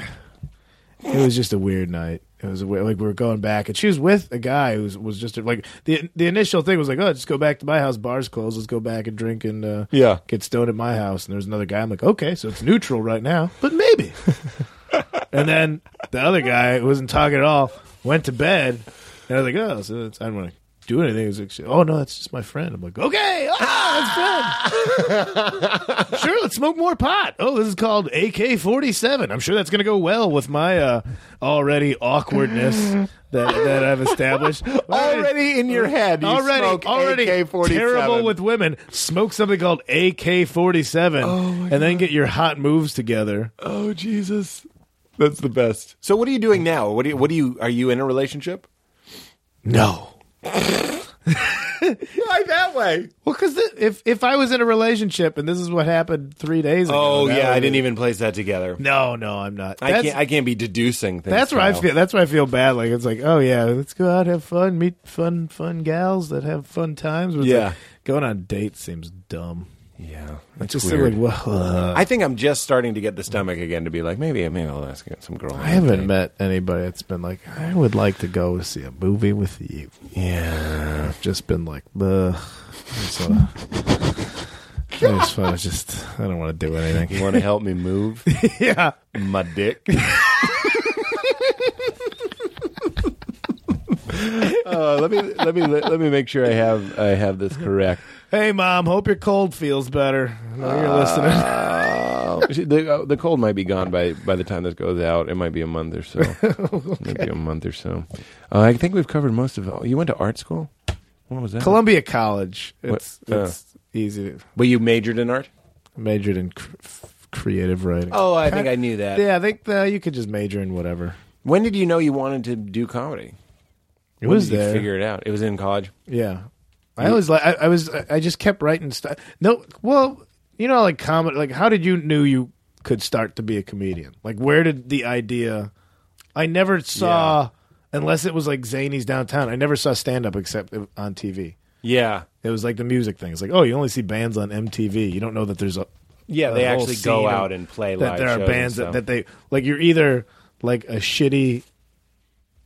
Speaker 6: it was just a weird night it was a weird, like we were going back and she was with a guy who was, was just like the the initial thing was like oh just go back to my house bars closed let's go back and drink and uh
Speaker 4: Yeah.
Speaker 6: get stoned at my house and there's another guy i'm like okay so it's neutral right now but maybe and then the other guy who wasn't talking at all went to bed and i was like oh so it's, i don't want to do anything. He's like, oh no, that's just my friend. I'm like, okay, ah, that's
Speaker 4: [LAUGHS]
Speaker 6: fun. sure, let's smoke more pot. Oh, this is called AK-47. I'm sure that's gonna go well with my uh, already awkwardness that that I've established.
Speaker 4: [LAUGHS] Already in your head. You
Speaker 6: already,
Speaker 4: smoke
Speaker 6: already
Speaker 4: AK-47.
Speaker 6: terrible with women. Smoke something called AK forty seven, and then get your hot moves together.
Speaker 4: Oh Jesus, that's the best. So what are you doing now? What do you? What do you? Are you in a relationship? [LAUGHS]
Speaker 6: No,
Speaker 4: Why that way?
Speaker 6: well, because if if I was in a relationship and this is what happened three days ago,
Speaker 4: Oh
Speaker 6: that
Speaker 4: yeah, I
Speaker 6: would-
Speaker 4: didn't even place that together.
Speaker 6: No, no, I'm not.
Speaker 4: I
Speaker 6: That's-
Speaker 4: can't. I can't be deducing things.
Speaker 6: That's where I
Speaker 4: Kyle.
Speaker 6: feel. That's where I feel bad. Like it's like, oh yeah, let's go out, have fun, meet fun, fun gals that have fun times. But it's
Speaker 4: Yeah.
Speaker 6: like, going on dates seems dumb.
Speaker 4: Yeah,
Speaker 6: It's
Speaker 4: that's
Speaker 6: just
Speaker 4: weird.
Speaker 6: like, well, uh,
Speaker 4: I think I'm just starting to get the stomach again to be like maybe maybe I'll ask some girl.
Speaker 6: I haven't met anybody that's been like, I would like to go see a movie with you.
Speaker 4: Yeah.
Speaker 6: I've just been like, ugh. So,
Speaker 4: [LAUGHS]
Speaker 6: I just, I just, I don't want to do anything.
Speaker 4: You want to help me [LAUGHS] move
Speaker 6: yeah,
Speaker 4: my dick? uh, let me let me let me make sure I have I have this correct.
Speaker 6: Hey, mom. Hope your cold feels better. I know you're listening.
Speaker 4: Oh, the, uh, the cold might be gone by by the time this goes out. It might be a month or [LAUGHS] so. It might be a month or so. Uh, I think we've covered most of. it. You went to art school. What was that?
Speaker 6: Columbia College. It's
Speaker 4: What- uh.
Speaker 6: it's easy. To,
Speaker 4: Well, you majored in art.
Speaker 6: majored in cr- f- creative writing.
Speaker 4: Oh, I think I knew that.
Speaker 6: yeah. I think uh, you could just major in whatever.
Speaker 4: When did you know you wanted to do comedy?
Speaker 6: It
Speaker 4: When
Speaker 6: was
Speaker 4: did you
Speaker 6: there.
Speaker 4: Figure it out. It was in college.
Speaker 6: Yeah, I always like. I, I was. I I just kept writing stuff. No, well, you know, like comedy. Like, how did you knew you could start to be a comedian? Like, where did the idea? I never saw, unless it was like Zany's downtown. I never saw stand up except on TV.
Speaker 4: Yeah,
Speaker 6: It was like the music thing. It's like, oh, you only see bands on MTV. You don't know that there's a
Speaker 4: yeah.
Speaker 6: a
Speaker 4: They
Speaker 6: whole
Speaker 4: actually go
Speaker 6: scene of-
Speaker 4: out and play
Speaker 6: that
Speaker 4: live.
Speaker 6: there are
Speaker 4: shows and
Speaker 6: bands that,
Speaker 4: stuff.
Speaker 6: that they like you're either like a shitty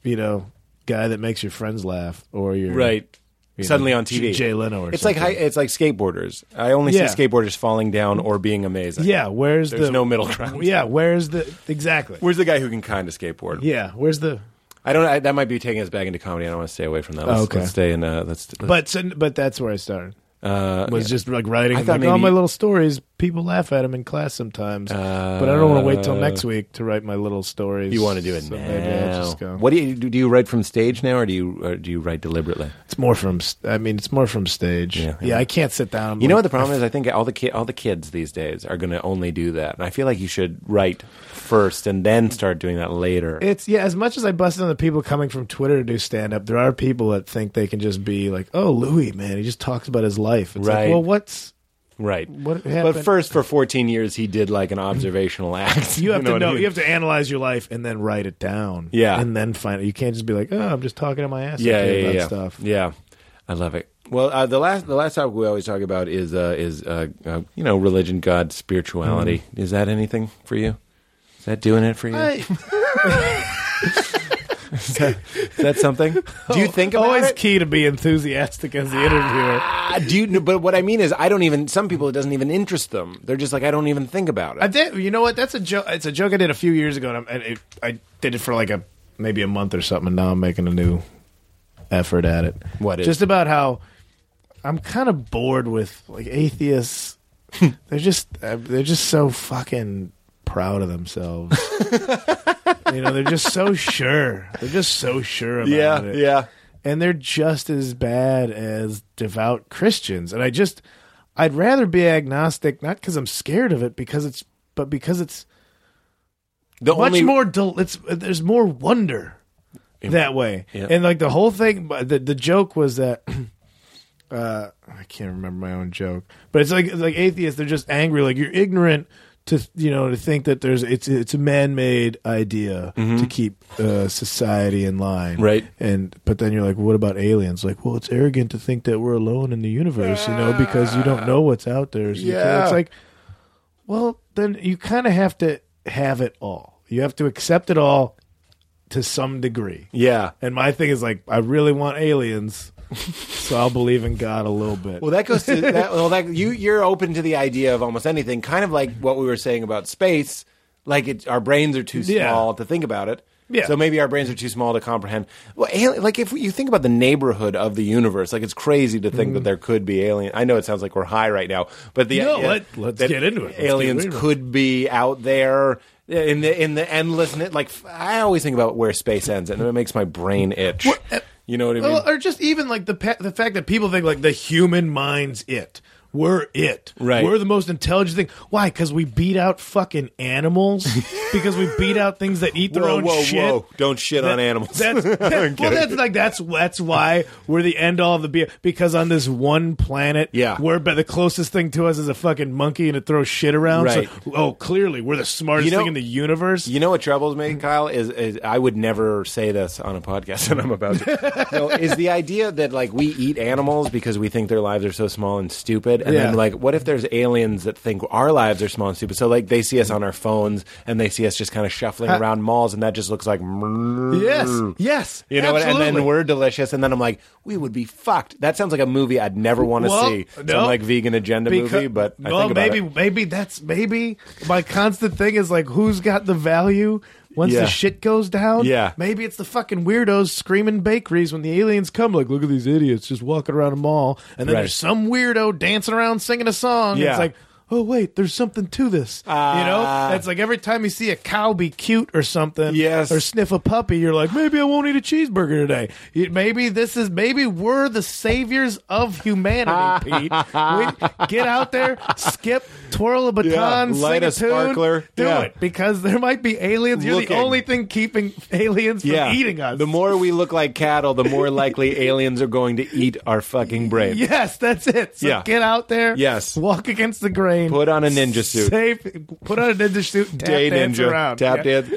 Speaker 6: you know guy that makes your friends laugh or you're
Speaker 4: right
Speaker 6: you know,
Speaker 4: suddenly on TV.
Speaker 6: Jay Leno or
Speaker 4: it's
Speaker 6: something.
Speaker 4: like hi- it's like skateboarders. I only
Speaker 6: Yeah.
Speaker 4: see skateboarders falling down or being amazing.
Speaker 6: yeah where's
Speaker 4: there's
Speaker 6: the
Speaker 4: no middle
Speaker 6: [LAUGHS]
Speaker 4: ground.
Speaker 6: yeah where's the exactly
Speaker 4: Where's the guy who can kind of skateboard?
Speaker 6: yeah where's the
Speaker 4: I don't. I, that might be taking us back into comedy. I don't want to stay away from that. Let's,
Speaker 6: okay.
Speaker 4: let's stay in. Uh, let's.
Speaker 6: but so- but that's where I started
Speaker 4: uh,
Speaker 6: was just like writing
Speaker 4: I
Speaker 6: like
Speaker 4: thought
Speaker 6: all
Speaker 4: maybe-
Speaker 6: "Oh, my little stories people laugh at them in class sometimes but I don't want to wait till next week to write my little stories
Speaker 4: Uh, you want to do it
Speaker 6: so
Speaker 4: now?
Speaker 6: maybe I'll just go.
Speaker 4: What do you do? You write from stage now, or do you or do you write deliberately?
Speaker 6: it's more from st- I mean it's more from stage
Speaker 4: Yeah,
Speaker 6: yeah,
Speaker 4: yeah.
Speaker 6: I can't sit down
Speaker 4: You know what the problem is? I think all the ki- all the kids these days are going to only do that, and I feel like you should write first and then start doing that later.
Speaker 6: It's yeah. As much as I busted on the people coming from Twitter to do stand up, there are people that think they can just be like, "Oh, Louis, man, he just talks about his life." It's
Speaker 4: Right.
Speaker 6: like, well, what's
Speaker 4: right.
Speaker 6: what happened?
Speaker 4: But first, for 14 years, he did like
Speaker 6: [LAUGHS]
Speaker 4: an observational act.
Speaker 6: you have
Speaker 4: know
Speaker 6: to
Speaker 4: what
Speaker 6: know.
Speaker 4: I mean?
Speaker 6: You have to analyze your life and then write it down.
Speaker 4: Yeah.
Speaker 6: and then find it. You can't just be like, "Oh, I'm just talking to my ass." off
Speaker 4: yeah,
Speaker 6: here
Speaker 4: yeah,
Speaker 6: about
Speaker 4: yeah.
Speaker 6: Stuff.
Speaker 4: Yeah, I love it. Well, uh, the last the last topic we always talk about is uh, is uh, uh, you know religion, God, spirituality. Is that anything for you? Is that doing it for you?
Speaker 6: Mm-hmm. I
Speaker 4: [LAUGHS] Is
Speaker 6: [LAUGHS]
Speaker 4: that something? Do you think about
Speaker 6: always
Speaker 4: it?
Speaker 6: key to be enthusiastic as the interviewer.
Speaker 4: Ah, do you? But what I mean is, I don't even. Some people, it doesn't even interest them. They're just like, I don't even think about it.
Speaker 6: I did. You know what? That's a joke. It's a joke I did a few years ago, and, I'm, and it, I did it for like a maybe a month or something. And now I'm making a new effort at it.
Speaker 4: What is
Speaker 6: Just
Speaker 4: it?
Speaker 6: about how I'm kind of bored with like
Speaker 4: [LAUGHS]
Speaker 6: atheists. they're just uh, they're just so fucking proud of
Speaker 4: [LAUGHS]
Speaker 6: themselves. you know, they're just so sure. They're just so sure about it and they're just as bad as devout Christians. And I just, I'd rather be agnostic, not because I'm scared of it, because it's, but because it's
Speaker 4: The
Speaker 6: much
Speaker 4: only,
Speaker 6: more. Del- it's there's more wonder that way,
Speaker 4: Yeah.
Speaker 6: and like the whole thing. but The the joke was that. [CLEARS THROAT] Uh, I can't remember my own joke, but it's like it's like atheists. They're just angry. Like you're ignorant to you know to think that there's it's it's a man made idea to keep uh, society in line,
Speaker 4: Mm-hmm. Right.
Speaker 6: And but then you're like, what about aliens? Like, well, it's arrogant to think that we're alone in the universe, you know, because you
Speaker 4: Ah.
Speaker 6: don't know what's out there. So you can't-
Speaker 4: Yeah.
Speaker 6: it's like well, then you kind of have to have it all. You have to accept it all to some degree.
Speaker 4: Yeah.
Speaker 6: And my thing is like, I really want [LAUGHS] aliens, so I'll believe in God a little bit.
Speaker 4: Well, that goes to that. Well, that you you're open to the idea of almost anything, kind of like what we were saying about space. Like it, our brains are too
Speaker 6: Yeah.
Speaker 4: small to think about it.
Speaker 6: Yeah.
Speaker 4: So maybe our brains are too small to comprehend. Well, alien, like if you think about the neighborhood of the universe, like it's crazy to think that there could be alien. I know it sounds like we're high right now, but the
Speaker 6: Mm. No,
Speaker 4: idea
Speaker 6: let- let's
Speaker 4: that
Speaker 6: get into it. Let's get
Speaker 4: aliens
Speaker 6: into it.
Speaker 4: could be out there in the in the endless. net- Like I always think about where space ends, and it makes my brain itch. You know what I mean?
Speaker 6: uh, Well, or just even like the pa- the fact that people think like the human mind's it. We're it.
Speaker 4: Right.
Speaker 6: We're the most intelligent thing. Why? Because we beat out fucking [LAUGHS] animals. because we beat out things that eat their
Speaker 4: whoa,
Speaker 6: own
Speaker 4: whoa,
Speaker 6: shit.
Speaker 4: whoa! Don't shit on animals. [LAUGHS]
Speaker 6: That's, that- well, that's like that's that's why we're the end all of the be because on this one planet,
Speaker 4: Yeah.
Speaker 6: we're but the closest thing to us is a fucking monkey and it throws shit around.
Speaker 4: Right.
Speaker 6: So, oh, clearly we're the smartest
Speaker 4: You know-
Speaker 6: thing in the universe.
Speaker 4: You know what troubles me, Kyle? Is, is I would never say this on a podcast, [LAUGHS] and I'm
Speaker 6: [LAUGHS]
Speaker 4: about to. no, is the idea that like we eat animals because we think their lives are so small and stupid, and
Speaker 6: Yeah.
Speaker 4: then like what if there's aliens that think our lives are small and stupid? So like they see us on our phones and they see us just kind of shuffling around malls, and that just looks like
Speaker 6: Uh, yes, yes,
Speaker 4: You know, and
Speaker 6: absolutely.
Speaker 4: then we're delicious, and then I'm like, we would be fucked. That sounds like a movie I'd never want to
Speaker 6: Well,
Speaker 4: see. Some
Speaker 6: no.
Speaker 4: like vegan agenda movie, but I
Speaker 6: well,
Speaker 4: think about
Speaker 6: maybe
Speaker 4: it.
Speaker 6: maybe that's maybe my constant thing is like who's got the value once
Speaker 4: Yeah.
Speaker 6: the shit goes down.
Speaker 4: Yeah.
Speaker 6: maybe it's the fucking weirdos screaming bakeries when the aliens come. Like, look at these idiots just walking around a mall, and then
Speaker 4: Right.
Speaker 6: there's some weirdo dancing around singing a song.
Speaker 4: Yeah.
Speaker 6: It's like. Oh wait, there's something to this. you
Speaker 4: Ah.
Speaker 6: know, it's like every time you see a cow be cute or something,
Speaker 4: Yes.
Speaker 6: or sniff a puppy, you're like, maybe I won't eat a cheeseburger today. You- Maybe this is maybe we're the saviors of
Speaker 4: [LAUGHS]
Speaker 6: humanity, Pete. We, get out there, skip, twirl a baton,
Speaker 4: Yeah, light
Speaker 6: sing a,
Speaker 4: a
Speaker 6: tune,
Speaker 4: sparkler.
Speaker 6: do
Speaker 4: Yeah.
Speaker 6: it because there might be aliens. You're
Speaker 4: Looking.
Speaker 6: the only thing keeping aliens from eating us.
Speaker 4: The more we look like cattle, the
Speaker 6: [LAUGHS]
Speaker 4: more likely aliens are going to eat our fucking brains.
Speaker 6: Yes, that's it. So
Speaker 4: Yeah.
Speaker 6: get out there.
Speaker 4: Yes.
Speaker 6: Walk against the grain.
Speaker 4: Put on a ninja suit.
Speaker 6: Save, put on a ninja suit. and Tap
Speaker 4: Day
Speaker 6: dance
Speaker 4: ninja,
Speaker 6: around.
Speaker 4: tap
Speaker 6: Yeah.
Speaker 4: dance.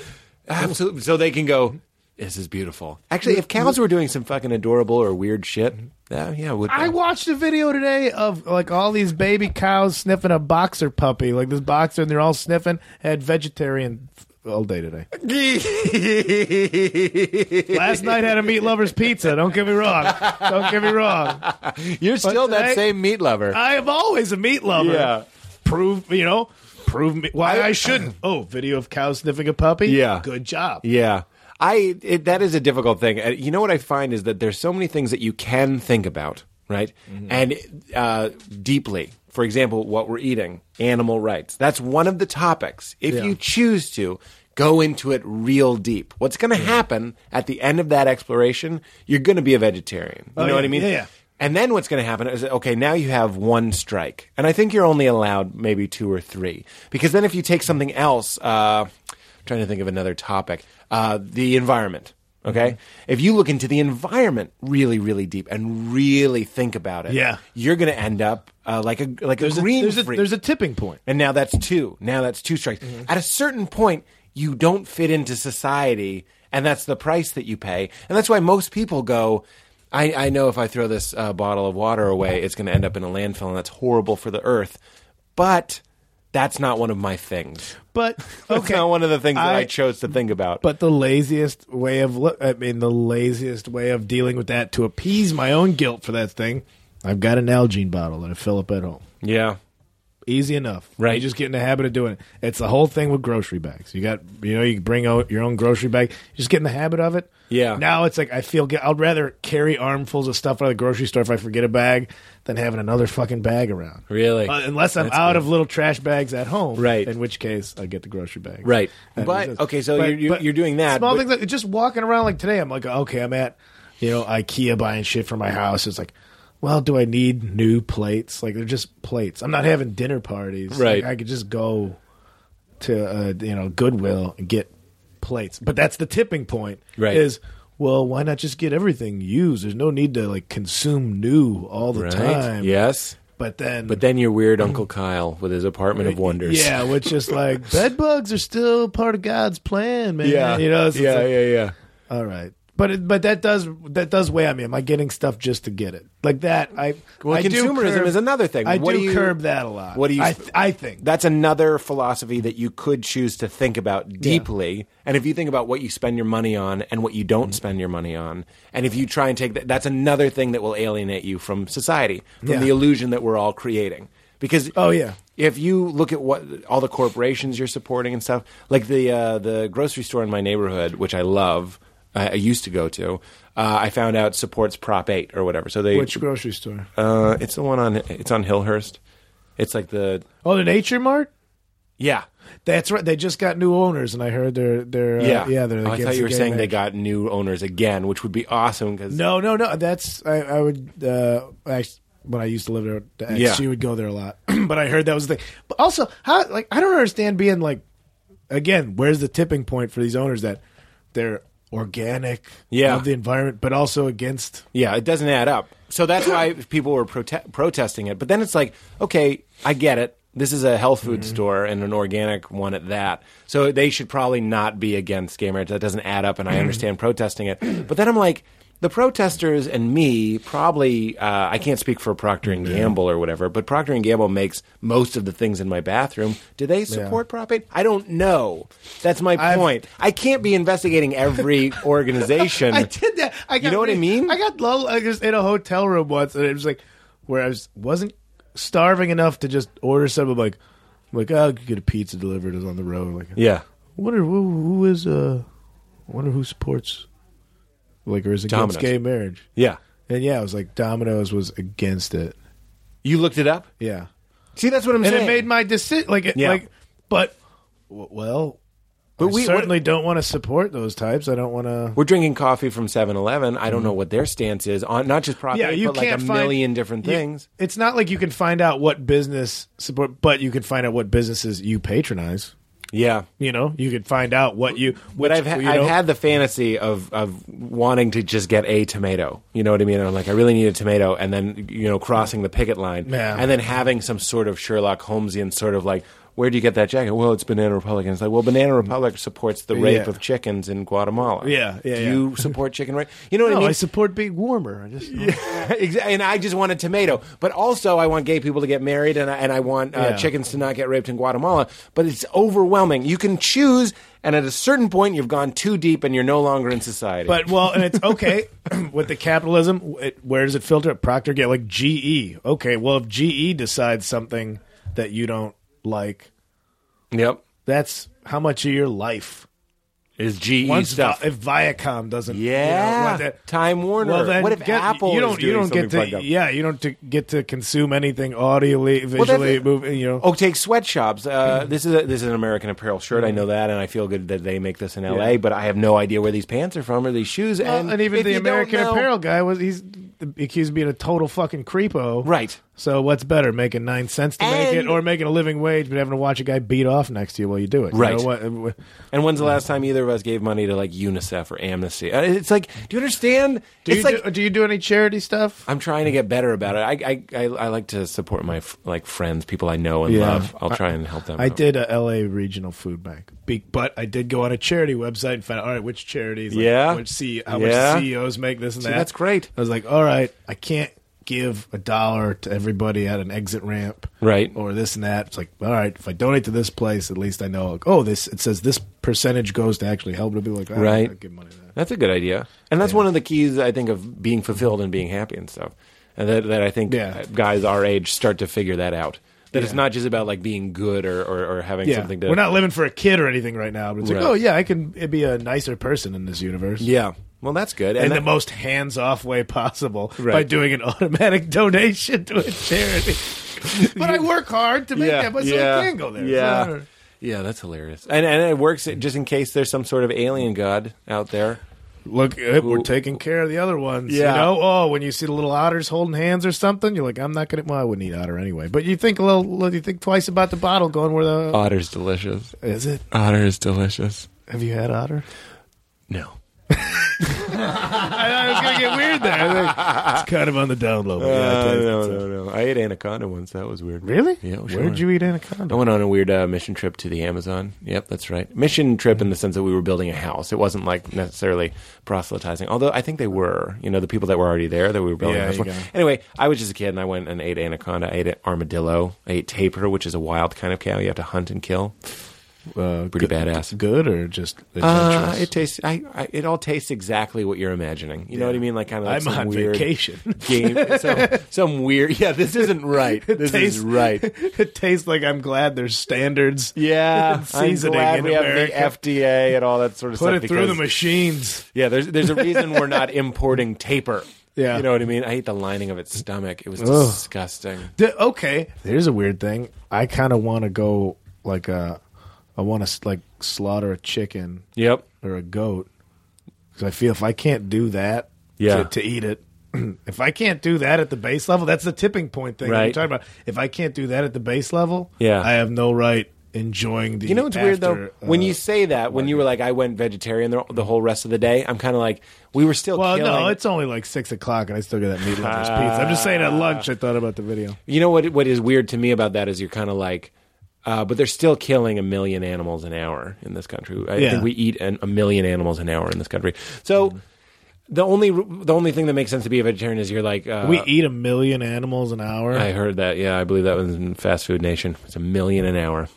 Speaker 4: Absolutely. So they can go. This is beautiful. Actually, if cows were doing some fucking adorable or weird shit, uh, yeah, would
Speaker 6: I watched a video today of like all these baby cows sniffing a boxer puppy, like this boxer, and they're all sniffing. Had vegetarian f- all day today. [LAUGHS] Last night had a meat lovers pizza. Don't get me wrong. Don't get me wrong.
Speaker 4: You're still that
Speaker 6: today-
Speaker 4: same meat lover.
Speaker 6: I am always a meat lover.
Speaker 4: Yeah.
Speaker 6: Prove you know, prove me why
Speaker 4: I-
Speaker 6: I, shouldn't. Oh, video of cows sniffing a puppy.
Speaker 4: Yeah.
Speaker 6: good job.
Speaker 4: Yeah. I it, that is a difficult thing. Uh, You know what I find is that there's so many things that you can think about, right?
Speaker 6: Mm-hmm.
Speaker 4: And uh, deeply. For example, what we're eating, animal rights. That's one of the topics. If you choose to go into it real deep, what's going to happen at the end of that exploration? You're going to be a vegetarian. You know
Speaker 6: Oh, yeah.
Speaker 4: what I mean?
Speaker 6: Yeah, yeah.
Speaker 4: And then what's going to happen is okay, now you have one strike, and I think you're only allowed maybe two or three because then if you take something else, uh, trying to think of another topic, uh, the environment. Okay,
Speaker 6: Mm-hmm.
Speaker 4: if you look into the environment really, really deep and really think about it,
Speaker 6: Yeah.
Speaker 4: you're going to end up uh, like a like
Speaker 6: There's
Speaker 4: a
Speaker 6: a,
Speaker 4: green
Speaker 6: there's, a,
Speaker 4: freak.
Speaker 6: there's a tipping point.
Speaker 4: And now that's two. Now that's two strikes.
Speaker 6: Mm-hmm.
Speaker 4: At a certain point, you don't fit into society, and that's the price that you pay. And that's why most people go. I, I know if I throw this uh, bottle of water away, it's going to end up in a landfill, and that's horrible for the earth. But that's not one of my things.
Speaker 6: [LAUGHS] But
Speaker 4: That's
Speaker 6: okay,
Speaker 4: not one of the things that I,
Speaker 6: I-
Speaker 4: chose to think about.
Speaker 6: But the laziest way of lo- I mean the laziest way of dealing with that to appease my own guilt for that thing, I've got an Algene bottle and I fill up at home.
Speaker 4: yeah,
Speaker 6: Easy enough.
Speaker 4: Right.
Speaker 6: You just get in the habit of doing it. It's the whole thing with grocery bags. You got you know you bring out your own grocery bag. You just get in the habit of it.
Speaker 4: Yeah.
Speaker 6: Now it's like I feel gu- I'd rather carry armfuls of stuff out of the grocery store if I forget a bag than having another fucking bag around.
Speaker 4: Really?
Speaker 6: Uh, unless I'm out of little trash bags at home.
Speaker 4: Right.
Speaker 6: In which case I get the grocery bag.
Speaker 4: Right.
Speaker 6: That
Speaker 4: But-
Speaker 6: makes sense.
Speaker 4: okay, so you're- you're- you're doing that,
Speaker 6: Small
Speaker 4: but-
Speaker 6: things like just walking around like today. I'm like, okay, I'm at you know IKEA buying shit for my house. It's like, well, do I need new plates? Like they're just plates. I'm not having dinner parties. Like,
Speaker 4: Right.
Speaker 6: I could just go to uh, you know Goodwill and get plates. But that's the tipping point.
Speaker 4: Right.
Speaker 6: Is well, why not just get everything used? There's no need to like consume new all the
Speaker 4: right.
Speaker 6: time.
Speaker 4: Yes.
Speaker 6: But then,
Speaker 4: But then your weird Uncle Kyle with his apartment of wonders.
Speaker 6: yeah, which is
Speaker 4: [LAUGHS]
Speaker 6: like bed bugs are still part of God's plan, man.
Speaker 4: Yeah.
Speaker 6: you know. so it's
Speaker 4: yeah.
Speaker 6: like,
Speaker 4: yeah. Yeah.
Speaker 6: All right, but it, but that does that does weigh on me. Am I getting stuff just to get it? Like that, I
Speaker 4: Well,
Speaker 6: I do
Speaker 4: consumerism
Speaker 6: curb-
Speaker 4: is another thing.
Speaker 6: I
Speaker 4: What
Speaker 6: do
Speaker 4: do you-
Speaker 6: curb that a lot.
Speaker 4: what do you-
Speaker 6: I, I think
Speaker 4: that's another philosophy that you could choose to think about deeply. And if you think about what you spend your money on and what you
Speaker 6: Mm-hmm.
Speaker 4: don't spend your money on, and if you try and take that, that's another thing that will alienate you from society, from
Speaker 6: Yeah.
Speaker 4: the illusion that we're all creating. because
Speaker 6: Oh, yeah.
Speaker 4: if you look at what all the corporations you're supporting and stuff, like the uh, the grocery store in my neighborhood, which I love, I, I used to go to, uh, I found out supports Prop Eight or whatever. So they
Speaker 6: Which grocery store?
Speaker 4: uh, it's the one on it's on Hillhurst. It's like the
Speaker 6: Oh, the Nature Mart.
Speaker 4: yeah
Speaker 6: That's right. They just got new owners, and I heard they're they're uh,
Speaker 4: yeah
Speaker 6: yeah they're.
Speaker 4: Oh, I
Speaker 6: against
Speaker 4: thought you were
Speaker 6: gay
Speaker 4: saying they
Speaker 6: marriage.
Speaker 4: got new owners again, which would be awesome because
Speaker 6: No, no, no. That's I, I would uh, act- when I used to live there. the ex,
Speaker 4: Yeah.
Speaker 6: she would go there a lot. [CLEARS THROAT] but I heard that was the thing. But also, how like I don't understand being like again. Where's the tipping point for these owners that they're organic,
Speaker 4: Yeah.
Speaker 6: of the environment, but also against
Speaker 4: Yeah, it doesn't add up. So that's
Speaker 6: [COUGHS]
Speaker 4: why people were prote- protesting it. But then it's like, okay, I get it. This is a health
Speaker 6: Mm-hmm.
Speaker 4: food store and an organic one at that. So they should probably not be against gay marriage. That doesn't add up,
Speaker 6: Mm-hmm.
Speaker 4: and I understand protesting it. But then I'm like, the protesters and me probably uh, I can't speak for Procter and Gamble or whatever, but Procter and Gamble makes most of the things in my bathroom. Do they support Prop 8? I don't know. That's my
Speaker 6: I've-
Speaker 4: point. I can't be
Speaker 6: [LAUGHS]
Speaker 4: investigating every organization.
Speaker 6: I did that. I
Speaker 4: You
Speaker 6: got
Speaker 4: know what I mean?
Speaker 6: I got low. I was in a hotel room once, and it was like where I was wasn't starving enough to just order something. Like, like oh, I could get a pizza delivered. It was on the road. Like,
Speaker 4: yeah.
Speaker 6: wonder who, who is uh, wonder who supports like or is against
Speaker 4: Domino's.
Speaker 6: gay marriage.
Speaker 4: Yeah.
Speaker 6: And yeah, I was like Domino's was against it.
Speaker 4: You looked it up?
Speaker 6: Yeah,
Speaker 4: See, that's what I'm
Speaker 6: and
Speaker 4: saying.
Speaker 6: it made my decision. Like, it,
Speaker 4: Yeah.
Speaker 6: like, but w- well,
Speaker 4: but
Speaker 6: I
Speaker 4: we
Speaker 6: certainly don't want to support those types. I don't want to.
Speaker 4: we're, we're drinking coffee from 7-Eleven. I don't know what their stance is on not just Prop
Speaker 6: yeah,
Speaker 4: 8,
Speaker 6: you
Speaker 4: but like a
Speaker 6: can't find,
Speaker 4: million different
Speaker 6: you-
Speaker 4: things.
Speaker 6: it's not like you can find out what business support, but you can find out what businesses you patronize.
Speaker 4: Yeah.
Speaker 6: You know, you could find out what you.
Speaker 4: But
Speaker 6: What
Speaker 4: I've, ha-
Speaker 6: you
Speaker 4: I've
Speaker 6: know-
Speaker 4: had the fantasy of, of wanting to just get a tomato. You know what I mean? And I'm like, I really need a tomato. And then, you know, crossing the picket line.
Speaker 6: Yeah.
Speaker 4: And then having some sort of Sherlock Holmesian sort of like, where do you get that jacket? Well, it's Banana Republic. And it's like, well, Banana Republic supports the
Speaker 6: Yeah.
Speaker 4: rape of chickens in Guatemala.
Speaker 6: Yeah, yeah,
Speaker 4: Do
Speaker 6: yeah.
Speaker 4: you support chicken rape? You know what
Speaker 6: No,
Speaker 4: I mean?
Speaker 6: I support being warmer. I
Speaker 4: [LAUGHS]
Speaker 6: just
Speaker 4: exactly. And I just want a tomato, but also I want gay people to get married, and I, and I want uh,
Speaker 6: Yeah.
Speaker 4: chickens to not get raped in Guatemala. But it's overwhelming. You can choose, and at a certain point, you've gone too deep, and you're no longer in society.
Speaker 6: But well, and it's okay [CLEARS THROAT] with the capitalism. It, where does it filter? Procter get like GE. Okay, well if GE decides something that you don't like,
Speaker 4: yep,
Speaker 6: that's how much of your life.
Speaker 4: is GE
Speaker 6: Once
Speaker 4: E stuff?
Speaker 6: Vi- if Viacom doesn't, you know,
Speaker 4: yeah,
Speaker 6: want that-
Speaker 4: Time Warner.
Speaker 6: Well, then
Speaker 4: what if
Speaker 6: get-
Speaker 4: Apple?
Speaker 6: You don't.
Speaker 4: is
Speaker 6: you
Speaker 4: doing
Speaker 6: don't get
Speaker 4: something
Speaker 6: to.
Speaker 4: fucked up?
Speaker 6: Yeah, you don't to get to consume anything audioly,
Speaker 4: Well, that's
Speaker 6: visually,
Speaker 4: it.
Speaker 6: moving. You know.
Speaker 4: Oh, take sweatshops. Uh,
Speaker 6: Mm-hmm.
Speaker 4: This is a, this is an American Apparel shirt. I know that, and I feel good that they make this in L.A. But I have no idea where these pants are from or these shoes.
Speaker 6: Well,
Speaker 4: and,
Speaker 6: and even
Speaker 4: if
Speaker 6: the
Speaker 4: you don't
Speaker 6: American
Speaker 4: know-
Speaker 6: Apparel guy was he's accused of being a total fucking creepo.
Speaker 4: Right.
Speaker 6: So what's better, making nine cents to make
Speaker 4: And-
Speaker 6: it, or making a living wage, but having to watch a guy beat off next to you while you do it? You
Speaker 4: Right.
Speaker 6: know what- uh, what-
Speaker 4: And when's the last time either of us gave money to like UNICEF or Amnesty? Uh, It's like, do you understand?
Speaker 6: do
Speaker 4: it's
Speaker 6: you
Speaker 4: like
Speaker 6: do, do you do any charity stuff?
Speaker 4: I'm trying to get better about it. I I, I, I like to support my f- like friends, people I know and
Speaker 6: Yeah.
Speaker 4: love. I'll try and help them.
Speaker 6: I
Speaker 4: out.
Speaker 6: did a L.A. regional food bank, Be- but I did go on a charity website and find out all right which charities, like,
Speaker 4: Yeah.
Speaker 6: which C- how
Speaker 4: Yeah.
Speaker 6: much CEOs make this and that.
Speaker 4: that's great.
Speaker 6: I was like, all right, I can't give a dollar to everybody at an exit ramp,
Speaker 4: Right.
Speaker 6: Or this and that. It's like, all right, if I donate to this place, at least I know. Like, oh, this it says this percentage goes to actually help. It'll be like, all
Speaker 4: Right.
Speaker 6: I give money to that.
Speaker 4: That's a good idea, and that's one of the keys I think of being fulfilled and being happy and stuff. And that that I think
Speaker 6: Yeah.
Speaker 4: guys our age start to figure that out. That it's not just about like being good or or, or having
Speaker 6: Yeah,
Speaker 4: something to.
Speaker 6: we're not living for a kid or anything right now, but it's
Speaker 4: Right.
Speaker 6: like, oh yeah, I can be a nicer person in this universe.
Speaker 4: Yeah. Well, that's good.
Speaker 6: in
Speaker 4: that-
Speaker 6: the most hands-off way possible by
Speaker 4: Right.
Speaker 6: doing an [LAUGHS] automatic donation to a charity.
Speaker 4: [LAUGHS]
Speaker 6: but I work hard to make that, but so I can go there.
Speaker 4: Yeah.
Speaker 6: So-
Speaker 4: Yeah, that's hilarious. And and it works just in case there's some sort of alien god out there.
Speaker 6: Look, eh, we're taking care of the other ones.
Speaker 4: Yeah.
Speaker 6: You know, oh, when you see the little otters holding hands or something, you're like, I'm not going to. Well, I wouldn't eat otter anyway. But you think a little, you think twice about the bottle going where the.
Speaker 4: Otter's delicious.
Speaker 6: Is it?
Speaker 4: Otter is delicious.
Speaker 6: Have you had
Speaker 4: [LAUGHS]
Speaker 6: otter?
Speaker 4: No.
Speaker 6: I thought it was going to get weird there. [LAUGHS] I think it's kind of on the down low. but yeah, I
Speaker 4: Uh,
Speaker 6: tasted
Speaker 4: no,
Speaker 6: some.
Speaker 4: no, no. I ate anaconda once. That was weird.
Speaker 6: Really?
Speaker 4: Yeah. sure.
Speaker 6: Where'd you eat
Speaker 4: I
Speaker 6: anaconda?
Speaker 4: went on a weird uh, mission trip to the Amazon. Yep, that's right. Mission trip in the sense that we were building a house. It wasn't like necessarily proselytizing, although I think they were. You know, the people that were already there that we were building
Speaker 6: Yeah,
Speaker 4: a house
Speaker 6: you
Speaker 4: for.
Speaker 6: got it.
Speaker 4: Anyway, I was just a kid and I went and ate anaconda. I ate an armadillo. I ate tapir, which is a wild kind of cow you have to hunt and kill.
Speaker 6: uh,
Speaker 4: Oh, Pretty
Speaker 6: good,
Speaker 4: badass.
Speaker 6: Good or just
Speaker 4: Uh,
Speaker 6: adventurous?
Speaker 4: it tastes. I, I. It all tastes exactly what you're imagining. You know what I mean? Like kind of. Like
Speaker 6: I'm
Speaker 4: some
Speaker 6: on [LAUGHS]
Speaker 4: weird
Speaker 6: vacation.
Speaker 4: Game.
Speaker 6: [LAUGHS]
Speaker 4: Some, some weird. Yeah, this isn't right. This
Speaker 6: tastes-
Speaker 4: is right.
Speaker 6: [LAUGHS] it tastes like I'm glad there's standards. [LAUGHS]
Speaker 4: Yeah,
Speaker 6: Seasoning
Speaker 4: I'm glad
Speaker 6: in
Speaker 4: we
Speaker 6: America.
Speaker 4: have the FDA and all that sort of
Speaker 6: Put
Speaker 4: stuff.
Speaker 6: it through the
Speaker 4: because-
Speaker 6: machines.
Speaker 4: Yeah, there's there's a reason
Speaker 6: [LAUGHS]
Speaker 4: we're not importing taper.
Speaker 6: Yeah.
Speaker 4: you know what I mean. I ate the lining of its stomach. It was disgusting.
Speaker 6: D- okay, here's a weird thing. I kind of want to go like uh, I want to like slaughter a chicken
Speaker 4: Yep.
Speaker 6: or a goat because I feel if I can't do that, to,
Speaker 4: Yeah.
Speaker 6: to eat it. [CLEARS THROAT] if I can't do that at the base level, that's the tipping point thing
Speaker 4: Right.
Speaker 6: you're talking about. If I can't do that at the base level,
Speaker 4: Yeah.
Speaker 6: I have no right enjoying the.
Speaker 4: You know what's weird though?
Speaker 6: after,
Speaker 4: When
Speaker 6: uh,
Speaker 4: you say that, when you were like, "I went vegetarian the, the whole rest of the day," I'm kind of like, "We were still
Speaker 6: Well,
Speaker 4: killing."
Speaker 6: no, it's only like six o'clock, and I still got that meat
Speaker 4: [LAUGHS]
Speaker 6: lovers pizza. I'm just saying, at lunch, I thought about the video.
Speaker 4: you know what? What is weird to me about that is you're kind of like, uh, but they're still killing a million animals an hour in this country. I
Speaker 6: Yeah.
Speaker 4: think we eat an, a million animals an hour in this country. So the only the only thing that makes sense to be a vegetarian is you're like, uh,
Speaker 6: Mm-hmm. we eat a million animals an hour.
Speaker 4: I heard that. Yeah, I believe that was in Fast Food Nation. It's a million an hour.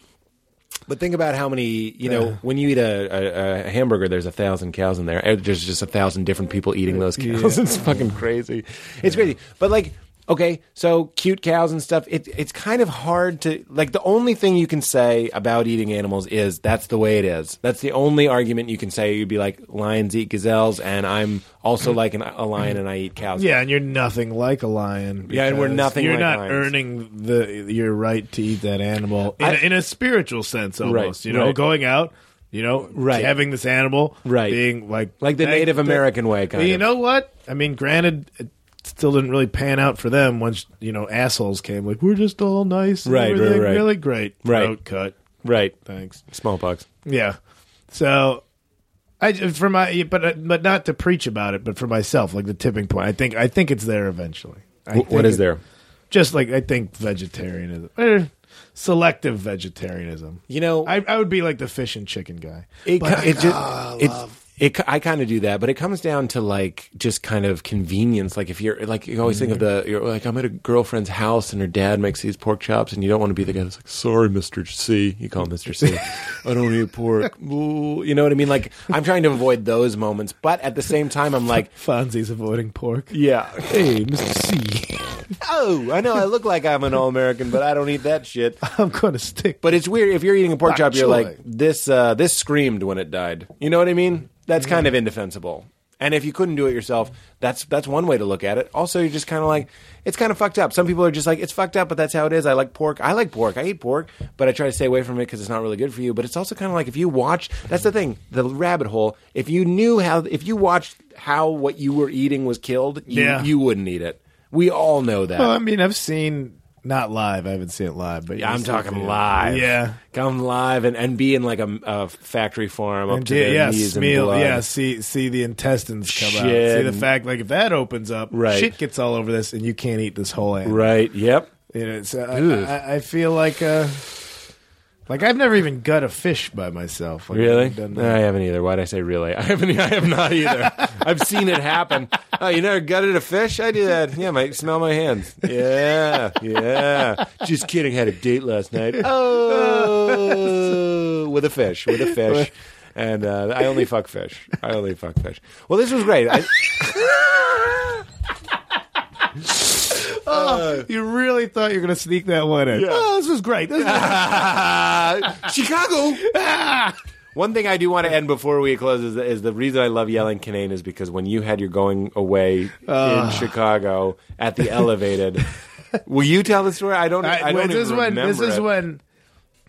Speaker 4: But think about how many, you know, when you eat a, a, a hamburger, there's a thousand cows in there. Eh, There's just a thousand different people eating those cows. [LAUGHS] it's fucking crazy. It's crazy. But like, okay, so cute cows and stuff. It, it's kind of hard to like. The only thing you can say about eating animals is that's the way it is. That's the only argument you can say. You'd be like, lions eat gazelles, and I'm also like an, a lion, and I eat cows.
Speaker 6: yeah, and you're nothing like a lion.
Speaker 4: Yeah, and we're
Speaker 6: because
Speaker 4: nothing
Speaker 6: You're
Speaker 4: like
Speaker 6: not
Speaker 4: lions.
Speaker 6: earning the your right to eat that animal in,
Speaker 4: I-
Speaker 6: a in a spiritual sense, almost. you know,
Speaker 4: right.
Speaker 6: going out, you know,
Speaker 4: Right.
Speaker 6: having this animal,
Speaker 4: Right.
Speaker 6: being like
Speaker 4: Like the
Speaker 6: Hey,
Speaker 4: Native
Speaker 6: th-
Speaker 4: American way, kind
Speaker 6: you
Speaker 4: of.
Speaker 6: know what? I mean, granted, it still didn't really pan out for them once you know assholes came. Like we're just all nice, and
Speaker 4: Right, right,
Speaker 6: everything
Speaker 4: right.
Speaker 6: Really great,
Speaker 4: Right.
Speaker 6: Throat cut.
Speaker 4: Right.
Speaker 6: Thanks.
Speaker 4: Smallpox.
Speaker 6: Yeah. So I for my but uh, but not to preach about it, but for myself, like the tipping point. I think I think it's there eventually. I
Speaker 4: Wh- what
Speaker 6: think
Speaker 4: is
Speaker 6: it-
Speaker 4: there?
Speaker 6: Just like I think vegetarianism, eh, selective vegetarianism.
Speaker 4: You know,
Speaker 6: I, I would be like the fish and chicken guy.
Speaker 4: it,
Speaker 6: But
Speaker 4: it just it's it c- I kind of do that, but it comes down to like just kind of convenience. Like if you're like you always think of
Speaker 6: Mm-hmm.
Speaker 4: the you're like I'm at a girlfriend's house and her dad makes these pork chops, and you don't want to be the guy that's like, sorry, Mister C. You call him Mister C. I don't
Speaker 6: [LAUGHS]
Speaker 4: eat pork. Ooh. You know what I mean? Like I'm trying to avoid those moments, but at the same time,
Speaker 6: [LAUGHS]
Speaker 4: I'm like,
Speaker 6: Fonzie's avoiding pork.
Speaker 4: yeah,
Speaker 6: Hey, Mr. C,
Speaker 4: [LAUGHS] oh, I know I look like I'm an all American, but I don't eat that shit.
Speaker 6: [LAUGHS] I'm going to stick.
Speaker 4: But it's weird if you're eating a pork
Speaker 6: Bok
Speaker 4: chop, you're
Speaker 6: choy.
Speaker 4: like this. Uh, this screamed when it died. You know what I mean? That's kind of indefensible. And if you couldn't do it yourself, that's that's one way to look at it. Also, you're just kind of like it's kind of fucked up. Some people are just like it's fucked up, but that's how it is. I like pork. I like pork. I eat pork, but I try to stay away from it because it's not really good for you. But it's also kind of like if you watch. That's the thing, the rabbit hole. If you knew how, if you watched how what you were eating was killed, you,
Speaker 6: Yeah.
Speaker 4: you wouldn't eat it. We all know that.
Speaker 6: Well, I mean, I've seen not live. I haven't seen it live, but
Speaker 4: Yeah, I'm
Speaker 6: you've seen
Speaker 4: talking
Speaker 6: video.
Speaker 4: live.
Speaker 6: Yeah,
Speaker 4: come live and, and be in like a, a factory farm up
Speaker 6: And
Speaker 4: to
Speaker 6: do-
Speaker 4: their
Speaker 6: yeah,
Speaker 4: knees in
Speaker 6: smell-
Speaker 4: blood.
Speaker 6: yeah, see see the intestines come
Speaker 4: Shit.
Speaker 6: out. See the fact like if that opens up,
Speaker 4: Right.
Speaker 6: shit gets all over this, and you can't eat this whole animal.
Speaker 4: Right. Yep.
Speaker 6: You know, so
Speaker 4: Ugh.
Speaker 6: I, I, I feel like uh, like I've never even gut a fish by myself. Like,
Speaker 4: Really?
Speaker 6: I've done
Speaker 4: No,
Speaker 6: that.
Speaker 4: I haven't either. Why'd I say really? [LAUGHS] I haven't. I have not
Speaker 6: [LAUGHS]
Speaker 4: either. I've seen it happen. Oh, you never gutted a fish? I do that. Yeah, my smell my hands. Yeah, yeah. Just kidding. Had a date last
Speaker 6: [LAUGHS]
Speaker 4: night. Oh, with a fish. With a
Speaker 6: [LAUGHS]
Speaker 4: fish. And uh, I only fuck fish. I only fuck fish. Well, this was great. I,
Speaker 6: You really thought you were gonna sneak that one in? Oh, this was great. This was-
Speaker 4: Chicago. [LAUGHS] One thing I do want to end before we close is, is the reason I love yelling Canaan is because when you had your going away
Speaker 6: Ah.
Speaker 4: in Chicago at the
Speaker 6: [LAUGHS]
Speaker 4: Elevated, will you tell the story? I don't. I,
Speaker 6: [LAUGHS] I-
Speaker 4: don't
Speaker 6: this is
Speaker 4: even
Speaker 6: when
Speaker 4: remember
Speaker 6: this is
Speaker 4: it.
Speaker 6: when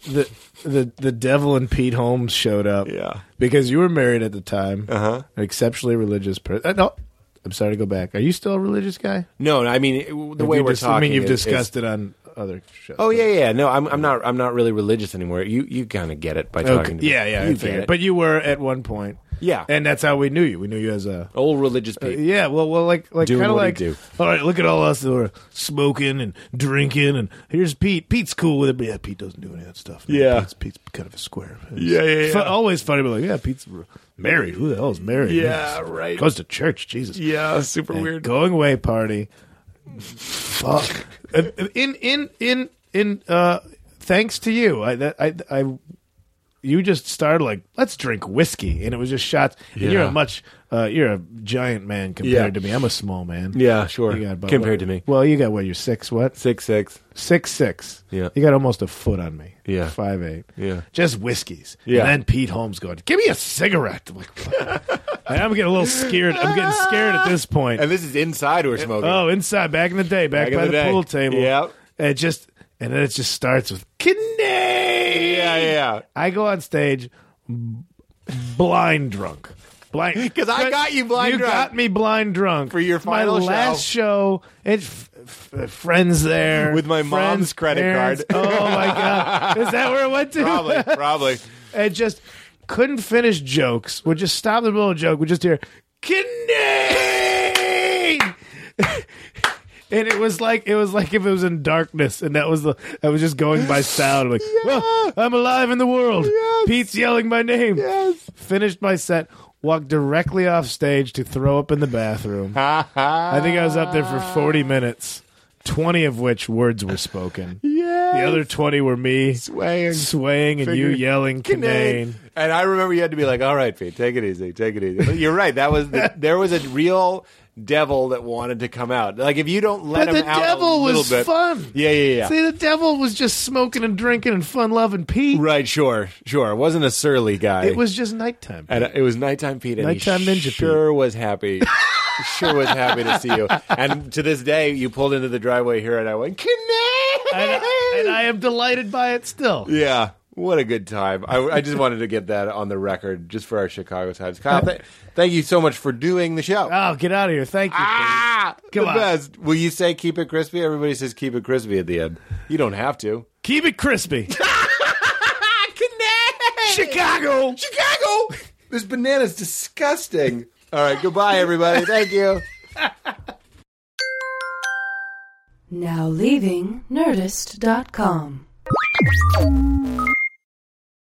Speaker 6: the the the devil and Pete Holmes showed up.
Speaker 4: Yeah.
Speaker 6: because you were married at the time. Uh-huh. An exceptionally religious person. Uh, no, I'm sorry to go back. Are you still a religious guy?
Speaker 4: No, I mean it- the way
Speaker 6: You
Speaker 4: we're
Speaker 6: dis-
Speaker 4: talking.
Speaker 6: I mean, you've
Speaker 4: is- is-
Speaker 6: discussed it on other shows.
Speaker 4: Oh yeah, yeah. No, I'm, I'm not. I'm not really religious anymore. You you kind of get it by talking. to me.
Speaker 6: yeah, yeah. I
Speaker 4: You
Speaker 6: figured.
Speaker 4: get it.
Speaker 6: But you were at one point.
Speaker 4: Yeah.
Speaker 6: and that's how we knew you. We knew you as a.
Speaker 4: old religious people.
Speaker 6: Uh, Yeah, well, well, like, like,
Speaker 4: Doing
Speaker 6: kind of
Speaker 4: what he
Speaker 6: like.
Speaker 4: do.
Speaker 6: All right, look at all us that were smoking and drinking, and here's Pete. Pete's cool with it, but yeah, Pete doesn't do any of that stuff. man.
Speaker 4: Yeah.
Speaker 6: Pete's, Pete's kind of a square.
Speaker 4: Yeah, yeah,
Speaker 6: Fu-
Speaker 4: yeah.
Speaker 6: always funny, but like, yeah, Pete's r- married. Who the hell is married?
Speaker 4: Yeah,
Speaker 6: Jesus.
Speaker 4: right.
Speaker 6: Goes to church. Jesus.
Speaker 4: yeah, super
Speaker 6: And Going away party. Fuck. in in in in uh, thanks to you, I that, I I you just started like let's drink whiskey, and it was just shots. And You're
Speaker 4: Yeah.
Speaker 6: a much uh, you're a giant man compared to me. I'm a small man.
Speaker 4: Yeah, sure.
Speaker 6: You got about-
Speaker 4: Compared
Speaker 6: what-
Speaker 4: to me,
Speaker 6: Well, you got what? You're six. What?
Speaker 4: six six.
Speaker 6: Six six.
Speaker 4: Yeah.
Speaker 6: You got almost a foot on me.
Speaker 4: Yeah.
Speaker 6: Five eight.
Speaker 4: Yeah.
Speaker 6: Just whiskeys.
Speaker 4: Yeah.
Speaker 6: And then Pete Holmes going, "Give me a cigarette." [LAUGHS] I'm like, [LAUGHS] "What?" I'm getting a little scared. I'm getting scared at this point.
Speaker 4: And this is inside we're smoking.
Speaker 6: [LAUGHS] Oh, inside, back in the day, back,
Speaker 4: Back in
Speaker 6: by
Speaker 4: the
Speaker 6: the,
Speaker 4: day.
Speaker 6: pool table.
Speaker 4: Yep.
Speaker 6: And it just and then it just starts with kidney.
Speaker 4: yeah, yeah.
Speaker 6: I go on stage b- blind drunk. Blind
Speaker 4: [LAUGHS] 'Cause I
Speaker 6: But
Speaker 4: got you blind
Speaker 6: You
Speaker 4: drunk.
Speaker 6: got me blind drunk
Speaker 4: For your final
Speaker 6: my last show. It's f- f- friends there
Speaker 4: With my
Speaker 6: friends,
Speaker 4: mom's credit
Speaker 6: parents.
Speaker 4: card.
Speaker 6: Oh my
Speaker 4: [LAUGHS]
Speaker 6: god, is that where it went to?
Speaker 4: Probably, [LAUGHS] probably.
Speaker 6: and just couldn't finish jokes. Would just stop the middle of a joke. Would just hear kidney. [LAUGHS] And it was like it was like if it was in darkness, and that was the I was just going by sound. I'm like, "Well, I'm alive in the world. Pete's yelling my name. Finished my set, walked directly off stage to throw up in the bathroom. I think I was up there for 40 minutes, 20 of which words were spoken.
Speaker 4: [LAUGHS] Yeah.
Speaker 6: The other 20 were me
Speaker 4: swaying.
Speaker 6: swaying and you
Speaker 4: Figure-
Speaker 6: yelling Canaan.
Speaker 4: And I remember you had to be like, "All right, Pete, take it easy, take it easy." But you're right. That
Speaker 6: [LAUGHS]
Speaker 4: was the, there was a real devil that wanted to come out. Like if you don't let
Speaker 6: But
Speaker 4: him
Speaker 6: the
Speaker 4: out, a
Speaker 6: devil
Speaker 4: little
Speaker 6: was
Speaker 4: bit-
Speaker 6: fun.
Speaker 4: Yeah, yeah, yeah.
Speaker 6: See, the devil was just smoking and drinking and fun loving Pete.
Speaker 4: Right, sure, sure. It wasn't a surly guy.
Speaker 6: It was just nighttime.
Speaker 4: and uh, it was nighttime Pete. And
Speaker 6: Nighttime
Speaker 4: he
Speaker 6: Ninja Pete.
Speaker 4: sure
Speaker 6: [LAUGHS]
Speaker 4: was happy. sure was happy to see you. And to this day, you pulled into the driveway here, and I went,
Speaker 6: and, I, and I am delighted by it still.
Speaker 4: Yeah. What a good time. I, I just wanted to get that on the record just for our Chicago Times. Kyle, th- thank you so much for doing the show.
Speaker 6: Oh, get out of here. Thank you.
Speaker 4: ah!
Speaker 6: Come
Speaker 4: the
Speaker 6: on.
Speaker 4: best. Will you say keep it crispy? Everybody says keep it crispy at the end. You don't have to.
Speaker 6: Pete. Keep it crispy.
Speaker 4: [LAUGHS] Chicago! Chicago! This banana's disgusting. All right, goodbye, everybody. Thank you.
Speaker 1: Now leaving Nerdist.com.